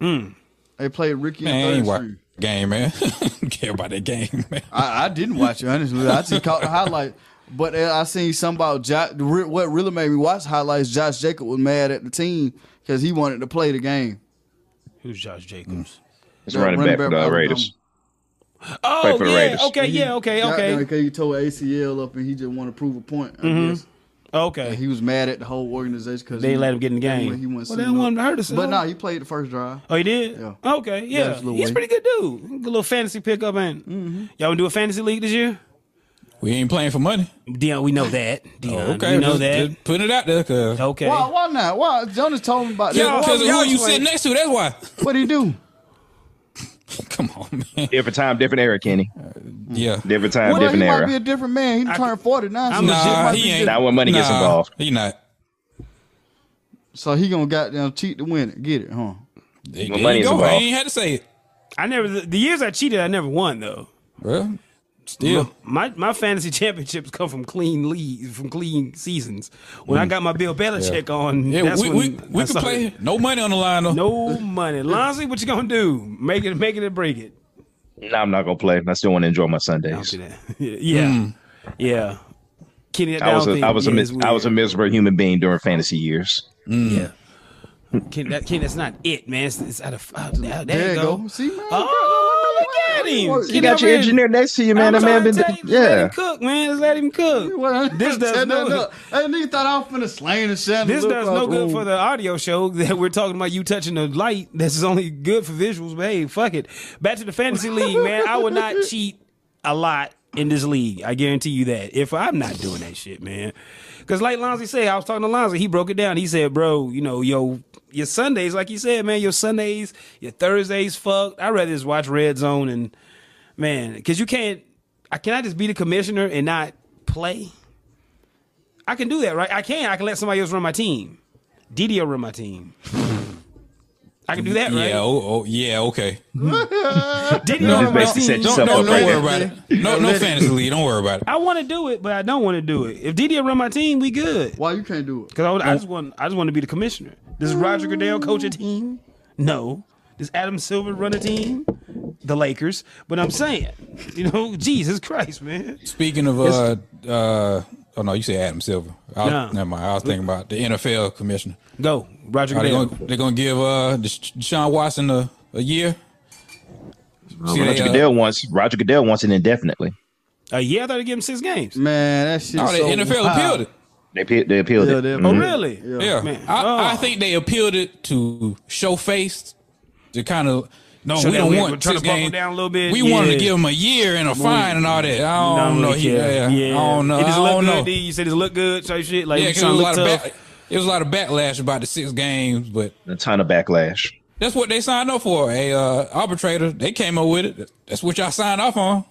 [SPEAKER 3] Hmm.
[SPEAKER 9] They played Ricky
[SPEAKER 2] Man, I ain't
[SPEAKER 9] and third
[SPEAKER 2] watch
[SPEAKER 9] string.
[SPEAKER 2] game, man. [LAUGHS] Care about that game, man.
[SPEAKER 9] I, I didn't watch it honestly. I just caught the highlight. But uh, I seen something about Josh. What really made me watch highlights? Josh Jacob was mad at the team because he wanted to play the game.
[SPEAKER 3] Who's Josh Jacobs?
[SPEAKER 1] It's running back for the
[SPEAKER 9] Alabama.
[SPEAKER 1] Raiders.
[SPEAKER 3] Oh
[SPEAKER 1] for the
[SPEAKER 3] yeah.
[SPEAKER 1] Raiders.
[SPEAKER 3] Okay. Yeah. Okay.
[SPEAKER 9] Yeah,
[SPEAKER 3] Okay. Mm-hmm.
[SPEAKER 9] Because he tore ACL up and he just wanted to prove a point. I guess.
[SPEAKER 3] Okay.
[SPEAKER 9] And he was mad at the whole organization because
[SPEAKER 3] They didn't let him get in the game.
[SPEAKER 9] He went
[SPEAKER 3] Well, they didn't want him to hurt himself.
[SPEAKER 9] But no, he played the first drive.
[SPEAKER 3] Oh, he did?
[SPEAKER 9] Yeah.
[SPEAKER 3] Okay, yeah.
[SPEAKER 9] it's Lil
[SPEAKER 3] He's a
[SPEAKER 9] Wayne.
[SPEAKER 3] pretty good dude. Good little fantasy pickup, man.
[SPEAKER 9] Mm-hmm.
[SPEAKER 3] Y'all want to do a fantasy league this year? Oh,
[SPEAKER 2] We ain't playing for money.
[SPEAKER 3] Dion, we know that. Dion,
[SPEAKER 2] okay,
[SPEAKER 3] we Uh, know
[SPEAKER 2] just-
[SPEAKER 3] that.
[SPEAKER 2] just putting it out there. Cause,
[SPEAKER 3] okay.
[SPEAKER 9] Why? Why not? Why? Jonas told me about
[SPEAKER 2] yeah,
[SPEAKER 9] that.
[SPEAKER 2] because of
[SPEAKER 9] Why-
[SPEAKER 2] who you
[SPEAKER 9] why-
[SPEAKER 2] sitting next to. That's why. [LAUGHS]
[SPEAKER 9] What he do?
[SPEAKER 2] Come on, man.
[SPEAKER 1] Different time, different era, Kenny.
[SPEAKER 2] Yeah.
[SPEAKER 1] Different time,
[SPEAKER 9] Well, he
[SPEAKER 1] different
[SPEAKER 9] might be a
[SPEAKER 1] era.
[SPEAKER 9] different man. He turned forty nine. So,
[SPEAKER 3] I'm legit
[SPEAKER 2] Nah,
[SPEAKER 3] might
[SPEAKER 2] he
[SPEAKER 3] be
[SPEAKER 2] ain't.
[SPEAKER 1] Not when money gets
[SPEAKER 2] Nah,
[SPEAKER 1] involved.
[SPEAKER 2] He not.
[SPEAKER 9] so he gonna goddamn cheat to win it. Get it, huh?
[SPEAKER 2] There,
[SPEAKER 1] When
[SPEAKER 2] there
[SPEAKER 1] money
[SPEAKER 2] you
[SPEAKER 1] is
[SPEAKER 2] go. I
[SPEAKER 1] involved.
[SPEAKER 2] ain't had to say it.
[SPEAKER 3] I never the, the years I cheated, I never won though.
[SPEAKER 2] Well, still.
[SPEAKER 3] My my fantasy [LAUGHS] championships come from clean leagues, from clean seasons. When I got my Bill Belichick on,
[SPEAKER 2] Yeah,
[SPEAKER 3] that's
[SPEAKER 2] we,
[SPEAKER 3] when
[SPEAKER 2] we,
[SPEAKER 3] I
[SPEAKER 2] we can
[SPEAKER 3] started.
[SPEAKER 2] play. No money on the line, though.
[SPEAKER 3] No money, Lonzy. What you gonna do? Make it, make it, or break it.
[SPEAKER 1] Nah, I'm not gonna play. I still want to enjoy my
[SPEAKER 3] I'll
[SPEAKER 1] Sundays.
[SPEAKER 3] do that. [LAUGHS] yeah, yeah. Kenny, that
[SPEAKER 1] I was
[SPEAKER 3] down
[SPEAKER 1] a,
[SPEAKER 3] thing
[SPEAKER 1] I was a
[SPEAKER 3] is
[SPEAKER 1] mis- I
[SPEAKER 3] weird.
[SPEAKER 1] was a miserable human being during fantasy years.
[SPEAKER 3] Ken, that, Ken, that's not it, man. It's, it's out of. Oh, there,
[SPEAKER 9] There
[SPEAKER 3] you
[SPEAKER 9] you
[SPEAKER 3] go.
[SPEAKER 9] go. See, man. [LAUGHS]
[SPEAKER 3] Oh, look at him.
[SPEAKER 9] You
[SPEAKER 1] You
[SPEAKER 3] Ken
[SPEAKER 1] got your
[SPEAKER 3] Allen.
[SPEAKER 1] engineer next to you, man.
[SPEAKER 3] I'm
[SPEAKER 1] That man
[SPEAKER 3] trying
[SPEAKER 1] been
[SPEAKER 3] to tell you, just Let him
[SPEAKER 1] yeah.
[SPEAKER 3] cook, man. Just let him cook. This does
[SPEAKER 9] Shut
[SPEAKER 3] no-
[SPEAKER 9] that up. That nigga thought I was finna slaying the sound.
[SPEAKER 3] This does no good for the audio show [LAUGHS] that we're talking about. You touching the light. This is only good for visuals. But hey, fuck it. Back to the fantasy league, man. I will not cheat a lot in this league. I guarantee you that. If I'm not doing that shit, man. Because like Lonzy said, I was talking to Lonzy. He broke it down. He said, bro, you know, yo, your Sundays, like you said, man, your Sundays, your Thursdays, fucked. I'd rather just watch Red Zone and man, because you can't. I cannot just be the commissioner and not play. I can do that, right? I can. I can let somebody else run my team. Didio run my team. I can do that, right?
[SPEAKER 2] Yeah, oh, oh, yeah, okay.
[SPEAKER 3] Didio
[SPEAKER 1] You
[SPEAKER 3] run
[SPEAKER 1] just
[SPEAKER 3] my
[SPEAKER 1] basically set
[SPEAKER 3] team.
[SPEAKER 2] Don't,
[SPEAKER 1] yourself
[SPEAKER 2] don't,
[SPEAKER 1] up
[SPEAKER 2] don't
[SPEAKER 1] right
[SPEAKER 2] worry
[SPEAKER 1] there.
[SPEAKER 2] about it. No, no
[SPEAKER 9] Let it-
[SPEAKER 2] fantasy league. Don't worry about it.
[SPEAKER 3] I want to do it, but I don't want to do it. If Didio run my team, we good.
[SPEAKER 9] Why you can't do it?
[SPEAKER 3] Because I, would- I just want. I just want to be the commissioner. Does Roger Goodell coach a team? No. Does Adam Silver run a team? The Lakers. But I'm saying, you know, [LAUGHS] Jesus Christ, man.
[SPEAKER 2] Speaking of, uh, uh, oh no, you said Adam Silver. I was,
[SPEAKER 3] Nah.
[SPEAKER 2] Never mind. I was thinking about the NFL commissioner.
[SPEAKER 3] Go, Roger
[SPEAKER 2] Are they
[SPEAKER 3] Goodell.
[SPEAKER 2] gonna they gonna give uh Desha- Deshaun Watson a, a year? See,
[SPEAKER 1] Oh, Roger
[SPEAKER 2] they, uh,
[SPEAKER 1] Goodell wants Roger Goodell wants it indefinitely.
[SPEAKER 3] A year, Uh, I thought they give him six games.
[SPEAKER 9] Man, that shit.
[SPEAKER 2] Oh, the
[SPEAKER 9] so
[SPEAKER 2] NFL
[SPEAKER 9] wild.
[SPEAKER 2] appealed it.
[SPEAKER 1] They pe- they appealed
[SPEAKER 9] Yeah,
[SPEAKER 1] it.
[SPEAKER 9] they-
[SPEAKER 1] Mhm.
[SPEAKER 3] Oh, really?
[SPEAKER 2] Yeah,
[SPEAKER 3] Man.
[SPEAKER 2] I, I
[SPEAKER 3] Oh.
[SPEAKER 2] think they appealed it to show face to kind of no,
[SPEAKER 3] Show
[SPEAKER 2] we
[SPEAKER 3] that
[SPEAKER 2] don't
[SPEAKER 3] we- we're
[SPEAKER 2] want
[SPEAKER 3] trying
[SPEAKER 2] this
[SPEAKER 3] to buckle
[SPEAKER 2] game.
[SPEAKER 3] down a little bit.
[SPEAKER 2] We wanted to
[SPEAKER 3] Yeah.
[SPEAKER 2] give him a year and a fine and all that. I don't know.
[SPEAKER 3] really
[SPEAKER 2] He,
[SPEAKER 3] care.
[SPEAKER 2] yeah, I don't know.
[SPEAKER 3] It just
[SPEAKER 2] I
[SPEAKER 3] look
[SPEAKER 2] don't
[SPEAKER 3] good.
[SPEAKER 2] know.
[SPEAKER 3] D. You said it look good. So shit. Like
[SPEAKER 2] Yeah,
[SPEAKER 3] you
[SPEAKER 2] 'cause
[SPEAKER 3] trying
[SPEAKER 2] there
[SPEAKER 3] to
[SPEAKER 2] was a
[SPEAKER 3] look
[SPEAKER 2] lot of
[SPEAKER 3] tough.
[SPEAKER 2] back, it was a lot of backlash about the six games, but
[SPEAKER 1] A ton of backlash.
[SPEAKER 2] That's what they signed up for. A uh, arbitrator. They came up with it. That's what y'all signed off on.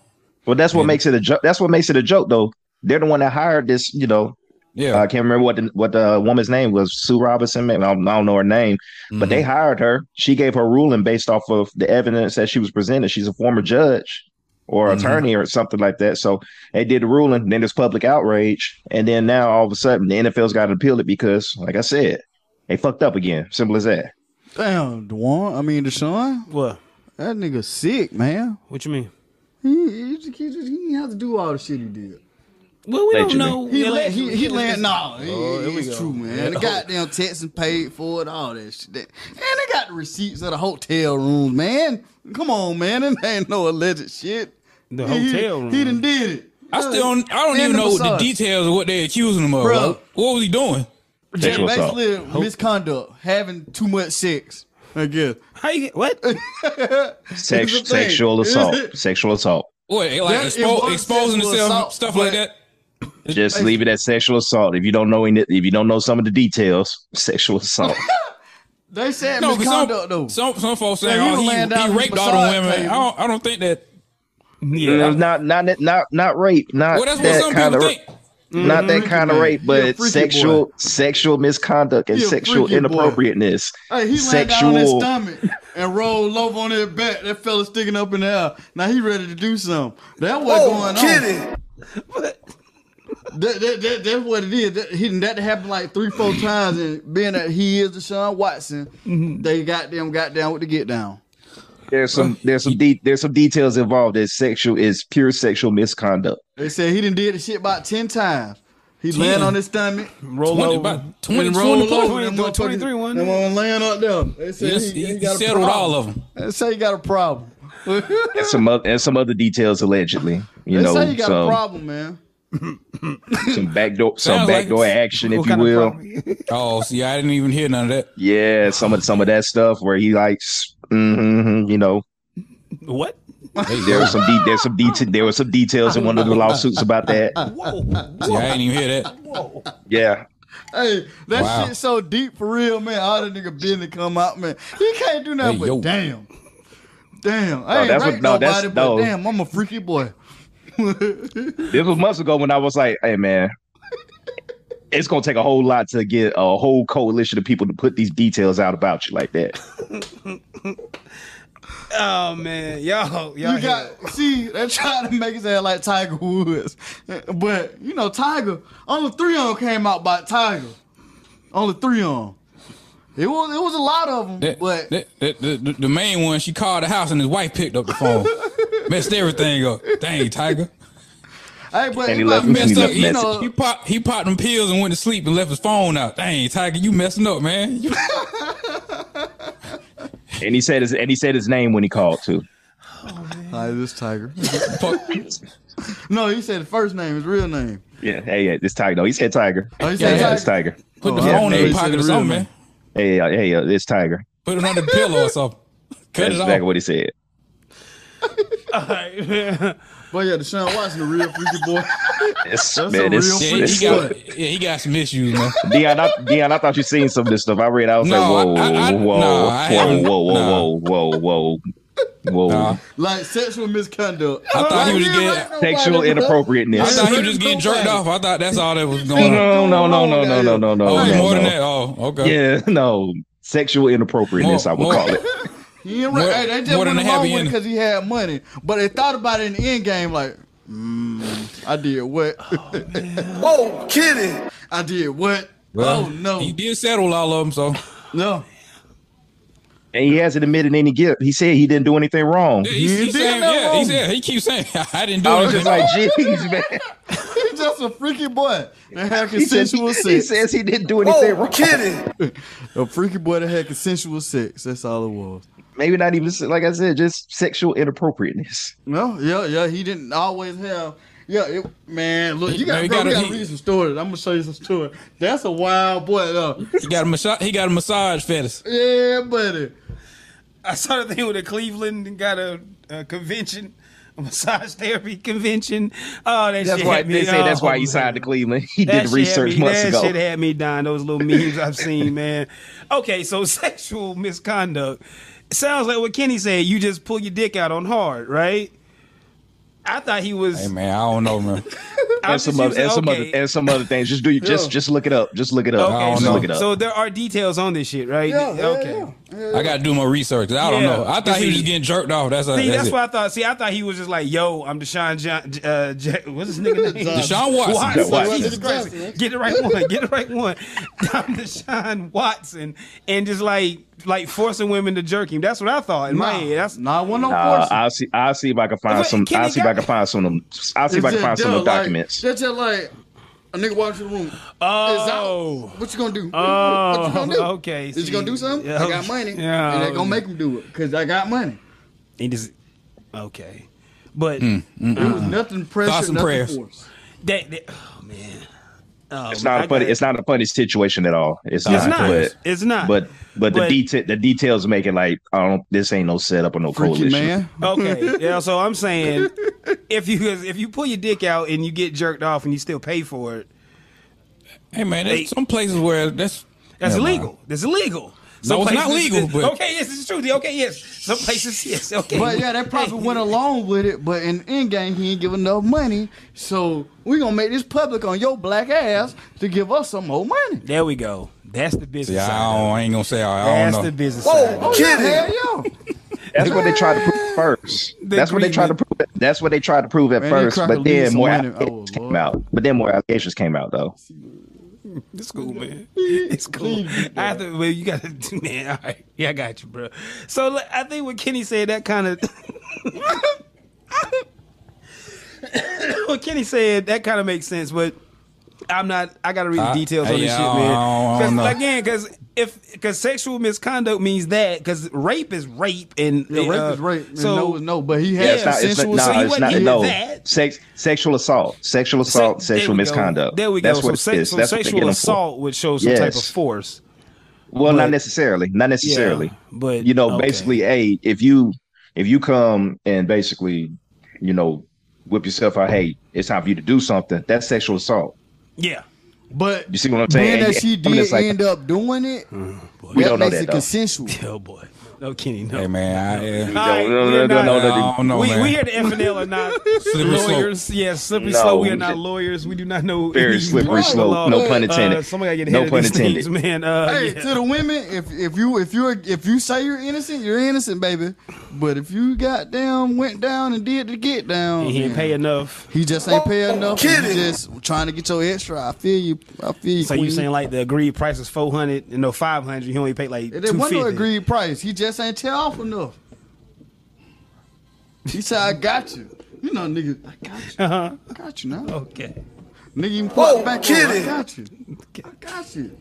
[SPEAKER 1] Well, that's what makes it a joke. That's what makes it a joke, though. They're the one that hired this. You know,
[SPEAKER 2] Yeah.
[SPEAKER 1] I can't remember what the, what the woman's name was. Sue Robinson. maybe. I don't, I don't know her name, but they hired her. She gave her ruling based off of the evidence that she was presented. She's a former judge or attorney or something like that. So they did the ruling. Then there's public outrage, and then now all of a sudden the NFL's got to appeal it because, like I said, they fucked up again. Simple as that.
[SPEAKER 9] Damn, Dwan. I mean, Deshaun.
[SPEAKER 3] What?
[SPEAKER 9] That nigga sick, man.
[SPEAKER 3] What you mean?
[SPEAKER 9] He, he, just- he, just- he didn't have to do all the shit he did.
[SPEAKER 3] Well, we don't
[SPEAKER 1] Allegedly.
[SPEAKER 3] know.
[SPEAKER 9] He
[SPEAKER 3] Yeah,
[SPEAKER 9] land,
[SPEAKER 3] allegedly.
[SPEAKER 9] he, he land, nah, it-
[SPEAKER 10] Oh, here we
[SPEAKER 9] it's
[SPEAKER 10] go.
[SPEAKER 9] true, man. The goddamn Texan paid for it, all that shit. That- And they got the receipts of the hotel rooms, man. Come on, man, [LAUGHS] it ain't no alleged shit.
[SPEAKER 3] The
[SPEAKER 9] He-
[SPEAKER 3] hotel room.
[SPEAKER 9] He, done did it.
[SPEAKER 2] I still don't, I don't
[SPEAKER 9] And
[SPEAKER 2] even
[SPEAKER 9] the
[SPEAKER 2] know what the
[SPEAKER 9] massage.
[SPEAKER 2] details of what they're accusing him of.
[SPEAKER 9] Bruh.
[SPEAKER 2] Like, What was he doing?
[SPEAKER 1] Sexual assault.
[SPEAKER 9] Basically, misconduct, having too much sex. I guess.
[SPEAKER 3] How you get
[SPEAKER 9] [LAUGHS]
[SPEAKER 3] what?
[SPEAKER 1] Sex,
[SPEAKER 9] It's a thing.
[SPEAKER 1] sexual
[SPEAKER 9] It's
[SPEAKER 1] assault.
[SPEAKER 9] a-
[SPEAKER 1] Sexual assault.
[SPEAKER 2] What like
[SPEAKER 9] That
[SPEAKER 2] expo-
[SPEAKER 9] involves
[SPEAKER 2] exposing
[SPEAKER 9] sexual
[SPEAKER 2] himself,
[SPEAKER 9] assault,
[SPEAKER 2] stuff
[SPEAKER 9] but-
[SPEAKER 2] like that.
[SPEAKER 1] Just leave it at sexual assault. If you don't know any, if you don't know some of the details, [LAUGHS] sexual assault.
[SPEAKER 9] They said
[SPEAKER 2] No, 'cause
[SPEAKER 9] misconduct though.
[SPEAKER 2] some, some some folks saying
[SPEAKER 9] Yeah, he was
[SPEAKER 2] oh,
[SPEAKER 9] laying
[SPEAKER 2] he,
[SPEAKER 9] down
[SPEAKER 2] he
[SPEAKER 9] on
[SPEAKER 2] raped
[SPEAKER 9] the
[SPEAKER 2] all the
[SPEAKER 9] massage
[SPEAKER 2] women.
[SPEAKER 9] table.
[SPEAKER 2] I don't, I don't think that.
[SPEAKER 1] No,
[SPEAKER 3] Yeah.
[SPEAKER 1] not not not not rape. Not
[SPEAKER 2] Well, that's what
[SPEAKER 1] that
[SPEAKER 2] some
[SPEAKER 1] kind
[SPEAKER 2] people
[SPEAKER 1] of
[SPEAKER 2] think. Mm-hmm.
[SPEAKER 1] not that kind of
[SPEAKER 9] man.
[SPEAKER 1] rape,
[SPEAKER 9] He a
[SPEAKER 1] but
[SPEAKER 9] freaky
[SPEAKER 1] sexual sexual misconduct and
[SPEAKER 9] He a
[SPEAKER 1] sexual
[SPEAKER 9] freaky boy.
[SPEAKER 1] inappropriateness.
[SPEAKER 9] Hey, he laid down on his
[SPEAKER 1] sexual.
[SPEAKER 9] stomach and rolled over on his back. That fella sticking up in the air. Now he ready to do something. That what going on. That, that, that, that's what it is. That, he, that happened like three, four times. And being that he is Deshaun Watson, they got them got down with the get down.
[SPEAKER 1] There's some there's
[SPEAKER 2] [LAUGHS]
[SPEAKER 1] some de- there's some details involved. That sexual is pure sexual misconduct.
[SPEAKER 9] They said he done did the shit about 10 times. He laying on his stomach.
[SPEAKER 3] Roll
[SPEAKER 2] 20,
[SPEAKER 3] over.
[SPEAKER 2] about 20, 20
[SPEAKER 9] rolled
[SPEAKER 2] plus.
[SPEAKER 9] over. That
[SPEAKER 3] 23, 23
[SPEAKER 9] motherfucker-
[SPEAKER 3] one.
[SPEAKER 9] that one laying up there. They said
[SPEAKER 2] Yes,
[SPEAKER 9] he,
[SPEAKER 2] he,
[SPEAKER 9] he
[SPEAKER 2] he
[SPEAKER 9] got a
[SPEAKER 2] settled
[SPEAKER 9] problem.
[SPEAKER 2] all of them.
[SPEAKER 9] They say he got a problem. [LAUGHS]
[SPEAKER 1] And some other and some other details allegedly. You
[SPEAKER 9] They
[SPEAKER 1] know,
[SPEAKER 9] say you got a
[SPEAKER 1] some
[SPEAKER 9] problem, man.
[SPEAKER 1] some
[SPEAKER 2] [LAUGHS]
[SPEAKER 1] backdoor some
[SPEAKER 2] Sounds like
[SPEAKER 1] backdoor
[SPEAKER 2] it's-
[SPEAKER 1] action, if
[SPEAKER 3] What
[SPEAKER 1] you
[SPEAKER 3] kind of
[SPEAKER 1] will.
[SPEAKER 3] problem? [LAUGHS]
[SPEAKER 2] Oh, see, I didn't even hear none of that.
[SPEAKER 1] Yeah, some of some of that stuff where he likes, mm-hmm, you know,
[SPEAKER 3] What?
[SPEAKER 1] there was some de- there's some detail there were some details in one of the lawsuits about
[SPEAKER 9] [LAUGHS]
[SPEAKER 1] that.
[SPEAKER 2] See, I didn't even hear that.
[SPEAKER 1] Yeah,
[SPEAKER 9] Hey, that
[SPEAKER 2] Wow.
[SPEAKER 9] shit so deep for real, man. All the nigga business come out, man. He can't do nothing
[SPEAKER 2] Hey,
[SPEAKER 9] but
[SPEAKER 2] yo.
[SPEAKER 9] damn. Damn. I ain't
[SPEAKER 1] that's what-
[SPEAKER 9] raped
[SPEAKER 1] no, that's-
[SPEAKER 9] nobody, but
[SPEAKER 1] no.
[SPEAKER 9] damn, I'm a freaky boy.
[SPEAKER 1] this was months ago when I was like, hey man, it's gonna take a whole lot to get a whole coalition of people to put these details out about you like that.
[SPEAKER 3] Oh man, y'all, y'all. [LAUGHS]
[SPEAKER 9] You got see, they tried to make his ass like Tiger Woods. But you know, Tiger, only three on came out by Tiger. Only three on. It was it was a lot of them,
[SPEAKER 2] That,
[SPEAKER 9] but
[SPEAKER 2] that, that, the, the- the main one, she called the house and his wife picked up the phone. messed everything up. Dang, Tiger.
[SPEAKER 9] hey, but
[SPEAKER 1] And he
[SPEAKER 9] it
[SPEAKER 1] left-
[SPEAKER 9] like-
[SPEAKER 1] and he
[SPEAKER 2] Messed up.
[SPEAKER 1] left
[SPEAKER 2] He,
[SPEAKER 9] you
[SPEAKER 1] message.
[SPEAKER 9] know,
[SPEAKER 2] he, popped, he popped them pills and went to sleep and left his phone out. Dang, Tiger, you messing up, man. You-
[SPEAKER 1] And he said his and he said his name when he called too.
[SPEAKER 9] Hi, this Tiger. [LAUGHS]
[SPEAKER 2] fuck.
[SPEAKER 9] no, he said the first name, his real name.
[SPEAKER 1] Yeah, hey, yeah, this Tiger. No, he said Tiger.
[SPEAKER 9] Oh, he
[SPEAKER 1] Yeah, yeah,
[SPEAKER 9] said Tiger.
[SPEAKER 1] it's Tiger.
[SPEAKER 2] Put the
[SPEAKER 9] Oh, I
[SPEAKER 2] phone in
[SPEAKER 9] thought he
[SPEAKER 2] his
[SPEAKER 9] said
[SPEAKER 2] pocket
[SPEAKER 9] the
[SPEAKER 2] or
[SPEAKER 9] real
[SPEAKER 2] something,
[SPEAKER 9] name.
[SPEAKER 2] man.
[SPEAKER 1] Hey, uh, hey, uh, it's Tiger.
[SPEAKER 2] Put it under the pillow or something. Cut
[SPEAKER 1] That's
[SPEAKER 2] it
[SPEAKER 1] exactly
[SPEAKER 2] off.
[SPEAKER 1] what he said.
[SPEAKER 9] [LAUGHS] But yeah, Deshaun Watson, a real freaky boy. [LAUGHS]
[SPEAKER 1] It's,
[SPEAKER 9] That's
[SPEAKER 1] man,
[SPEAKER 9] a
[SPEAKER 1] it's,
[SPEAKER 9] real
[SPEAKER 2] Yeah,
[SPEAKER 1] it's-
[SPEAKER 2] he got, yeah, he got some issues,
[SPEAKER 1] [LAUGHS]
[SPEAKER 2] man.
[SPEAKER 1] Dion, I, Dion, I thought you seen some of this stuff. I read. I was
[SPEAKER 2] No,
[SPEAKER 1] like, whoa,
[SPEAKER 2] I- I- I-
[SPEAKER 1] whoa,
[SPEAKER 2] no, I
[SPEAKER 1] whoa,
[SPEAKER 2] haven't.
[SPEAKER 1] whoa, whoa,
[SPEAKER 2] Nah.
[SPEAKER 1] whoa, whoa, whoa, whoa,
[SPEAKER 2] Nah.
[SPEAKER 9] like sexual misconduct.
[SPEAKER 2] I thought he was just getting.
[SPEAKER 1] Sexual
[SPEAKER 2] I
[SPEAKER 1] inappropriateness.
[SPEAKER 2] thought he was just getting jerked off. I thought that's all that was going on.
[SPEAKER 1] No, no, no, no, no, no, no, no.
[SPEAKER 2] Oh,
[SPEAKER 1] no,
[SPEAKER 2] more than
[SPEAKER 1] no.
[SPEAKER 2] that. Oh, okay.
[SPEAKER 1] Yeah, [LAUGHS] no. Sexual inappropriateness,
[SPEAKER 2] More-
[SPEAKER 1] I would
[SPEAKER 2] more-
[SPEAKER 1] call it.
[SPEAKER 9] He ain't right.
[SPEAKER 2] More-
[SPEAKER 9] hey, they just
[SPEAKER 2] more than
[SPEAKER 9] went
[SPEAKER 2] a
[SPEAKER 9] along
[SPEAKER 2] happy
[SPEAKER 9] with it
[SPEAKER 2] ending.
[SPEAKER 9] because he had money. But they thought about it in the end game, like, mm, I did what? [LAUGHS] oh, kidding. I did what?
[SPEAKER 2] Well,
[SPEAKER 9] oh, no.
[SPEAKER 2] He did settle all of them, so
[SPEAKER 9] No. [LAUGHS]
[SPEAKER 1] And he hasn't admitted any guilt. He said he didn't do anything wrong.
[SPEAKER 2] he, he,
[SPEAKER 9] did
[SPEAKER 2] saying,
[SPEAKER 9] no
[SPEAKER 2] yeah,
[SPEAKER 9] wrong.
[SPEAKER 2] he said he keeps saying [LAUGHS] I didn't do
[SPEAKER 1] I was
[SPEAKER 2] anything.
[SPEAKER 1] just like, jeez, man. [LAUGHS]
[SPEAKER 9] He's just a freaky boy that had
[SPEAKER 1] He, says,
[SPEAKER 9] consensual
[SPEAKER 1] he
[SPEAKER 9] sex.
[SPEAKER 1] says he didn't do anything wrong.
[SPEAKER 9] a freaky boy that had consensual sex. That's all it was.
[SPEAKER 1] Maybe not even, like I said, just sexual inappropriateness.
[SPEAKER 9] No, yeah, yeah. He didn't always have. Yeah, it, man. Look,
[SPEAKER 2] Man,
[SPEAKER 9] you got
[SPEAKER 2] you
[SPEAKER 9] to
[SPEAKER 2] gotta-
[SPEAKER 9] gotta
[SPEAKER 2] he-
[SPEAKER 9] read some stories. I'm gonna show you some stories. That's a wild boy, though.
[SPEAKER 2] he got a massage. He got a massage fetish.
[SPEAKER 9] yeah, buddy.
[SPEAKER 3] I saw the thing with the Cleveland got a, a convention, a massage therapy convention. Oh,
[SPEAKER 1] [LAUGHS]
[SPEAKER 3] that
[SPEAKER 1] That's
[SPEAKER 3] shit
[SPEAKER 1] why
[SPEAKER 3] had me.
[SPEAKER 1] they say that's
[SPEAKER 3] oh,
[SPEAKER 1] why he signed to
[SPEAKER 3] man.
[SPEAKER 1] Cleveland. [LAUGHS] He
[SPEAKER 3] That
[SPEAKER 1] did
[SPEAKER 3] shit had
[SPEAKER 1] research
[SPEAKER 3] me-
[SPEAKER 1] months
[SPEAKER 3] that
[SPEAKER 1] ago.
[SPEAKER 3] shit had me dying. Those little memes I've seen, man. Okay, so [LAUGHS] sexual misconduct It sounds like what Kenny said. You just pull your dick out on hard, right? I thought he was.
[SPEAKER 2] Hey man, I don't know,
[SPEAKER 3] [LAUGHS]
[SPEAKER 2] man.
[SPEAKER 3] I
[SPEAKER 1] and
[SPEAKER 3] was
[SPEAKER 1] some
[SPEAKER 3] just
[SPEAKER 1] other,
[SPEAKER 3] using-
[SPEAKER 1] and some other,
[SPEAKER 3] okay.
[SPEAKER 1] and some other things. Just do you just just look it up. Just look it up.
[SPEAKER 2] I
[SPEAKER 3] Okay,
[SPEAKER 2] don't
[SPEAKER 1] just
[SPEAKER 2] know.
[SPEAKER 1] look it
[SPEAKER 3] so,
[SPEAKER 1] up.
[SPEAKER 3] so there are details on this shit, right?
[SPEAKER 9] Yeah, yeah,
[SPEAKER 3] okay.
[SPEAKER 9] yeah.
[SPEAKER 2] I got to do more research. 'cause I don't
[SPEAKER 3] Yeah.
[SPEAKER 2] know. I thought he was just getting jerked off. That's,
[SPEAKER 3] See,
[SPEAKER 2] that's,
[SPEAKER 3] that's
[SPEAKER 2] it.
[SPEAKER 3] what I thought. See, I thought he was just like, "Yo, I'm Deshaun John. J- Uh, J- what's his nigga name?
[SPEAKER 2] Deshaun Watson.
[SPEAKER 3] Watson.
[SPEAKER 1] Watson.
[SPEAKER 3] Jesus Christ.
[SPEAKER 9] Johnson.
[SPEAKER 3] Get the right one. Get the right one. [LAUGHS] I'm Deshaun Watson, and just like like forcing women to jerk him. That's what I thought in my
[SPEAKER 9] Nah,
[SPEAKER 3] head. That's
[SPEAKER 9] nah, one no
[SPEAKER 1] Uh,
[SPEAKER 9] force.
[SPEAKER 1] I'll see. I'll see if I can find
[SPEAKER 3] Wait,
[SPEAKER 1] some.
[SPEAKER 3] can
[SPEAKER 1] I'll
[SPEAKER 3] they
[SPEAKER 1] see if
[SPEAKER 3] got-
[SPEAKER 1] I can find some. Of them, I'll see if I can find some of the documents.
[SPEAKER 9] That's just like a nigga walks in the room.
[SPEAKER 3] oh.
[SPEAKER 9] It's out. What you gonna do?
[SPEAKER 3] Oh,
[SPEAKER 9] what you gonna do?
[SPEAKER 3] okay,
[SPEAKER 9] Is you gonna
[SPEAKER 3] see.
[SPEAKER 9] do something?
[SPEAKER 3] Yeah,
[SPEAKER 9] I got
[SPEAKER 3] okay.
[SPEAKER 9] money.
[SPEAKER 3] Yeah,
[SPEAKER 9] and they gonna
[SPEAKER 3] okay.
[SPEAKER 9] make him do it because I got money.
[SPEAKER 3] He just okay, but
[SPEAKER 2] Hmm.
[SPEAKER 9] It was nothing pressure,
[SPEAKER 2] Thoughts and
[SPEAKER 9] nothing
[SPEAKER 2] prayers.
[SPEAKER 9] force.
[SPEAKER 3] that, that- oh man, Oh,
[SPEAKER 1] It's
[SPEAKER 3] man,
[SPEAKER 1] not
[SPEAKER 3] I
[SPEAKER 1] a funny.
[SPEAKER 3] got-
[SPEAKER 1] It's not a funny situation at all. It's,
[SPEAKER 3] It's
[SPEAKER 1] not.
[SPEAKER 3] not.
[SPEAKER 1] But,
[SPEAKER 3] it's not.
[SPEAKER 1] but but the
[SPEAKER 3] But-
[SPEAKER 1] detail the details make it like I don't. This ain't no setup or no
[SPEAKER 9] Freaky
[SPEAKER 1] coalition.
[SPEAKER 9] man.
[SPEAKER 2] [LAUGHS]
[SPEAKER 3] Okay. Yeah. So I'm saying, if you if you pull your dick out and you get jerked off and you still pay for it,
[SPEAKER 2] Hey, man, there's
[SPEAKER 3] Hey.
[SPEAKER 2] some places where that's.
[SPEAKER 3] that's
[SPEAKER 2] Never mind.
[SPEAKER 3] illegal. That's illegal.
[SPEAKER 2] No, it's not
[SPEAKER 3] places-
[SPEAKER 2] legal, but-
[SPEAKER 3] okay. Yes, it's true. Okay. Yes. Some places. Yes. Okay.
[SPEAKER 9] But yeah, that probably went along with it. But in end game, he ain't giving enough money, so we gonna make this public on your black ass to give us some more money.
[SPEAKER 3] There we go. That's the business.
[SPEAKER 2] Yeah,
[SPEAKER 3] side
[SPEAKER 2] I,
[SPEAKER 3] of
[SPEAKER 2] don't, I ain't gonna say. I,
[SPEAKER 3] it.
[SPEAKER 2] I
[SPEAKER 3] That's
[SPEAKER 2] don't know.
[SPEAKER 3] the business. side.
[SPEAKER 9] Oh yeah, hell yeah.
[SPEAKER 1] That's what they tried to
[SPEAKER 3] [LAUGHS]
[SPEAKER 1] prove first. That's what they tried to prove. That's what they tried to prove at
[SPEAKER 9] Man, that
[SPEAKER 1] first.
[SPEAKER 9] cracker
[SPEAKER 1] But then
[SPEAKER 9] leaves
[SPEAKER 1] more
[SPEAKER 9] someone in-
[SPEAKER 1] allegations
[SPEAKER 9] oh, Lord.
[SPEAKER 1] came out. But then more allegations came out though.
[SPEAKER 3] It's cool, man. [LAUGHS] It's cool. I have to, well, you got to, [LAUGHS] man. All right. Yeah, I got you, bro. So like, I think what Kenny said, that kind [LAUGHS] [COUGHS] of. what Kenny said, that kind of makes sense, but I'm not, I got to read the
[SPEAKER 2] I-
[SPEAKER 3] details
[SPEAKER 2] hey,
[SPEAKER 3] on this
[SPEAKER 2] yeah,
[SPEAKER 3] shit,
[SPEAKER 2] I don't- I
[SPEAKER 3] man.
[SPEAKER 2] don't
[SPEAKER 3] Because,
[SPEAKER 2] know.
[SPEAKER 3] again, because if, because sexual misconduct means that, because rape is rape and.
[SPEAKER 9] Yeah, rape
[SPEAKER 3] uh,
[SPEAKER 9] is rape. and
[SPEAKER 3] So,
[SPEAKER 9] no is no, but he had
[SPEAKER 1] Yeah, it's not. It's not.
[SPEAKER 9] sensual
[SPEAKER 1] No,
[SPEAKER 3] so you
[SPEAKER 1] it's
[SPEAKER 3] wasn't
[SPEAKER 1] not.
[SPEAKER 3] getting
[SPEAKER 1] No,
[SPEAKER 3] that.
[SPEAKER 1] sex, sexual assault, sexual
[SPEAKER 3] se-
[SPEAKER 1] assault,
[SPEAKER 3] there
[SPEAKER 1] sexual
[SPEAKER 3] we go.
[SPEAKER 1] misconduct.
[SPEAKER 3] There we go.
[SPEAKER 1] That's
[SPEAKER 3] so
[SPEAKER 1] what it
[SPEAKER 3] sex-
[SPEAKER 1] is.
[SPEAKER 3] so
[SPEAKER 1] That's what they
[SPEAKER 3] sexual
[SPEAKER 1] get 'em for.
[SPEAKER 3] assault would show some type of
[SPEAKER 1] Yes.
[SPEAKER 3] force.
[SPEAKER 1] Well,
[SPEAKER 3] But-
[SPEAKER 1] not necessarily. Not necessarily.
[SPEAKER 3] but-
[SPEAKER 1] you know,
[SPEAKER 3] okay.
[SPEAKER 1] basically, hey, if you if you come and basically, you know, whip yourself out, hey, it's time for you to do something. That's sexual assault.
[SPEAKER 3] Yeah.
[SPEAKER 9] But
[SPEAKER 1] You see what [LAUGHS] I'm saying?
[SPEAKER 9] Being
[SPEAKER 1] And-
[SPEAKER 9] that she
[SPEAKER 1] I mean,
[SPEAKER 9] did
[SPEAKER 1] it's like- Mm-hmm.
[SPEAKER 9] end up doing it,
[SPEAKER 1] We
[SPEAKER 9] that
[SPEAKER 1] don't know
[SPEAKER 9] makes
[SPEAKER 1] that,
[SPEAKER 9] it
[SPEAKER 1] though. [LAUGHS]
[SPEAKER 9] consensual.
[SPEAKER 3] Oh, boy. No, Kenny, no.
[SPEAKER 2] Hey,
[SPEAKER 3] [LAUGHS]
[SPEAKER 2] man, I,
[SPEAKER 3] All
[SPEAKER 1] No,
[SPEAKER 3] right,
[SPEAKER 1] no, no,
[SPEAKER 3] we're not-
[SPEAKER 1] no, no,
[SPEAKER 2] I don't know,
[SPEAKER 3] we,
[SPEAKER 2] man.
[SPEAKER 3] we here the FNL are not
[SPEAKER 2] [LAUGHS] Slippery slope.
[SPEAKER 3] lawyers. Yeah, slippery
[SPEAKER 1] No,
[SPEAKER 3] slope. We are
[SPEAKER 1] we
[SPEAKER 3] not
[SPEAKER 1] just-
[SPEAKER 3] lawyers. We do not know
[SPEAKER 1] Very
[SPEAKER 3] any
[SPEAKER 1] slippery
[SPEAKER 3] law.
[SPEAKER 1] slope. No pun intended.
[SPEAKER 3] Uh, somebody gotta get
[SPEAKER 1] No
[SPEAKER 3] ahead of
[SPEAKER 1] pun
[SPEAKER 3] these
[SPEAKER 1] intended.
[SPEAKER 3] things, man. Uh,
[SPEAKER 9] Hey,
[SPEAKER 3] yeah.
[SPEAKER 9] to the women, if if you if you if you say you're innocent, you're innocent, baby. But if you got down, went down and did the get down,
[SPEAKER 3] he didn't
[SPEAKER 9] then
[SPEAKER 3] pay enough.
[SPEAKER 9] he just ain't pay enough. and you just trying to get your extra. I feel you. I feel you.
[SPEAKER 3] So you
[SPEAKER 9] queen.
[SPEAKER 3] saying like the agreed price is four hundred and no five hundred? He only paid like
[SPEAKER 9] It
[SPEAKER 3] two
[SPEAKER 9] wasn't no
[SPEAKER 3] fifty.
[SPEAKER 9] agreed price. He just ain't tell off enough. He said, "I got you." You know, nigga, I got you.
[SPEAKER 3] Uh-huh.
[SPEAKER 9] I got you now.
[SPEAKER 3] Okay.
[SPEAKER 9] Nigga, even put back kid I got you. I got you.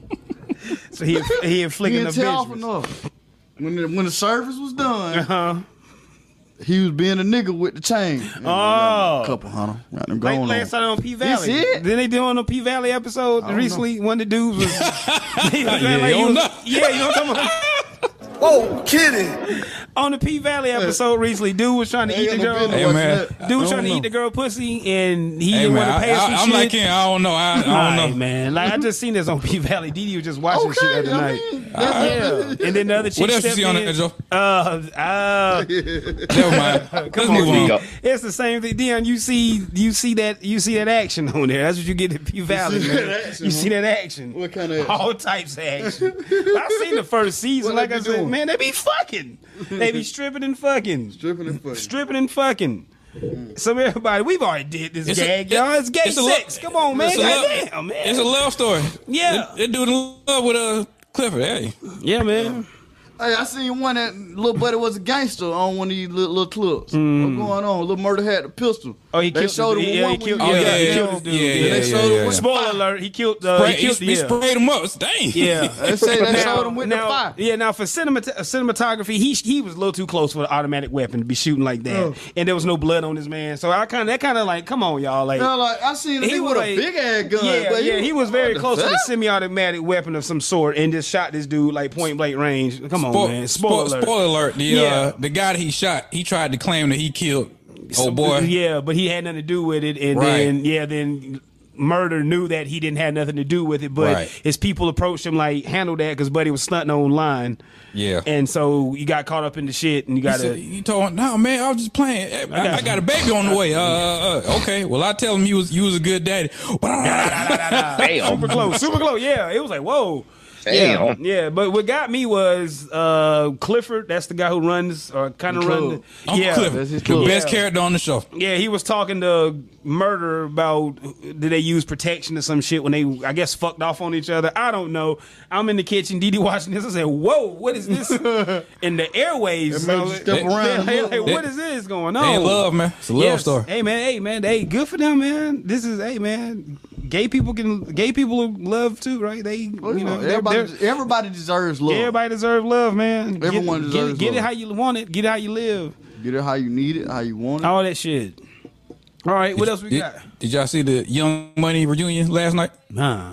[SPEAKER 3] So he
[SPEAKER 9] [LAUGHS]
[SPEAKER 3] he
[SPEAKER 9] He
[SPEAKER 3] inflicting the
[SPEAKER 9] didn't tell off
[SPEAKER 3] bitch.
[SPEAKER 9] enough. When the, when the service was done,
[SPEAKER 3] Huh?
[SPEAKER 9] he was being a nigga with the chain.
[SPEAKER 3] [LAUGHS] Oh.
[SPEAKER 9] couple hundred. Got
[SPEAKER 3] Like
[SPEAKER 9] them going
[SPEAKER 3] last
[SPEAKER 9] on.
[SPEAKER 3] time on P Valley.
[SPEAKER 9] it?
[SPEAKER 3] Then they doing a P Valley episode
[SPEAKER 9] don't
[SPEAKER 3] recently. One of the
[SPEAKER 2] [LAUGHS]
[SPEAKER 3] dudes was. He was
[SPEAKER 2] Yeah,
[SPEAKER 3] like, he
[SPEAKER 2] you don't
[SPEAKER 3] was-
[SPEAKER 2] know.
[SPEAKER 3] yeah, you know what I'm talking about.
[SPEAKER 9] [LAUGHS] Oh, kidding.
[SPEAKER 3] on the P Valley episode recently, dude was trying to eat the girl.
[SPEAKER 2] Hey, man.
[SPEAKER 3] Dude was
[SPEAKER 2] I
[SPEAKER 3] trying to
[SPEAKER 2] don't
[SPEAKER 3] eat the
[SPEAKER 2] know.
[SPEAKER 3] girl pussy, and he
[SPEAKER 2] Hey,
[SPEAKER 3] didn't want
[SPEAKER 2] man,
[SPEAKER 3] to pay
[SPEAKER 2] I,
[SPEAKER 3] us some
[SPEAKER 2] I, I'm
[SPEAKER 3] shit.
[SPEAKER 2] like, Ken, I don't know. I, I don't
[SPEAKER 3] All
[SPEAKER 2] know.
[SPEAKER 3] right, man. Like I just seen this on [LAUGHS] P Valley. Didi was just watching
[SPEAKER 9] Okay,
[SPEAKER 3] shit the other
[SPEAKER 9] I
[SPEAKER 3] night.
[SPEAKER 9] mean, that's-
[SPEAKER 3] yeah. And then the other chick
[SPEAKER 2] What else you
[SPEAKER 3] stepped
[SPEAKER 2] see on
[SPEAKER 3] in.
[SPEAKER 2] that, Joe?
[SPEAKER 3] Uh, uh,
[SPEAKER 2] Never
[SPEAKER 3] [LAUGHS]
[SPEAKER 2] mind. Let's
[SPEAKER 3] on,
[SPEAKER 2] move
[SPEAKER 1] Yo,
[SPEAKER 2] on.
[SPEAKER 3] it's the same thing. Dion, you see, you see that, you see that action on there. That's what you get at P Valley.
[SPEAKER 9] see
[SPEAKER 3] man.
[SPEAKER 9] that action,
[SPEAKER 3] You
[SPEAKER 9] huh?
[SPEAKER 3] see that action.
[SPEAKER 9] What kind of action?
[SPEAKER 3] all types of action? I seen the first season.
[SPEAKER 9] What
[SPEAKER 3] like
[SPEAKER 9] they
[SPEAKER 3] I
[SPEAKER 9] be
[SPEAKER 3] said,
[SPEAKER 9] doing?
[SPEAKER 3] man, they be fucking. They be stripping and fucking.
[SPEAKER 9] Dripping and funny.
[SPEAKER 3] stripping and fucking. So everybody, we've already did this
[SPEAKER 2] It's a-
[SPEAKER 3] gag, y'all. It's gay
[SPEAKER 2] it's a
[SPEAKER 3] sex.
[SPEAKER 2] lo-
[SPEAKER 3] Come on, man.
[SPEAKER 2] it's a lo-
[SPEAKER 3] Goddamn, man.
[SPEAKER 2] It's a love story.
[SPEAKER 3] Yeah.
[SPEAKER 2] They, they doing love with uh, Clifford. Hey,
[SPEAKER 3] yeah, man.
[SPEAKER 9] Hey, I seen one that little buddy was a gangster on one of these little, little clubs. What going on? Little murder had a pistol.
[SPEAKER 3] Mm. Oh, he
[SPEAKER 9] they
[SPEAKER 3] killed
[SPEAKER 9] showed
[SPEAKER 3] the-
[SPEAKER 9] him
[SPEAKER 3] yeah,
[SPEAKER 9] one
[SPEAKER 3] he killed-
[SPEAKER 9] when
[SPEAKER 3] oh,
[SPEAKER 9] he
[SPEAKER 3] yeah,
[SPEAKER 9] got
[SPEAKER 3] he
[SPEAKER 9] down.
[SPEAKER 3] killed the
[SPEAKER 2] yeah,
[SPEAKER 3] dude. Yeah,
[SPEAKER 2] yeah,
[SPEAKER 9] they showed
[SPEAKER 2] yeah,
[SPEAKER 9] him
[SPEAKER 2] yeah.
[SPEAKER 9] with-
[SPEAKER 3] Spoiler alert: He killed. Uh,
[SPEAKER 2] Spray-
[SPEAKER 3] he
[SPEAKER 2] he,
[SPEAKER 3] killed
[SPEAKER 2] he
[SPEAKER 3] the yeah.
[SPEAKER 2] sprayed him up. Dang. [LAUGHS]
[SPEAKER 3] Yeah.
[SPEAKER 9] They say they
[SPEAKER 3] Now-
[SPEAKER 9] showed him with
[SPEAKER 3] now-
[SPEAKER 9] the fire.
[SPEAKER 3] Yeah, now for cinemat- uh, cinematography, he he was a little too close for an automatic weapon to be shooting like that,
[SPEAKER 9] Oh.
[SPEAKER 3] and there was no blood on his man. So I kind of that kind of like, come on, y'all, like.
[SPEAKER 9] Now, like I seen a
[SPEAKER 3] He
[SPEAKER 9] nigga
[SPEAKER 3] was
[SPEAKER 9] with
[SPEAKER 3] like-
[SPEAKER 9] a big ass gun.
[SPEAKER 3] Yeah,
[SPEAKER 9] but
[SPEAKER 3] yeah, he was very
[SPEAKER 9] What
[SPEAKER 3] close to the
[SPEAKER 9] fuck?
[SPEAKER 3] semi-automatic weapon of some sort, and just shot this dude like point blank range. Come on,
[SPEAKER 2] Spo-
[SPEAKER 3] Oh, man!
[SPEAKER 2] spo-
[SPEAKER 3] Spoiler, alert.
[SPEAKER 2] spoiler alert. The,
[SPEAKER 3] Yeah.
[SPEAKER 2] uh, the guy that he shot, he tried to claim that he killed. Oh boy.
[SPEAKER 3] Yeah, but he had nothing to do with it, and
[SPEAKER 2] Right.
[SPEAKER 3] then yeah, then murder knew that he didn't have nothing to do with it, but
[SPEAKER 2] Right.
[SPEAKER 3] his people approached him like handle that because Buddy was stunting online,
[SPEAKER 2] Yeah.
[SPEAKER 3] and so you got caught up in the shit, and you
[SPEAKER 2] He
[SPEAKER 3] got
[SPEAKER 2] said,
[SPEAKER 3] to.
[SPEAKER 2] you told him, no man, I was just playing. Hey, I, I got a baby on the way. Uh, uh, uh, okay. Well, I tell him
[SPEAKER 3] [LAUGHS]
[SPEAKER 2] you was you was a good daddy.
[SPEAKER 1] Damn.
[SPEAKER 3] Super close, super close. Yeah, it was like whoa.
[SPEAKER 1] Damn.
[SPEAKER 3] Yeah, but what got me was uh, Clifford. That's the guy who runs or kind of
[SPEAKER 9] The
[SPEAKER 3] runs.
[SPEAKER 9] club.
[SPEAKER 2] Uncle
[SPEAKER 3] yeah,
[SPEAKER 2] Clifford,
[SPEAKER 9] that's his
[SPEAKER 2] the
[SPEAKER 9] club.
[SPEAKER 2] best
[SPEAKER 3] Yeah.
[SPEAKER 2] character on the show.
[SPEAKER 3] yeah. He was talking to Murder about did they use protection or some shit when they I guess fucked off on each other. I don't know. I'm in the kitchen. Didi watching this. I said, "Whoa, what is
[SPEAKER 9] [LAUGHS]
[SPEAKER 3] this?" in the airways.
[SPEAKER 9] It made
[SPEAKER 3] so-
[SPEAKER 9] you step
[SPEAKER 3] [LAUGHS]
[SPEAKER 9] around
[SPEAKER 3] Hey,
[SPEAKER 9] and
[SPEAKER 3] hey,
[SPEAKER 9] look.
[SPEAKER 3] what is this going on?
[SPEAKER 2] They in love, man. It's a love
[SPEAKER 3] Yes.
[SPEAKER 2] story.
[SPEAKER 3] Hey man, hey man, hey, good for them, man. This is hey man, gay people can gay people love too, right? They
[SPEAKER 9] Well,
[SPEAKER 3] you know they're-
[SPEAKER 9] everybody,
[SPEAKER 3] they're-
[SPEAKER 9] everybody deserves love.
[SPEAKER 3] everybody deserves love, man. Get-
[SPEAKER 9] Everyone
[SPEAKER 3] get,
[SPEAKER 9] deserves
[SPEAKER 3] get it
[SPEAKER 9] love.
[SPEAKER 3] how you want it, get it how you live,
[SPEAKER 9] Get it how you need it, how you want it.
[SPEAKER 3] all that shit. All right, what else we
[SPEAKER 2] did,
[SPEAKER 3] got?
[SPEAKER 2] Did y'all see the Young Money reunion last night?
[SPEAKER 3] Nah,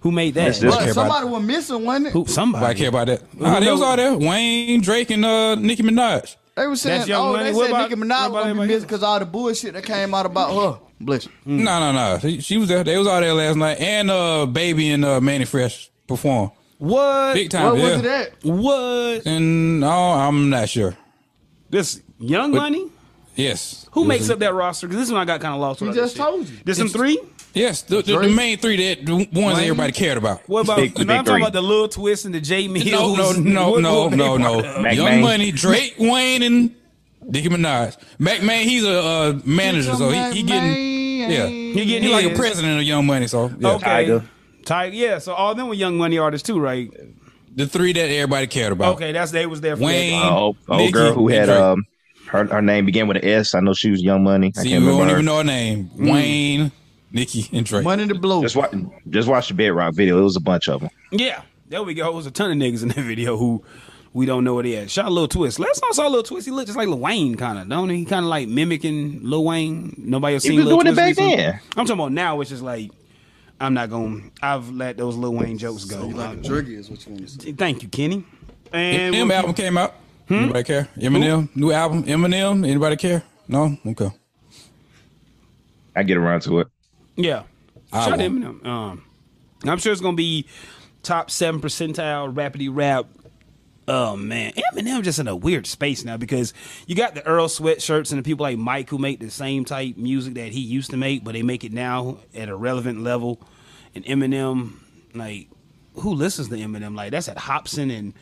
[SPEAKER 3] who made that?
[SPEAKER 1] That's this-
[SPEAKER 9] But
[SPEAKER 2] care about-
[SPEAKER 9] somebody was missing, wasn't it?
[SPEAKER 3] who,
[SPEAKER 2] Nobody
[SPEAKER 3] somebody.
[SPEAKER 2] care about that. Nah, they was all there. Wayne, Drake, and uh, Nicki Minaj.
[SPEAKER 9] They were saying,
[SPEAKER 3] That's Young
[SPEAKER 9] oh,
[SPEAKER 3] Money.
[SPEAKER 9] they
[SPEAKER 3] What
[SPEAKER 9] said
[SPEAKER 3] about-
[SPEAKER 9] Nicki
[SPEAKER 3] what
[SPEAKER 9] Minaj
[SPEAKER 3] about
[SPEAKER 9] was gonna
[SPEAKER 3] everybody
[SPEAKER 9] be
[SPEAKER 3] else?
[SPEAKER 9] missing because all the bullshit that came out about her. Bless you.
[SPEAKER 3] Hmm.
[SPEAKER 2] No, no, no. She, she was there. They was all there last night. And uh, Baby and uh, Manny Fresh performed
[SPEAKER 3] What?
[SPEAKER 2] big time.
[SPEAKER 9] What
[SPEAKER 2] yeah.
[SPEAKER 9] was it at?
[SPEAKER 3] What?
[SPEAKER 2] And no, I'm not sure.
[SPEAKER 3] This young money?
[SPEAKER 2] Yes.
[SPEAKER 3] Who makes up that roster? Because this one I got kind of lost.
[SPEAKER 9] He
[SPEAKER 3] with
[SPEAKER 9] just
[SPEAKER 3] other shit.
[SPEAKER 9] told you.
[SPEAKER 3] This some three?
[SPEAKER 2] Yes, the, the, the
[SPEAKER 9] Drake?
[SPEAKER 2] main three that the ones that everybody cared about.
[SPEAKER 3] What about?
[SPEAKER 1] Big- the
[SPEAKER 3] no, I'm
[SPEAKER 1] big
[SPEAKER 3] talking
[SPEAKER 1] three.
[SPEAKER 3] about the Lil Twist and the J
[SPEAKER 2] No,
[SPEAKER 3] Mills.
[SPEAKER 2] no, no,
[SPEAKER 3] What-
[SPEAKER 2] no,
[SPEAKER 3] what
[SPEAKER 2] no,
[SPEAKER 3] they
[SPEAKER 2] no.
[SPEAKER 3] part of?
[SPEAKER 1] Mac
[SPEAKER 2] Young
[SPEAKER 1] Main.
[SPEAKER 2] Money, Drake, Wayne, and Nicki Minaj. McMahon, he's a uh, manager, so he, he getting yeah, he
[SPEAKER 3] getting
[SPEAKER 2] he like a
[SPEAKER 3] his.
[SPEAKER 2] president of Young Money. So yeah.
[SPEAKER 3] [LAUGHS] Okay. Tiger.
[SPEAKER 1] Tiger.
[SPEAKER 3] yeah. So all them were Young Money artists too, right?
[SPEAKER 2] the three that everybody cared about.
[SPEAKER 3] Okay, that's they was there for
[SPEAKER 2] Oh. Wayne,
[SPEAKER 3] that.
[SPEAKER 1] Uh, old, old
[SPEAKER 2] Nicki,
[SPEAKER 1] girl who
[SPEAKER 2] and
[SPEAKER 1] had
[SPEAKER 2] Drake.
[SPEAKER 1] um her, her name began with an S. I know she was Young Money. I
[SPEAKER 2] See,
[SPEAKER 1] can't
[SPEAKER 2] we
[SPEAKER 1] remember
[SPEAKER 2] don't
[SPEAKER 1] her.
[SPEAKER 2] even know her name. Wayne, Nicki, and Drake.
[SPEAKER 9] Money to blow.
[SPEAKER 1] Just watch, just watch the Bedrock video. It was a bunch of them.
[SPEAKER 3] Yeah, there we go. It was a ton of niggas in that video who we don't know what he had. Shot Lil Twist. Last time I saw Lil Twist, he looked just like Lil Wayne, kind of, don't he? He kind of like mimicking Lil Wayne. Nobody else
[SPEAKER 1] He
[SPEAKER 3] seen
[SPEAKER 1] was
[SPEAKER 3] Lil
[SPEAKER 1] doing it back
[SPEAKER 3] Twist recently?
[SPEAKER 1] then.
[SPEAKER 3] I'm talking about now, which is like, I'm not going. to I've let those Lil Wayne jokes go.
[SPEAKER 9] You like a druggy is what you want to say.
[SPEAKER 3] Thank you, Kenny. And
[SPEAKER 2] Eminem album came out. Anybody care? Eminem new album. Eminem. Anybody care? No. Okay.
[SPEAKER 1] I get around to it.
[SPEAKER 3] Yeah.
[SPEAKER 2] I
[SPEAKER 3] Shout out to
[SPEAKER 2] won't.
[SPEAKER 3] Eminem. Um, I'm sure it's gonna be top seven percentile rapidy rap. Oh man, Eminem just in a weird space now because you got the Earl sweatshirts and the people like Mike who make the same type music that he used to make, but they make it now at a relevant level. And Eminem, like, who listens to Eminem? Like that's at Hobson and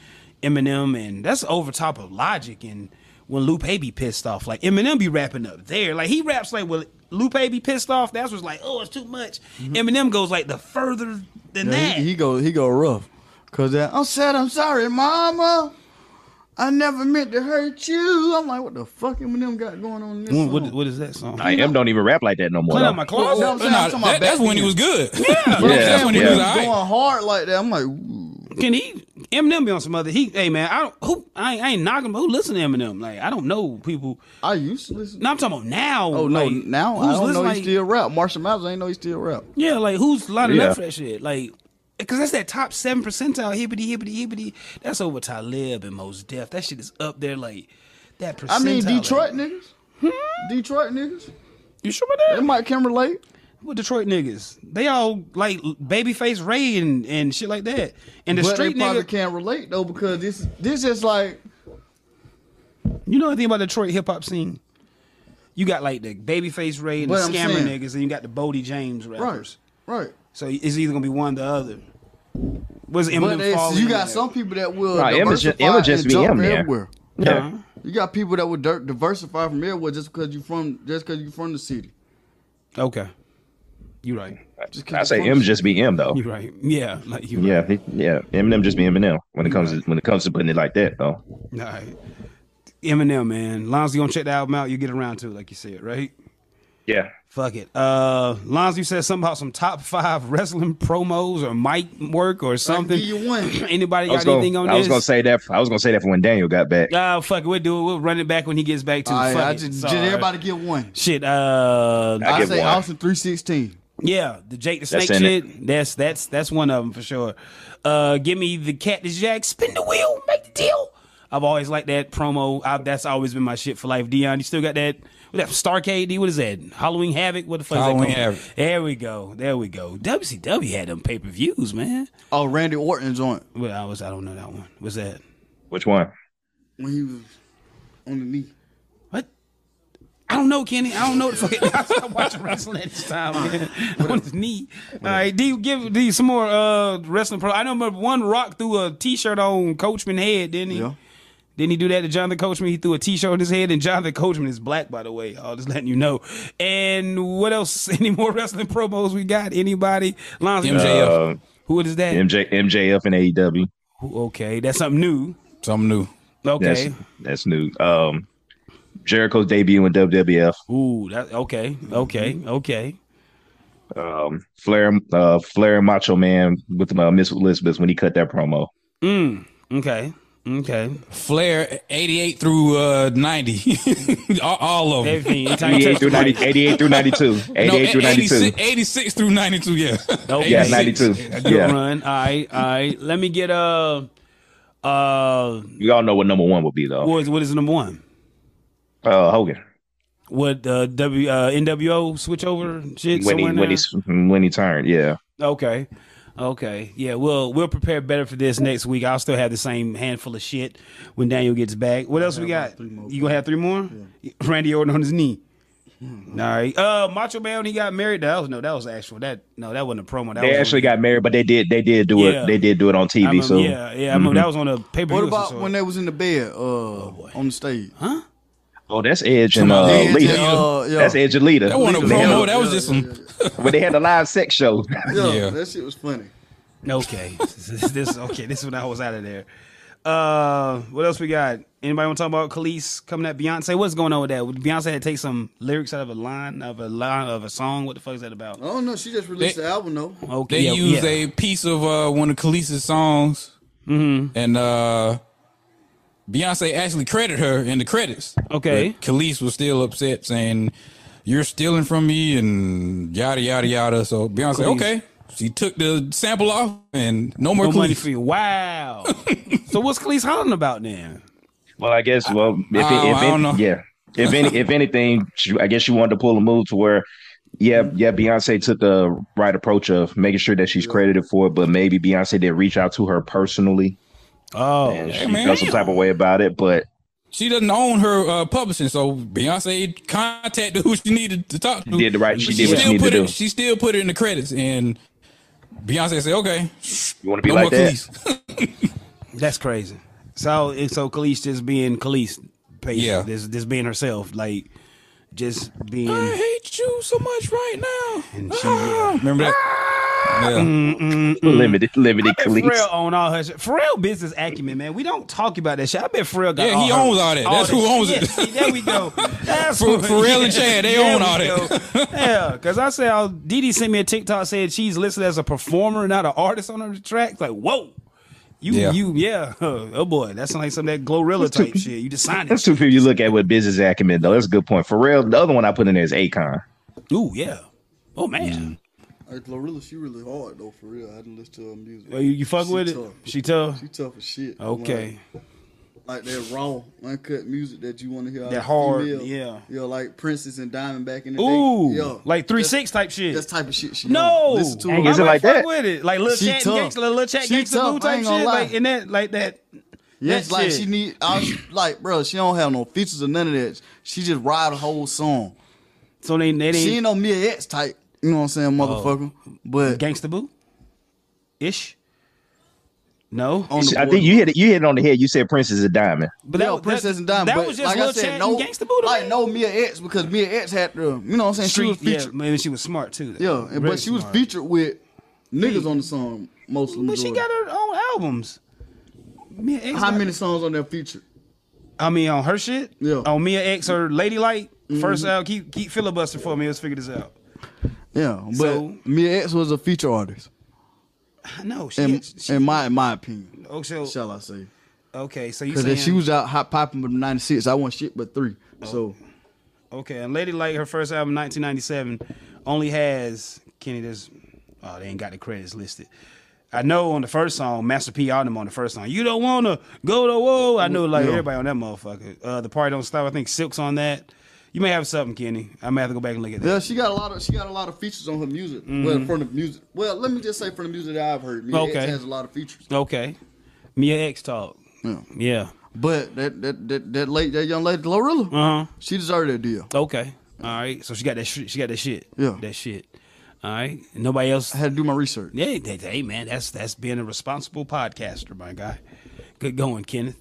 [SPEAKER 3] Eminem, and that's over top of Logic and when Lupe be pissed off. Like Eminem be rapping up there. Like he raps like well Lupe be pissed off. That's what's like oh it's too much. Eminem goes like the further than
[SPEAKER 9] Yeah,
[SPEAKER 3] that.
[SPEAKER 9] he, he go he go rough. Cause that I'm sad, I'm sorry, mama. I never meant to hurt you. I'm like, what the fuck Eminem got going on in this
[SPEAKER 3] What- what-
[SPEAKER 9] song?
[SPEAKER 3] what is that song?
[SPEAKER 1] I am don't even rap like that no more.
[SPEAKER 3] Clean out
[SPEAKER 1] though.
[SPEAKER 3] my
[SPEAKER 9] You know
[SPEAKER 3] closet.
[SPEAKER 9] what I'm saying? I'm
[SPEAKER 2] Nah,
[SPEAKER 9] talking about
[SPEAKER 2] that- that's
[SPEAKER 9] back
[SPEAKER 2] when he
[SPEAKER 9] then.
[SPEAKER 2] was good. [LAUGHS]
[SPEAKER 9] But I'm
[SPEAKER 1] Yeah,
[SPEAKER 9] saying,
[SPEAKER 2] that's when he
[SPEAKER 1] yeah.
[SPEAKER 2] was
[SPEAKER 9] was
[SPEAKER 2] all right.
[SPEAKER 9] going hard like that. I'm like, ooh.
[SPEAKER 3] Can he Eminem be on some other? He hey man, I don't who I ain't, I ain't knocking, but who listen to Eminem? Like I don't know people.
[SPEAKER 9] I used to listen.
[SPEAKER 3] No, I'm talking about now.
[SPEAKER 9] oh no,
[SPEAKER 3] like,
[SPEAKER 9] now
[SPEAKER 3] who's
[SPEAKER 9] I don't know
[SPEAKER 3] listening,
[SPEAKER 9] he
[SPEAKER 3] like-
[SPEAKER 9] still rap. Marshall Mathers, I ain't know he still rap.
[SPEAKER 3] Yeah, like who's lining
[SPEAKER 1] Yeah.
[SPEAKER 3] up for that shit? Like, because that's that top seven percentile hibbity hibbity hibbity. That's over Talib and Mos Def. That shit is up there like that percentile.
[SPEAKER 9] I mean
[SPEAKER 3] like-
[SPEAKER 9] Detroit niggas.
[SPEAKER 3] Hmm?
[SPEAKER 9] Detroit niggas.
[SPEAKER 3] you sure about
[SPEAKER 9] They
[SPEAKER 3] that?
[SPEAKER 9] might can relate.
[SPEAKER 3] What Detroit niggas? They all like Babyface Ray and and shit like that. And the
[SPEAKER 9] but
[SPEAKER 3] street
[SPEAKER 9] they probably
[SPEAKER 3] nigga.
[SPEAKER 9] can't relate though because this this is like
[SPEAKER 3] You know anything about Detroit hip hop scene? You got like the Babyface Ray and
[SPEAKER 9] But
[SPEAKER 3] the
[SPEAKER 9] I'm
[SPEAKER 3] Scammer
[SPEAKER 9] saying-
[SPEAKER 3] niggas, and you got the Bodie James
[SPEAKER 9] right,
[SPEAKER 3] rappers.
[SPEAKER 9] right.
[SPEAKER 3] So it's either gonna be one or the other. Was
[SPEAKER 9] But
[SPEAKER 3] Eminem
[SPEAKER 9] they,
[SPEAKER 3] fall
[SPEAKER 9] you
[SPEAKER 3] in
[SPEAKER 9] got
[SPEAKER 3] there?
[SPEAKER 9] some people that will
[SPEAKER 1] Nah, Emma ju-
[SPEAKER 9] diversify
[SPEAKER 1] Emma just
[SPEAKER 9] and
[SPEAKER 1] be
[SPEAKER 9] jump
[SPEAKER 1] Em there.
[SPEAKER 9] everywhere.
[SPEAKER 1] Yeah.
[SPEAKER 9] You got people that would di- diversify from everywhere just because you from just because you from the city.
[SPEAKER 3] Okay, you right.
[SPEAKER 9] Just 'cause
[SPEAKER 1] I
[SPEAKER 9] you
[SPEAKER 1] say
[SPEAKER 9] from
[SPEAKER 1] M
[SPEAKER 9] the
[SPEAKER 1] just be M though.
[SPEAKER 3] You're right. Yeah, like you.
[SPEAKER 1] Yeah, he- yeah. Eminem just be Eminem when it comes to, when it comes to putting it like that though.
[SPEAKER 3] All right. Eminem, man. Lonzo, you gonna check the album out? You get around to it, like you said, right?
[SPEAKER 1] Yeah.
[SPEAKER 3] Fuck it. Uh, Lonzo, you said something about some top five wrestling promos or mic work or something.
[SPEAKER 9] give you one.
[SPEAKER 3] [CLEARS THROAT] Anybody
[SPEAKER 1] I was,
[SPEAKER 3] got
[SPEAKER 1] gonna,
[SPEAKER 3] anything on
[SPEAKER 1] I was
[SPEAKER 3] this?
[SPEAKER 1] gonna say that. I was gonna say that for when Daniel got back.
[SPEAKER 3] Oh, fuck it. We'll do it. We'll run it back when he gets back to
[SPEAKER 9] All
[SPEAKER 3] the
[SPEAKER 9] right,
[SPEAKER 3] fuck
[SPEAKER 9] Oh, I
[SPEAKER 3] it.
[SPEAKER 9] just,
[SPEAKER 3] Sorry.
[SPEAKER 9] did everybody get one.
[SPEAKER 3] Shit. Uh,
[SPEAKER 1] I
[SPEAKER 9] I,
[SPEAKER 1] get
[SPEAKER 9] say
[SPEAKER 1] one.
[SPEAKER 9] Austin three sixteen.
[SPEAKER 3] yeah, the Jake the Snake
[SPEAKER 1] That's in
[SPEAKER 3] shit. That's that's that's one of them for sure. Uh, give me the Cactus Jack. Spin the wheel. Make the deal. I've always liked that promo. I, that's always been my shit for life. Dion, you still got that? What that Starcade? D, What is that? Halloween Havoc? What the fuck?
[SPEAKER 2] Halloween
[SPEAKER 3] is that called?
[SPEAKER 2] Havoc.
[SPEAKER 3] There we go. There we go. WCW had them pay per views, man.
[SPEAKER 9] Oh, Randy Orton joint
[SPEAKER 3] Well, I was I don't know that one. Was that
[SPEAKER 1] Which one?
[SPEAKER 9] when he was on the knee.
[SPEAKER 3] what?
[SPEAKER 9] I
[SPEAKER 3] don't know, Kenny. I don't know. Fuck it. [LAUGHS] I stopped watching wrestling at this time, man. [LAUGHS] On his knee. All right, D, give D some more uh, wrestling pro. I know remember one rock threw a t shirt on Coachman head, didn't he?
[SPEAKER 9] Yeah.
[SPEAKER 3] Didn't he do that to Jonathan Coachman? He threw a t shirt on his head, and Jonathan Coachman is black, by the way. I'll just letting you know. And what else? [LAUGHS] Any more wrestling promos we got? Anybody? Lonzo,
[SPEAKER 2] MJF.
[SPEAKER 1] Uh,
[SPEAKER 3] who is that?
[SPEAKER 1] MJ MJF and E AEW.
[SPEAKER 3] okay, that's something new.
[SPEAKER 2] Something new.
[SPEAKER 1] That's
[SPEAKER 3] Okay.
[SPEAKER 1] that's new. Um, Jericho's debut in WWF.
[SPEAKER 3] Ooh, that okay, okay, okay.
[SPEAKER 1] Um, Flair, uh, Flair, and Macho Man with uh, Miss Elizabeth when he cut that promo.
[SPEAKER 3] Okay. Okay.
[SPEAKER 2] Flair 88 through uh, 90. [LAUGHS] all, all of
[SPEAKER 1] [LAUGHS]
[SPEAKER 2] them.
[SPEAKER 3] Everything. Anytime you
[SPEAKER 1] 88
[SPEAKER 3] touch
[SPEAKER 1] through,
[SPEAKER 3] the [LAUGHS]
[SPEAKER 1] 90, 88 through 92. 88
[SPEAKER 2] No,
[SPEAKER 1] through 92.
[SPEAKER 2] 86, 86 through 92, yeah. [LAUGHS]
[SPEAKER 3] Okay.
[SPEAKER 1] Yeah,
[SPEAKER 2] 86.
[SPEAKER 1] 92.
[SPEAKER 3] mic, you
[SPEAKER 1] Yeah.
[SPEAKER 3] run. All right, all right. Let me get uh uh
[SPEAKER 1] You all know what number one would be, though.
[SPEAKER 3] what is, what is number one?
[SPEAKER 1] Uh, Hogan.
[SPEAKER 3] What uh W uh NWO switch over shit
[SPEAKER 1] When he,
[SPEAKER 3] somewhere
[SPEAKER 1] when,
[SPEAKER 3] now?
[SPEAKER 1] he, when he turned, yeah.
[SPEAKER 3] Okay. Okay. Yeah, we'll we'll prepare better for this next week. I'll still have the same handful of shit when Daniel gets back. What else we got? You gonna have three more? [LAUGHS] Randy Orton on his knee. All right. Uh Macho Man when he got married. That was no, that was actual. That no, that wasn't a promo. That
[SPEAKER 1] They
[SPEAKER 3] was
[SPEAKER 1] actually got married, but they did they did do
[SPEAKER 3] Yeah.
[SPEAKER 1] it they did do it on
[SPEAKER 3] I
[SPEAKER 1] TV.
[SPEAKER 3] remember,
[SPEAKER 1] So Mm-hmm.
[SPEAKER 3] yeah, yeah. I remember that was on a paper.
[SPEAKER 9] What about when they was in the bed, uh, on the stage?
[SPEAKER 1] oh, that's Edge and uh,
[SPEAKER 9] Yeah, yeah,
[SPEAKER 1] Lita.
[SPEAKER 9] yeah, yeah.
[SPEAKER 1] That's Edge and Lita.
[SPEAKER 2] That wasn't a
[SPEAKER 1] When they had
[SPEAKER 2] promo.
[SPEAKER 1] a-
[SPEAKER 2] That was just some.
[SPEAKER 1] when they had a live sex show. [LAUGHS]
[SPEAKER 9] Yeah,
[SPEAKER 2] Yeah.
[SPEAKER 9] that shit was funny.
[SPEAKER 3] Okay, [LAUGHS] this, this okay. This is when I was out of there. Uh, what else we got? Anybody want to talk about Khalees coming at Beyonce? What's going on with that? Beyonce had to take some lyrics out of a line of a line of a song. What the fuck is that about?
[SPEAKER 9] I don't know. She just released
[SPEAKER 2] They-
[SPEAKER 9] the album though.
[SPEAKER 3] Okay,
[SPEAKER 2] They
[SPEAKER 3] yeah,
[SPEAKER 2] used
[SPEAKER 3] yeah.
[SPEAKER 2] a piece of uh, one of Khaleesi's songs, and uh, Beyonce actually credited her in the credits.
[SPEAKER 3] Okay.
[SPEAKER 2] But Khalees was still upset, saying, "You're stealing from me," and yada yada yada. So Beyonce,
[SPEAKER 3] Khalees.
[SPEAKER 2] okay, she took the sample off, and no more
[SPEAKER 3] no
[SPEAKER 2] Khalees.
[SPEAKER 3] money for
[SPEAKER 2] [LAUGHS]
[SPEAKER 3] you. Wow. so what's Khalees hollering about then?
[SPEAKER 1] Well, I guess. Well, if,
[SPEAKER 2] I don't-
[SPEAKER 1] if,
[SPEAKER 2] I don't know.
[SPEAKER 1] yeah, if any, if anything, she- I guess she wanted to pull a move to where, yeah, yeah, Beyonce took the right approach of making sure that she's credited for it, but maybe Beyonce did reach out to her personally
[SPEAKER 3] Oh,
[SPEAKER 1] and she
[SPEAKER 2] man.
[SPEAKER 1] felt some type of way about it. But
[SPEAKER 2] She doesn't own her uh, publishing, so Beyonce contacted who she needed to talk to.
[SPEAKER 1] did the right- she
[SPEAKER 2] But
[SPEAKER 1] did what she
[SPEAKER 2] still
[SPEAKER 1] needed
[SPEAKER 2] put
[SPEAKER 1] to
[SPEAKER 2] it-
[SPEAKER 1] do.
[SPEAKER 2] She still put it in the credits, and Beyonce said, "Okay,
[SPEAKER 1] you want to be
[SPEAKER 2] no
[SPEAKER 1] like
[SPEAKER 2] more
[SPEAKER 1] that?
[SPEAKER 2] Khalees." [LAUGHS]
[SPEAKER 3] that's crazy. So it's so Khalees just being Khalees,
[SPEAKER 2] Yeah.
[SPEAKER 3] yeah, just, just being herself, like just being.
[SPEAKER 2] I hate you so much right now.
[SPEAKER 3] And she- Ah.
[SPEAKER 2] Ah. Remember that? Yeah.
[SPEAKER 3] Mm-hmm.
[SPEAKER 1] Limited, limited,
[SPEAKER 3] I bet Pharrell
[SPEAKER 1] Khalees.
[SPEAKER 3] own all her shit. Pharrell business acumen, man. We don't talk about that shit. I bet Pharrell got
[SPEAKER 2] Yeah,
[SPEAKER 3] all
[SPEAKER 2] he
[SPEAKER 3] her-
[SPEAKER 2] owns all that. That's who owns
[SPEAKER 3] shit.
[SPEAKER 2] it.
[SPEAKER 3] See, there
[SPEAKER 2] [LAUGHS]
[SPEAKER 3] we go. That's
[SPEAKER 2] For-
[SPEAKER 3] who-
[SPEAKER 2] Pharrell and Chad, they
[SPEAKER 3] [LAUGHS] There
[SPEAKER 2] own
[SPEAKER 3] we
[SPEAKER 2] all
[SPEAKER 3] go. yeah, because I said, oh, Dee Dee sent me a TikTok said she's listed as a performer, not an artist on her tracks. Like, whoa. You,
[SPEAKER 2] Yeah.
[SPEAKER 3] you, yeah. [LAUGHS] Oh boy, that's like some of that Glorilla type shit. You just signed
[SPEAKER 1] That's
[SPEAKER 3] it.
[SPEAKER 1] two people you look at with business acumen, though. That's a good point. Pharrell, the other one I put in there is Akon.
[SPEAKER 3] Ooh, yeah. Oh
[SPEAKER 9] Mm-hmm.
[SPEAKER 3] man,
[SPEAKER 9] Like Glorilla, she really hard though, for real. I didn't listen to her music.
[SPEAKER 3] Well, Oh, you, you fuck
[SPEAKER 9] She
[SPEAKER 3] with
[SPEAKER 9] tough.
[SPEAKER 3] it? She tough.
[SPEAKER 9] She tough as shit.
[SPEAKER 3] Okay.
[SPEAKER 9] Like, like that raw, uncut music that you want to hear. out
[SPEAKER 3] That
[SPEAKER 9] of
[SPEAKER 3] hard,
[SPEAKER 9] female.
[SPEAKER 3] yeah.
[SPEAKER 9] Yeah, like Princess and Diamond back in the
[SPEAKER 3] Ooh,
[SPEAKER 9] day. Yeah,
[SPEAKER 3] like three six type shit.
[SPEAKER 9] That's type of shit she
[SPEAKER 3] No,
[SPEAKER 9] on. Listen to
[SPEAKER 1] Dang,
[SPEAKER 9] her.
[SPEAKER 1] is it
[SPEAKER 3] I might
[SPEAKER 1] like
[SPEAKER 3] fuck
[SPEAKER 1] that?
[SPEAKER 3] With it, like little
[SPEAKER 9] She
[SPEAKER 3] chat,
[SPEAKER 9] tough.
[SPEAKER 3] gangsta, little chat,
[SPEAKER 9] She
[SPEAKER 3] gangsta
[SPEAKER 9] tough.
[SPEAKER 3] boo
[SPEAKER 9] I
[SPEAKER 3] type
[SPEAKER 9] ain't
[SPEAKER 3] shit,
[SPEAKER 9] gonna lie.
[SPEAKER 3] like in that, like that.
[SPEAKER 9] Yes,
[SPEAKER 3] that
[SPEAKER 9] like
[SPEAKER 3] shit.
[SPEAKER 9] she need, I
[SPEAKER 3] [CLEARS THROAT]
[SPEAKER 9] was, like, bro, she don't have no features or none of that. She just ride a whole song.
[SPEAKER 3] So they, they
[SPEAKER 9] She ain't
[SPEAKER 3] ain't Oh.
[SPEAKER 9] no Mia X type, you know what I'm saying, motherfucker. But
[SPEAKER 3] gangsta boo, ish. No,
[SPEAKER 9] on the
[SPEAKER 1] I
[SPEAKER 9] board-
[SPEAKER 1] think you hit it. You hit it on the head. You said Princess is Diamond.
[SPEAKER 3] but
[SPEAKER 9] yeah, Princess and Diamond.
[SPEAKER 3] That
[SPEAKER 9] but
[SPEAKER 3] was just
[SPEAKER 9] like
[SPEAKER 3] little
[SPEAKER 9] I said,
[SPEAKER 3] chat
[SPEAKER 9] no,
[SPEAKER 3] and gangsta boo.
[SPEAKER 9] like no Mia X because Mia X had the, you know what I'm saying,
[SPEAKER 3] street.
[SPEAKER 9] she was
[SPEAKER 3] Yeah,
[SPEAKER 9] featured.
[SPEAKER 3] maybe she was smart too. though.
[SPEAKER 9] Yeah, and,
[SPEAKER 3] Very
[SPEAKER 9] but she was
[SPEAKER 3] smart.
[SPEAKER 9] featured with niggas on the song most of
[SPEAKER 3] But she got her own albums. Mia X
[SPEAKER 9] How
[SPEAKER 3] got-
[SPEAKER 9] many songs on there featured?
[SPEAKER 3] I mean, on her shit.
[SPEAKER 9] Yeah. Mm-hmm.
[SPEAKER 3] On Mia X or Ladylike. First album. Keep keep filibuster for me. Let's figure this out.
[SPEAKER 9] Yeah, but
[SPEAKER 3] So-
[SPEAKER 9] Mia X was a feature artist,
[SPEAKER 3] I know she.
[SPEAKER 9] in,
[SPEAKER 3] she
[SPEAKER 9] in my in my opinion,
[SPEAKER 3] oh, so,
[SPEAKER 9] shall I say?
[SPEAKER 3] okay, so you
[SPEAKER 9] Because
[SPEAKER 3] saying
[SPEAKER 9] if she was out hot popping with '96, I want shit but three. So
[SPEAKER 3] Okay, and Lady Like her first album, 1997, only has Kenny. There's oh, they ain't got the credits listed. I know on the first song, Master P on them on the first song. You don't wanna go to whoa. I know like
[SPEAKER 9] Yeah.
[SPEAKER 3] everybody on that motherfucker. Uh, the party don't stop. I think Silk's on that. You may have something, Kenny. I may have to go back and look at that.
[SPEAKER 9] yeah, she got a lot of she got a lot of features on her music. Well, from the music, well, let me just say from the music that I've heard, Mia
[SPEAKER 3] Okay.
[SPEAKER 9] X has a lot of features.
[SPEAKER 3] Okay, Mia X talk.
[SPEAKER 9] Yeah.
[SPEAKER 3] Yeah,
[SPEAKER 9] But that that that that late that young lady Glorilla,
[SPEAKER 3] Uh huh.
[SPEAKER 9] she deserved that deal.
[SPEAKER 3] Okay. All right. So she got that. Sh- she got that shit.
[SPEAKER 9] Yeah.
[SPEAKER 3] That shit. All right. Nobody else.
[SPEAKER 9] I had to do my research.
[SPEAKER 3] Yeah. They, hey man, that's that's being a responsible podcaster, my guy. Good going, Kenneth.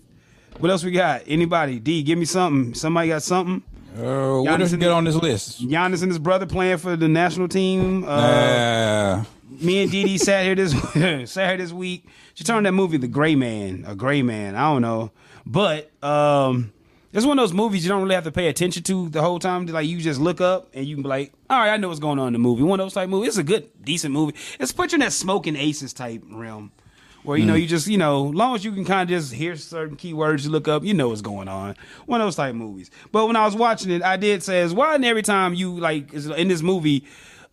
[SPEAKER 3] What else we got? Anybody? D, give me something. Somebody got something?
[SPEAKER 2] Uh, what else you get on this list?
[SPEAKER 3] Giannis and his brother playing for the national team. Uh,
[SPEAKER 2] Uh,
[SPEAKER 3] me and Dee Dee sat here this [LAUGHS] sat here this week. She turned that movie The Gray Man, a Gray Man. I don't know, but um, it's one of those movies you don't really have to pay attention to the whole time. Like you just look up and you can be like, all right, I know what's going on in the movie. One of those type movies. It's a good, decent movie. It's put you in that smoking aces type realm. Where you know you just you know, long as you can kind of just hear certain keywords you look up, you know what's going on. One of those type movies. But when I was watching it, I did says why and every time you like is in this movie,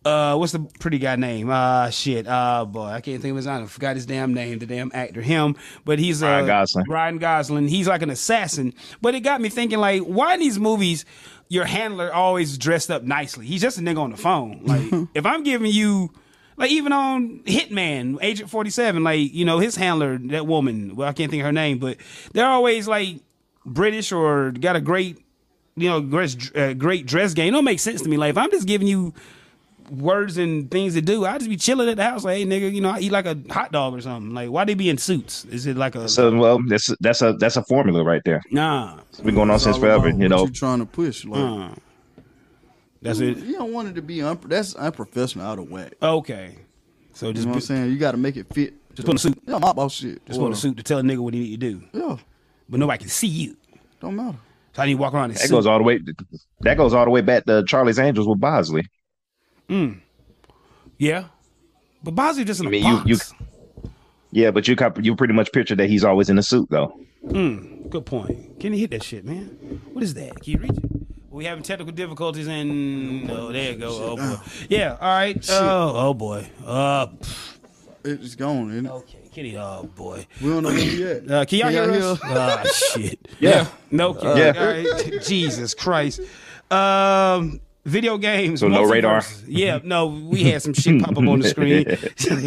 [SPEAKER 3] uh, what's the pretty guy name? Uh, shit. Uh, boy, I can't think of his name. I forgot his damn name. The damn actor, him. But he's uh,
[SPEAKER 1] Ryan Gosling.
[SPEAKER 3] Ryan Gosling. He's like an assassin. But it got me thinking, like, why in these movies your handler always dressed up nicely? He's just a nigga on the phone. Like, if I'm giving you, like, even on Hitman, Agent Forty Seven, like, you know, his handler, that woman. Well, I can't think of her name, but they're always like British or got a great, you know, dress, uh, great dress game. It don't make sense to me. Like, if I'm just giving you words and things to do. I just be chilling at the house, like, hey nigga, you know, I eat like a hot dog or something. Like, why they be in suits? Is it like a
[SPEAKER 1] So well, that's that's a that's a formula right there.
[SPEAKER 3] nah?
[SPEAKER 1] It's been going on since
[SPEAKER 9] All
[SPEAKER 1] forever.
[SPEAKER 9] along
[SPEAKER 1] You
[SPEAKER 9] what
[SPEAKER 1] know,
[SPEAKER 9] trying to push like
[SPEAKER 3] Uh, that's it.
[SPEAKER 9] you don't want it to be unpro that's unprofessional out of whack.
[SPEAKER 3] Okay, so
[SPEAKER 9] You
[SPEAKER 3] just
[SPEAKER 9] know what I'm
[SPEAKER 3] put-
[SPEAKER 9] saying? You got to make it fit.
[SPEAKER 3] Just put a suit.
[SPEAKER 9] Yeah, my boss shit.
[SPEAKER 3] just want a suit to tell a nigga what he need to do,
[SPEAKER 9] Yeah,
[SPEAKER 3] but nobody can see you.
[SPEAKER 9] don't matter.
[SPEAKER 3] So I need to walk around in
[SPEAKER 1] that
[SPEAKER 3] suit.
[SPEAKER 1] goes all the way. That goes all the way back to Charlie's Angels with Bosley.
[SPEAKER 3] yeah, but Bosley just in a
[SPEAKER 1] I mean,
[SPEAKER 3] box.
[SPEAKER 1] you- Yeah, but you cop- you pretty much picture that he's always in a suit though.
[SPEAKER 3] Good point. Can you hit that shit, man? What is that? Can you reach it? We having technical difficulties and oh there you go. Oh boy. Yeah, all right. Oh, oh boy. Uh
[SPEAKER 9] It's gone. Isn't it?
[SPEAKER 3] okay. Kitty, oh boy.
[SPEAKER 9] We don't know where we at.
[SPEAKER 3] Uh, can y'all
[SPEAKER 9] Can
[SPEAKER 3] hear
[SPEAKER 9] y'all
[SPEAKER 3] us? Ah, shit.
[SPEAKER 2] yeah.
[SPEAKER 3] No. Can,
[SPEAKER 1] Uh, Yeah.
[SPEAKER 3] all right. Jesus Christ. Um, video games.
[SPEAKER 1] So no
[SPEAKER 3] multiverses.
[SPEAKER 1] radar?
[SPEAKER 3] Yeah. No, we had some shit pop up on the
[SPEAKER 1] [LAUGHS]
[SPEAKER 3] screen.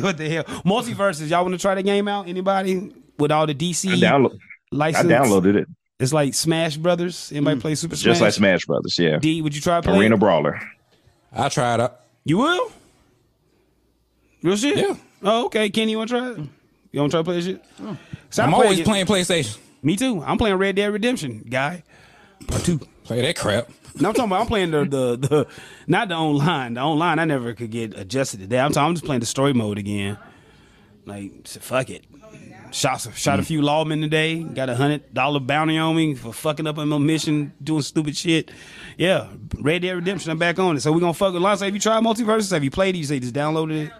[SPEAKER 3] what the hell? Multiverses. Y'all want to try the game out? Anybody? With all the DC
[SPEAKER 1] I, download- I
[SPEAKER 3] license,
[SPEAKER 1] downloaded it
[SPEAKER 3] It's like Smash Brothers. Anybody play Super Smash?
[SPEAKER 1] just like Smash Brothers. Yeah,
[SPEAKER 3] D, would you try playing?
[SPEAKER 1] Arena Brawler.
[SPEAKER 2] I tried out.
[SPEAKER 3] You will? Real shit?
[SPEAKER 2] Yeah. Mm.
[SPEAKER 3] Oh, okay. Kenny, you want to try it? You want to try to play that shit? So
[SPEAKER 2] Oh.
[SPEAKER 3] I
[SPEAKER 2] I'm
[SPEAKER 3] play
[SPEAKER 2] always
[SPEAKER 3] it-
[SPEAKER 2] playing PlayStation.
[SPEAKER 3] Me too. I'm playing Red Dead Redemption, guy. Or two.
[SPEAKER 2] Play that crap.
[SPEAKER 3] No, I'm talking about I'm playing the, the the not the online. The online I never could get adjusted to that. I'm talking, I'm just playing the story mode again. Like so fuck it. Shot shot a
[SPEAKER 1] Hmm.
[SPEAKER 3] few lawmen today. Got a hundred dollar bounty on me for fucking up on my mission, doing stupid shit. Yeah, Red Dead Redemption. I'm back on it. So we gonna fuck with Lonzo. Have you tried multiverses? Have you played it? You say you just downloaded it.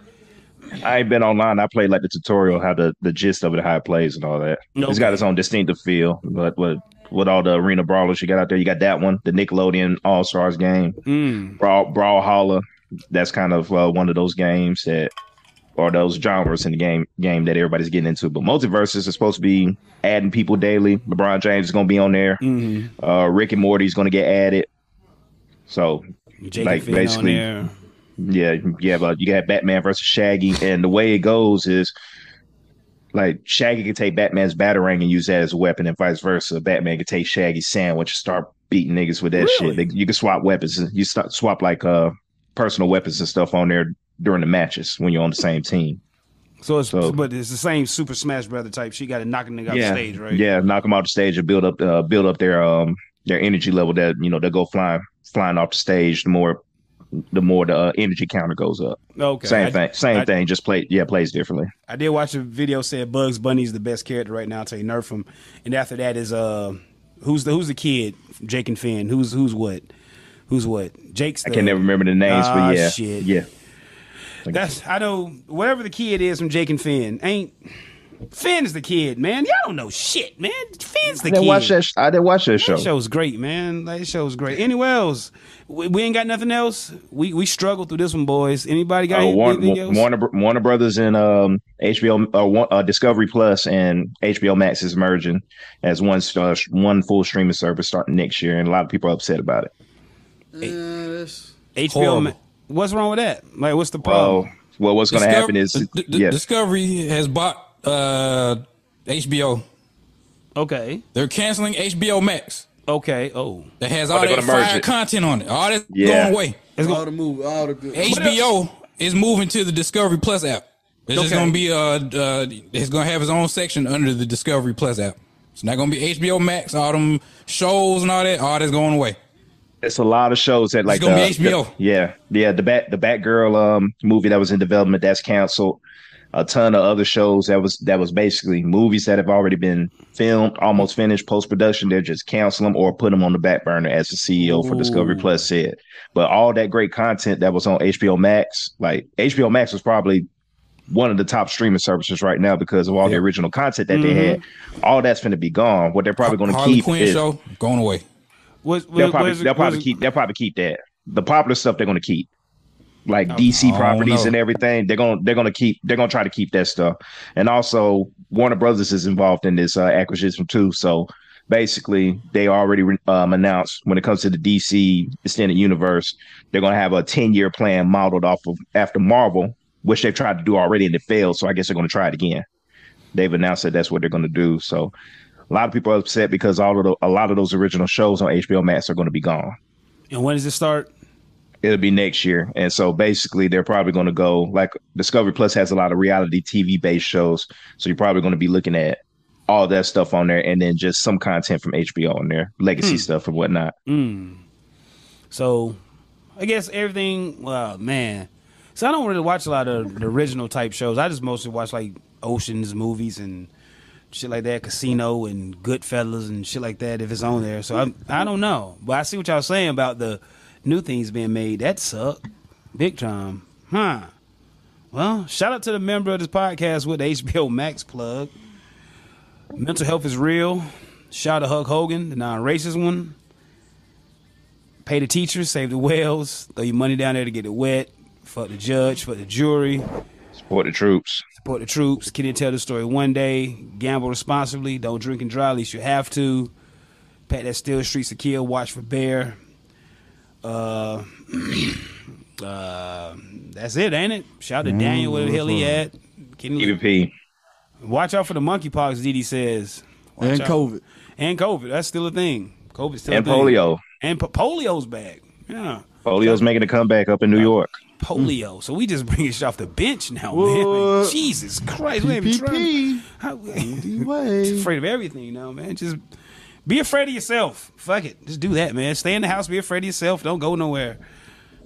[SPEAKER 1] I ain't been online. I played like the tutorial, how the, the gist of it, how it plays, and all that. It's got its own distinctive feel. But with with all the arena brawlers you got out there, you got that one, the Nickelodeon All Stars game, Brawl Brawlhalla. That's kind of uh, one of those games that, or those genres in the game game that everybody's getting into. But multiverses is supposed to be adding people daily. LeBron James is going to be on there.
[SPEAKER 3] Hmm.
[SPEAKER 1] Uh, Rick and Morty is going to get added. So
[SPEAKER 3] Jake
[SPEAKER 1] Like,
[SPEAKER 3] Finn
[SPEAKER 1] basically-
[SPEAKER 3] on there.
[SPEAKER 1] yeah, yeah, but you got Batman versus Shaggy, and the way it goes is like Shaggy can take Batman's batarang and use that as a weapon, and vice versa. Batman can take Shaggy's sandwich and start beating niggas with that
[SPEAKER 3] Really?
[SPEAKER 1] shit. They, you can swap weapons. You start, swap like uh personal weapons and stuff on there during the matches when you're on the same team.
[SPEAKER 3] So it's
[SPEAKER 1] So-
[SPEAKER 3] but it's the same Super Smash Brother type. She got to knock a nigga off the
[SPEAKER 1] yeah,
[SPEAKER 3] stage, right?
[SPEAKER 1] yeah, knock them off the stage and build up, uh, build up their um their energy level. That you know they will go flying flying off the stage. The more the more the uh, energy counter goes up.
[SPEAKER 3] Okay.
[SPEAKER 1] Same
[SPEAKER 3] I-
[SPEAKER 1] thing, same
[SPEAKER 3] I-
[SPEAKER 1] thing. Just play, yeah, plays differently.
[SPEAKER 3] I did watch a video said Bugs Bunny's the best character right now until you nerf him. And after that is uh who's the who's the kid? Jake and Finn. Who's who's what? Who's what? Jake's the
[SPEAKER 1] I can never remember the names,
[SPEAKER 3] Ah,
[SPEAKER 1] but yeah,
[SPEAKER 3] shit.
[SPEAKER 1] yeah.
[SPEAKER 3] That's I know whatever the kid is from Jake and Finn ain't Finn's the kid, man. Y'all don't know shit, man. Finn's the
[SPEAKER 1] I didn't
[SPEAKER 3] kid.
[SPEAKER 1] watch that. sh- I didn't watch that show.
[SPEAKER 3] That show's great, man. That show's great. Anywhere else? We, we ain't got nothing else. We we struggled through this one, boys. Anybody got
[SPEAKER 1] Uh,
[SPEAKER 3] anything
[SPEAKER 1] Warner,
[SPEAKER 3] else?
[SPEAKER 1] Warner, Br- Warner Brothers and um, HBO, uh, Wa- uh, Discovery Plus and HBO Max is merging as one uh, sh- one full streaming service starting next year, and a lot of people are upset about it.
[SPEAKER 9] Yeah, that's
[SPEAKER 3] HBO.
[SPEAKER 2] Horrible.
[SPEAKER 3] Ma- What's wrong with that? Like, what's the problem?
[SPEAKER 1] Well, well, what's going to
[SPEAKER 2] Discover-
[SPEAKER 1] happen is,
[SPEAKER 2] D- D-
[SPEAKER 1] yeah,
[SPEAKER 2] Discovery has bought uh, HBO.
[SPEAKER 3] Okay.
[SPEAKER 2] They're canceling HBO Max
[SPEAKER 3] Okay. Oh.
[SPEAKER 2] that has all
[SPEAKER 1] they're
[SPEAKER 2] that
[SPEAKER 1] gonna merge
[SPEAKER 2] fire
[SPEAKER 1] it.
[SPEAKER 2] content on it. All that's
[SPEAKER 1] Yeah.
[SPEAKER 2] going away.
[SPEAKER 8] all the move, all the good.
[SPEAKER 2] HBO is moving to the Discovery Plus app. It's just
[SPEAKER 3] Okay.
[SPEAKER 2] gonna be uh, uh it's gonna have its own section under the Discovery Plus app. It's not gonna be HBO Max, all them shows and all that. All that's going away.
[SPEAKER 1] It's a lot of shows that like
[SPEAKER 2] gonna be
[SPEAKER 1] the-
[SPEAKER 2] HBO.
[SPEAKER 1] the- yeah, yeah. The bat the Batgirl um movie that was in development that's canceled. A ton of other shows that was that was basically movies that have already been filmed, almost finished post production. They're just canceling them or put them on the back burner, as the CEO for Discovery Plus said. But all that great content that was on HBO Max, like HBO Max was probably one of the top streaming services right now because of all the original content that they had. All that's going to be gone. What they're probably going to
[SPEAKER 2] Mm-hmm. Harley
[SPEAKER 1] keep
[SPEAKER 2] Quinn
[SPEAKER 1] is
[SPEAKER 2] show going away.
[SPEAKER 3] Was,
[SPEAKER 1] they'll
[SPEAKER 3] was-
[SPEAKER 1] probably
[SPEAKER 3] was-
[SPEAKER 1] they'll probably
[SPEAKER 3] was-
[SPEAKER 1] keep they'll probably keep that. The popular stuff they're gonna keep, like DC
[SPEAKER 2] Oh,
[SPEAKER 1] properties
[SPEAKER 2] no.
[SPEAKER 1] and everything. They're gonna they're gonna keep they're gonna try to keep that stuff. And also Warner Brothers is involved in this uh, acquisition too. So basically, they already re- um, announced when it comes to the DC extended universe, they're gonna have a ten year plan modeled off of after Marvel, which they've tried to do already and it failed. So I guess they're gonna try it again. They've announced that that's what they're gonna do. So a lot of people are upset because all of the, a lot of those original shows on HBO Max are going to be gone.
[SPEAKER 3] And when does it start?
[SPEAKER 1] It'll be next year, and so basically they're probably going to go like Discovery Plus has a lot of reality TV based shows, so you're probably going to be looking at all that stuff on there, and then just some content from HBO on there, legacy
[SPEAKER 3] Hmm.
[SPEAKER 1] stuff and whatnot.
[SPEAKER 3] So, I guess everything. Well, man. So I don't really watch a lot of the original type shows. I just mostly watch like oceans movies and shit like that, Casino and Goodfellas and shit like that if it's on there. So I I don't know, but I see what y'all saying about the new things being made. That suck, big time, huh? Well, shout out to the member of this podcast with the HBO Max plug. Mental health is real. Shout out to Hug Hogan, the non-racist one. Pay the teachers, save the whales, throw your money down there to get it wet. Fuck the judge, fuck the jury,
[SPEAKER 1] Support the troops.
[SPEAKER 3] support the troops. Kid didn't tell the story one day. Gamble responsibly. Don't drink and drive unless you have to. Pat that steel streets to kill. Watch for bear. Uh, [CLEARS THROAT] uh, that's it, ain't it? Shout out to Daniel where the hell he at. Kenny-
[SPEAKER 1] EVP.
[SPEAKER 3] Watch out for the monkeypox, Didi says. Watch
[SPEAKER 9] and
[SPEAKER 3] out.
[SPEAKER 9] COVID.
[SPEAKER 3] And COVID. That's still a thing. COVID's still
[SPEAKER 1] And
[SPEAKER 3] a thing.
[SPEAKER 1] polio.
[SPEAKER 3] And po- polio's back. Yeah.
[SPEAKER 1] Polio's making a comeback up in New York.
[SPEAKER 3] polio. So we just bring it off the bench now, man. Like,
[SPEAKER 9] What?
[SPEAKER 3] Jesus Christ, we ain't been trying.
[SPEAKER 9] PP.
[SPEAKER 3] How, [LAUGHS]
[SPEAKER 9] Anyway.
[SPEAKER 3] afraid of everything now, man. Just be afraid of yourself. Fuck it, just do that, man. Stay in the house. Be afraid of yourself. Don't go nowhere.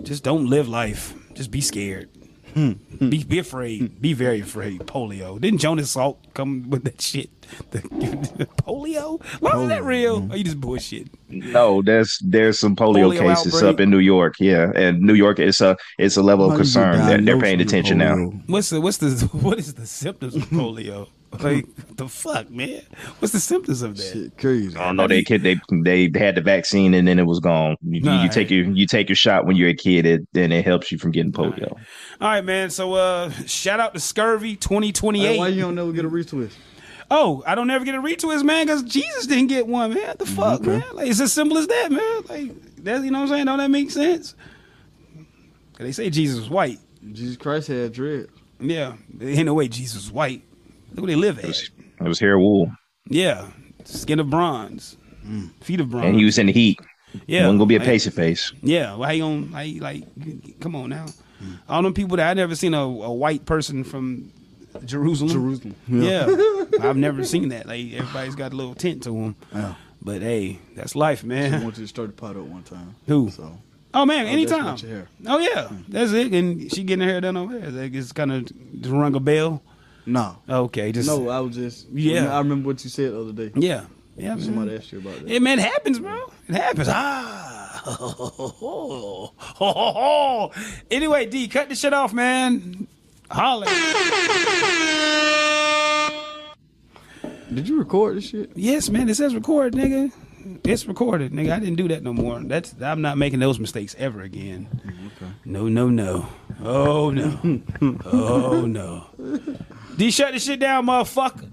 [SPEAKER 3] Just don't live life. Just be scared. Be, be afraid. Be very afraid. Polio. Didn't Jonas Salk come with that shit? [LAUGHS] The, polio? Why was that real? Are you just bullshit?
[SPEAKER 1] No, there's there's some polio,
[SPEAKER 3] Polio
[SPEAKER 1] cases
[SPEAKER 3] outbreak.
[SPEAKER 1] up in New York. Yeah, and New York it's a it's a level of concern that they're paying attention
[SPEAKER 9] Oh,
[SPEAKER 1] now.
[SPEAKER 3] What's the what's the [LAUGHS] what is the symptoms
[SPEAKER 9] [LAUGHS]
[SPEAKER 3] of polio? Like what the fuck, man? What's the symptoms of that?
[SPEAKER 9] Shit, crazy.
[SPEAKER 1] I don't know. They kid, they they had the vaccine and then it was gone. You,
[SPEAKER 3] Nah,
[SPEAKER 1] you take your you take your shot when you're a kid, it, and it helps you from getting polio.
[SPEAKER 3] All right, man. So uh shout out to Scurvy
[SPEAKER 9] Hey, why
[SPEAKER 3] 2028.
[SPEAKER 9] you don't never get a retwist?
[SPEAKER 3] oh, I don't ever get a retwist, man, because Jesus didn't get one, man. What the fuck, man? Like it's as simple as that, man. Like that you know what I'm saying? Don't that make sense? 'Cause They say Jesus was white.
[SPEAKER 9] Jesus Christ had dread.
[SPEAKER 3] Yeah. There ain't no way Jesus was white. Look where they live at.
[SPEAKER 1] It was hair wool,
[SPEAKER 3] Yeah. Skin of bronze.
[SPEAKER 9] Mm.
[SPEAKER 3] Feet of bronze.
[SPEAKER 1] and he was in the heat.
[SPEAKER 3] yeah.
[SPEAKER 1] wasn't gonna be a
[SPEAKER 3] Like-
[SPEAKER 1] patient face.
[SPEAKER 3] Yeah, well, how you gonna how you, like? Come on now, all them people that I never seen a, a white person from Jerusalem.
[SPEAKER 9] Jerusalem.
[SPEAKER 3] yeah, [LAUGHS] I've never seen that. Like everybody's got a little tint to them.
[SPEAKER 9] Yeah.
[SPEAKER 3] But hey, that's life,
[SPEAKER 9] I
[SPEAKER 3] man.
[SPEAKER 9] went to the stir the pot up one time.
[SPEAKER 3] Who?
[SPEAKER 9] So
[SPEAKER 3] Oh man,
[SPEAKER 9] that's
[SPEAKER 3] anytime.
[SPEAKER 9] what your hair.
[SPEAKER 3] Oh yeah, that's it. And she getting her hair done over there. Like, it's kind of just rung a bell.
[SPEAKER 9] no,
[SPEAKER 3] Okay, just
[SPEAKER 9] no, I was just
[SPEAKER 3] Yeah.
[SPEAKER 9] I remember what you said the other day.
[SPEAKER 3] yeah, yeah. man.
[SPEAKER 9] Somebody asked you about that.
[SPEAKER 3] Yeah, man, it happens, bro. It happens. Ah. [LAUGHS] anyway, D, cut the shit off, man. Holla.
[SPEAKER 9] Did you record this shit?
[SPEAKER 3] Yes, man, it says record, nigga. It's recorded, nigga. I didn't do that no more. That's I'm not making those mistakes ever again. No, no, no. Oh no. oh no. D shut this shit down, motherfucker.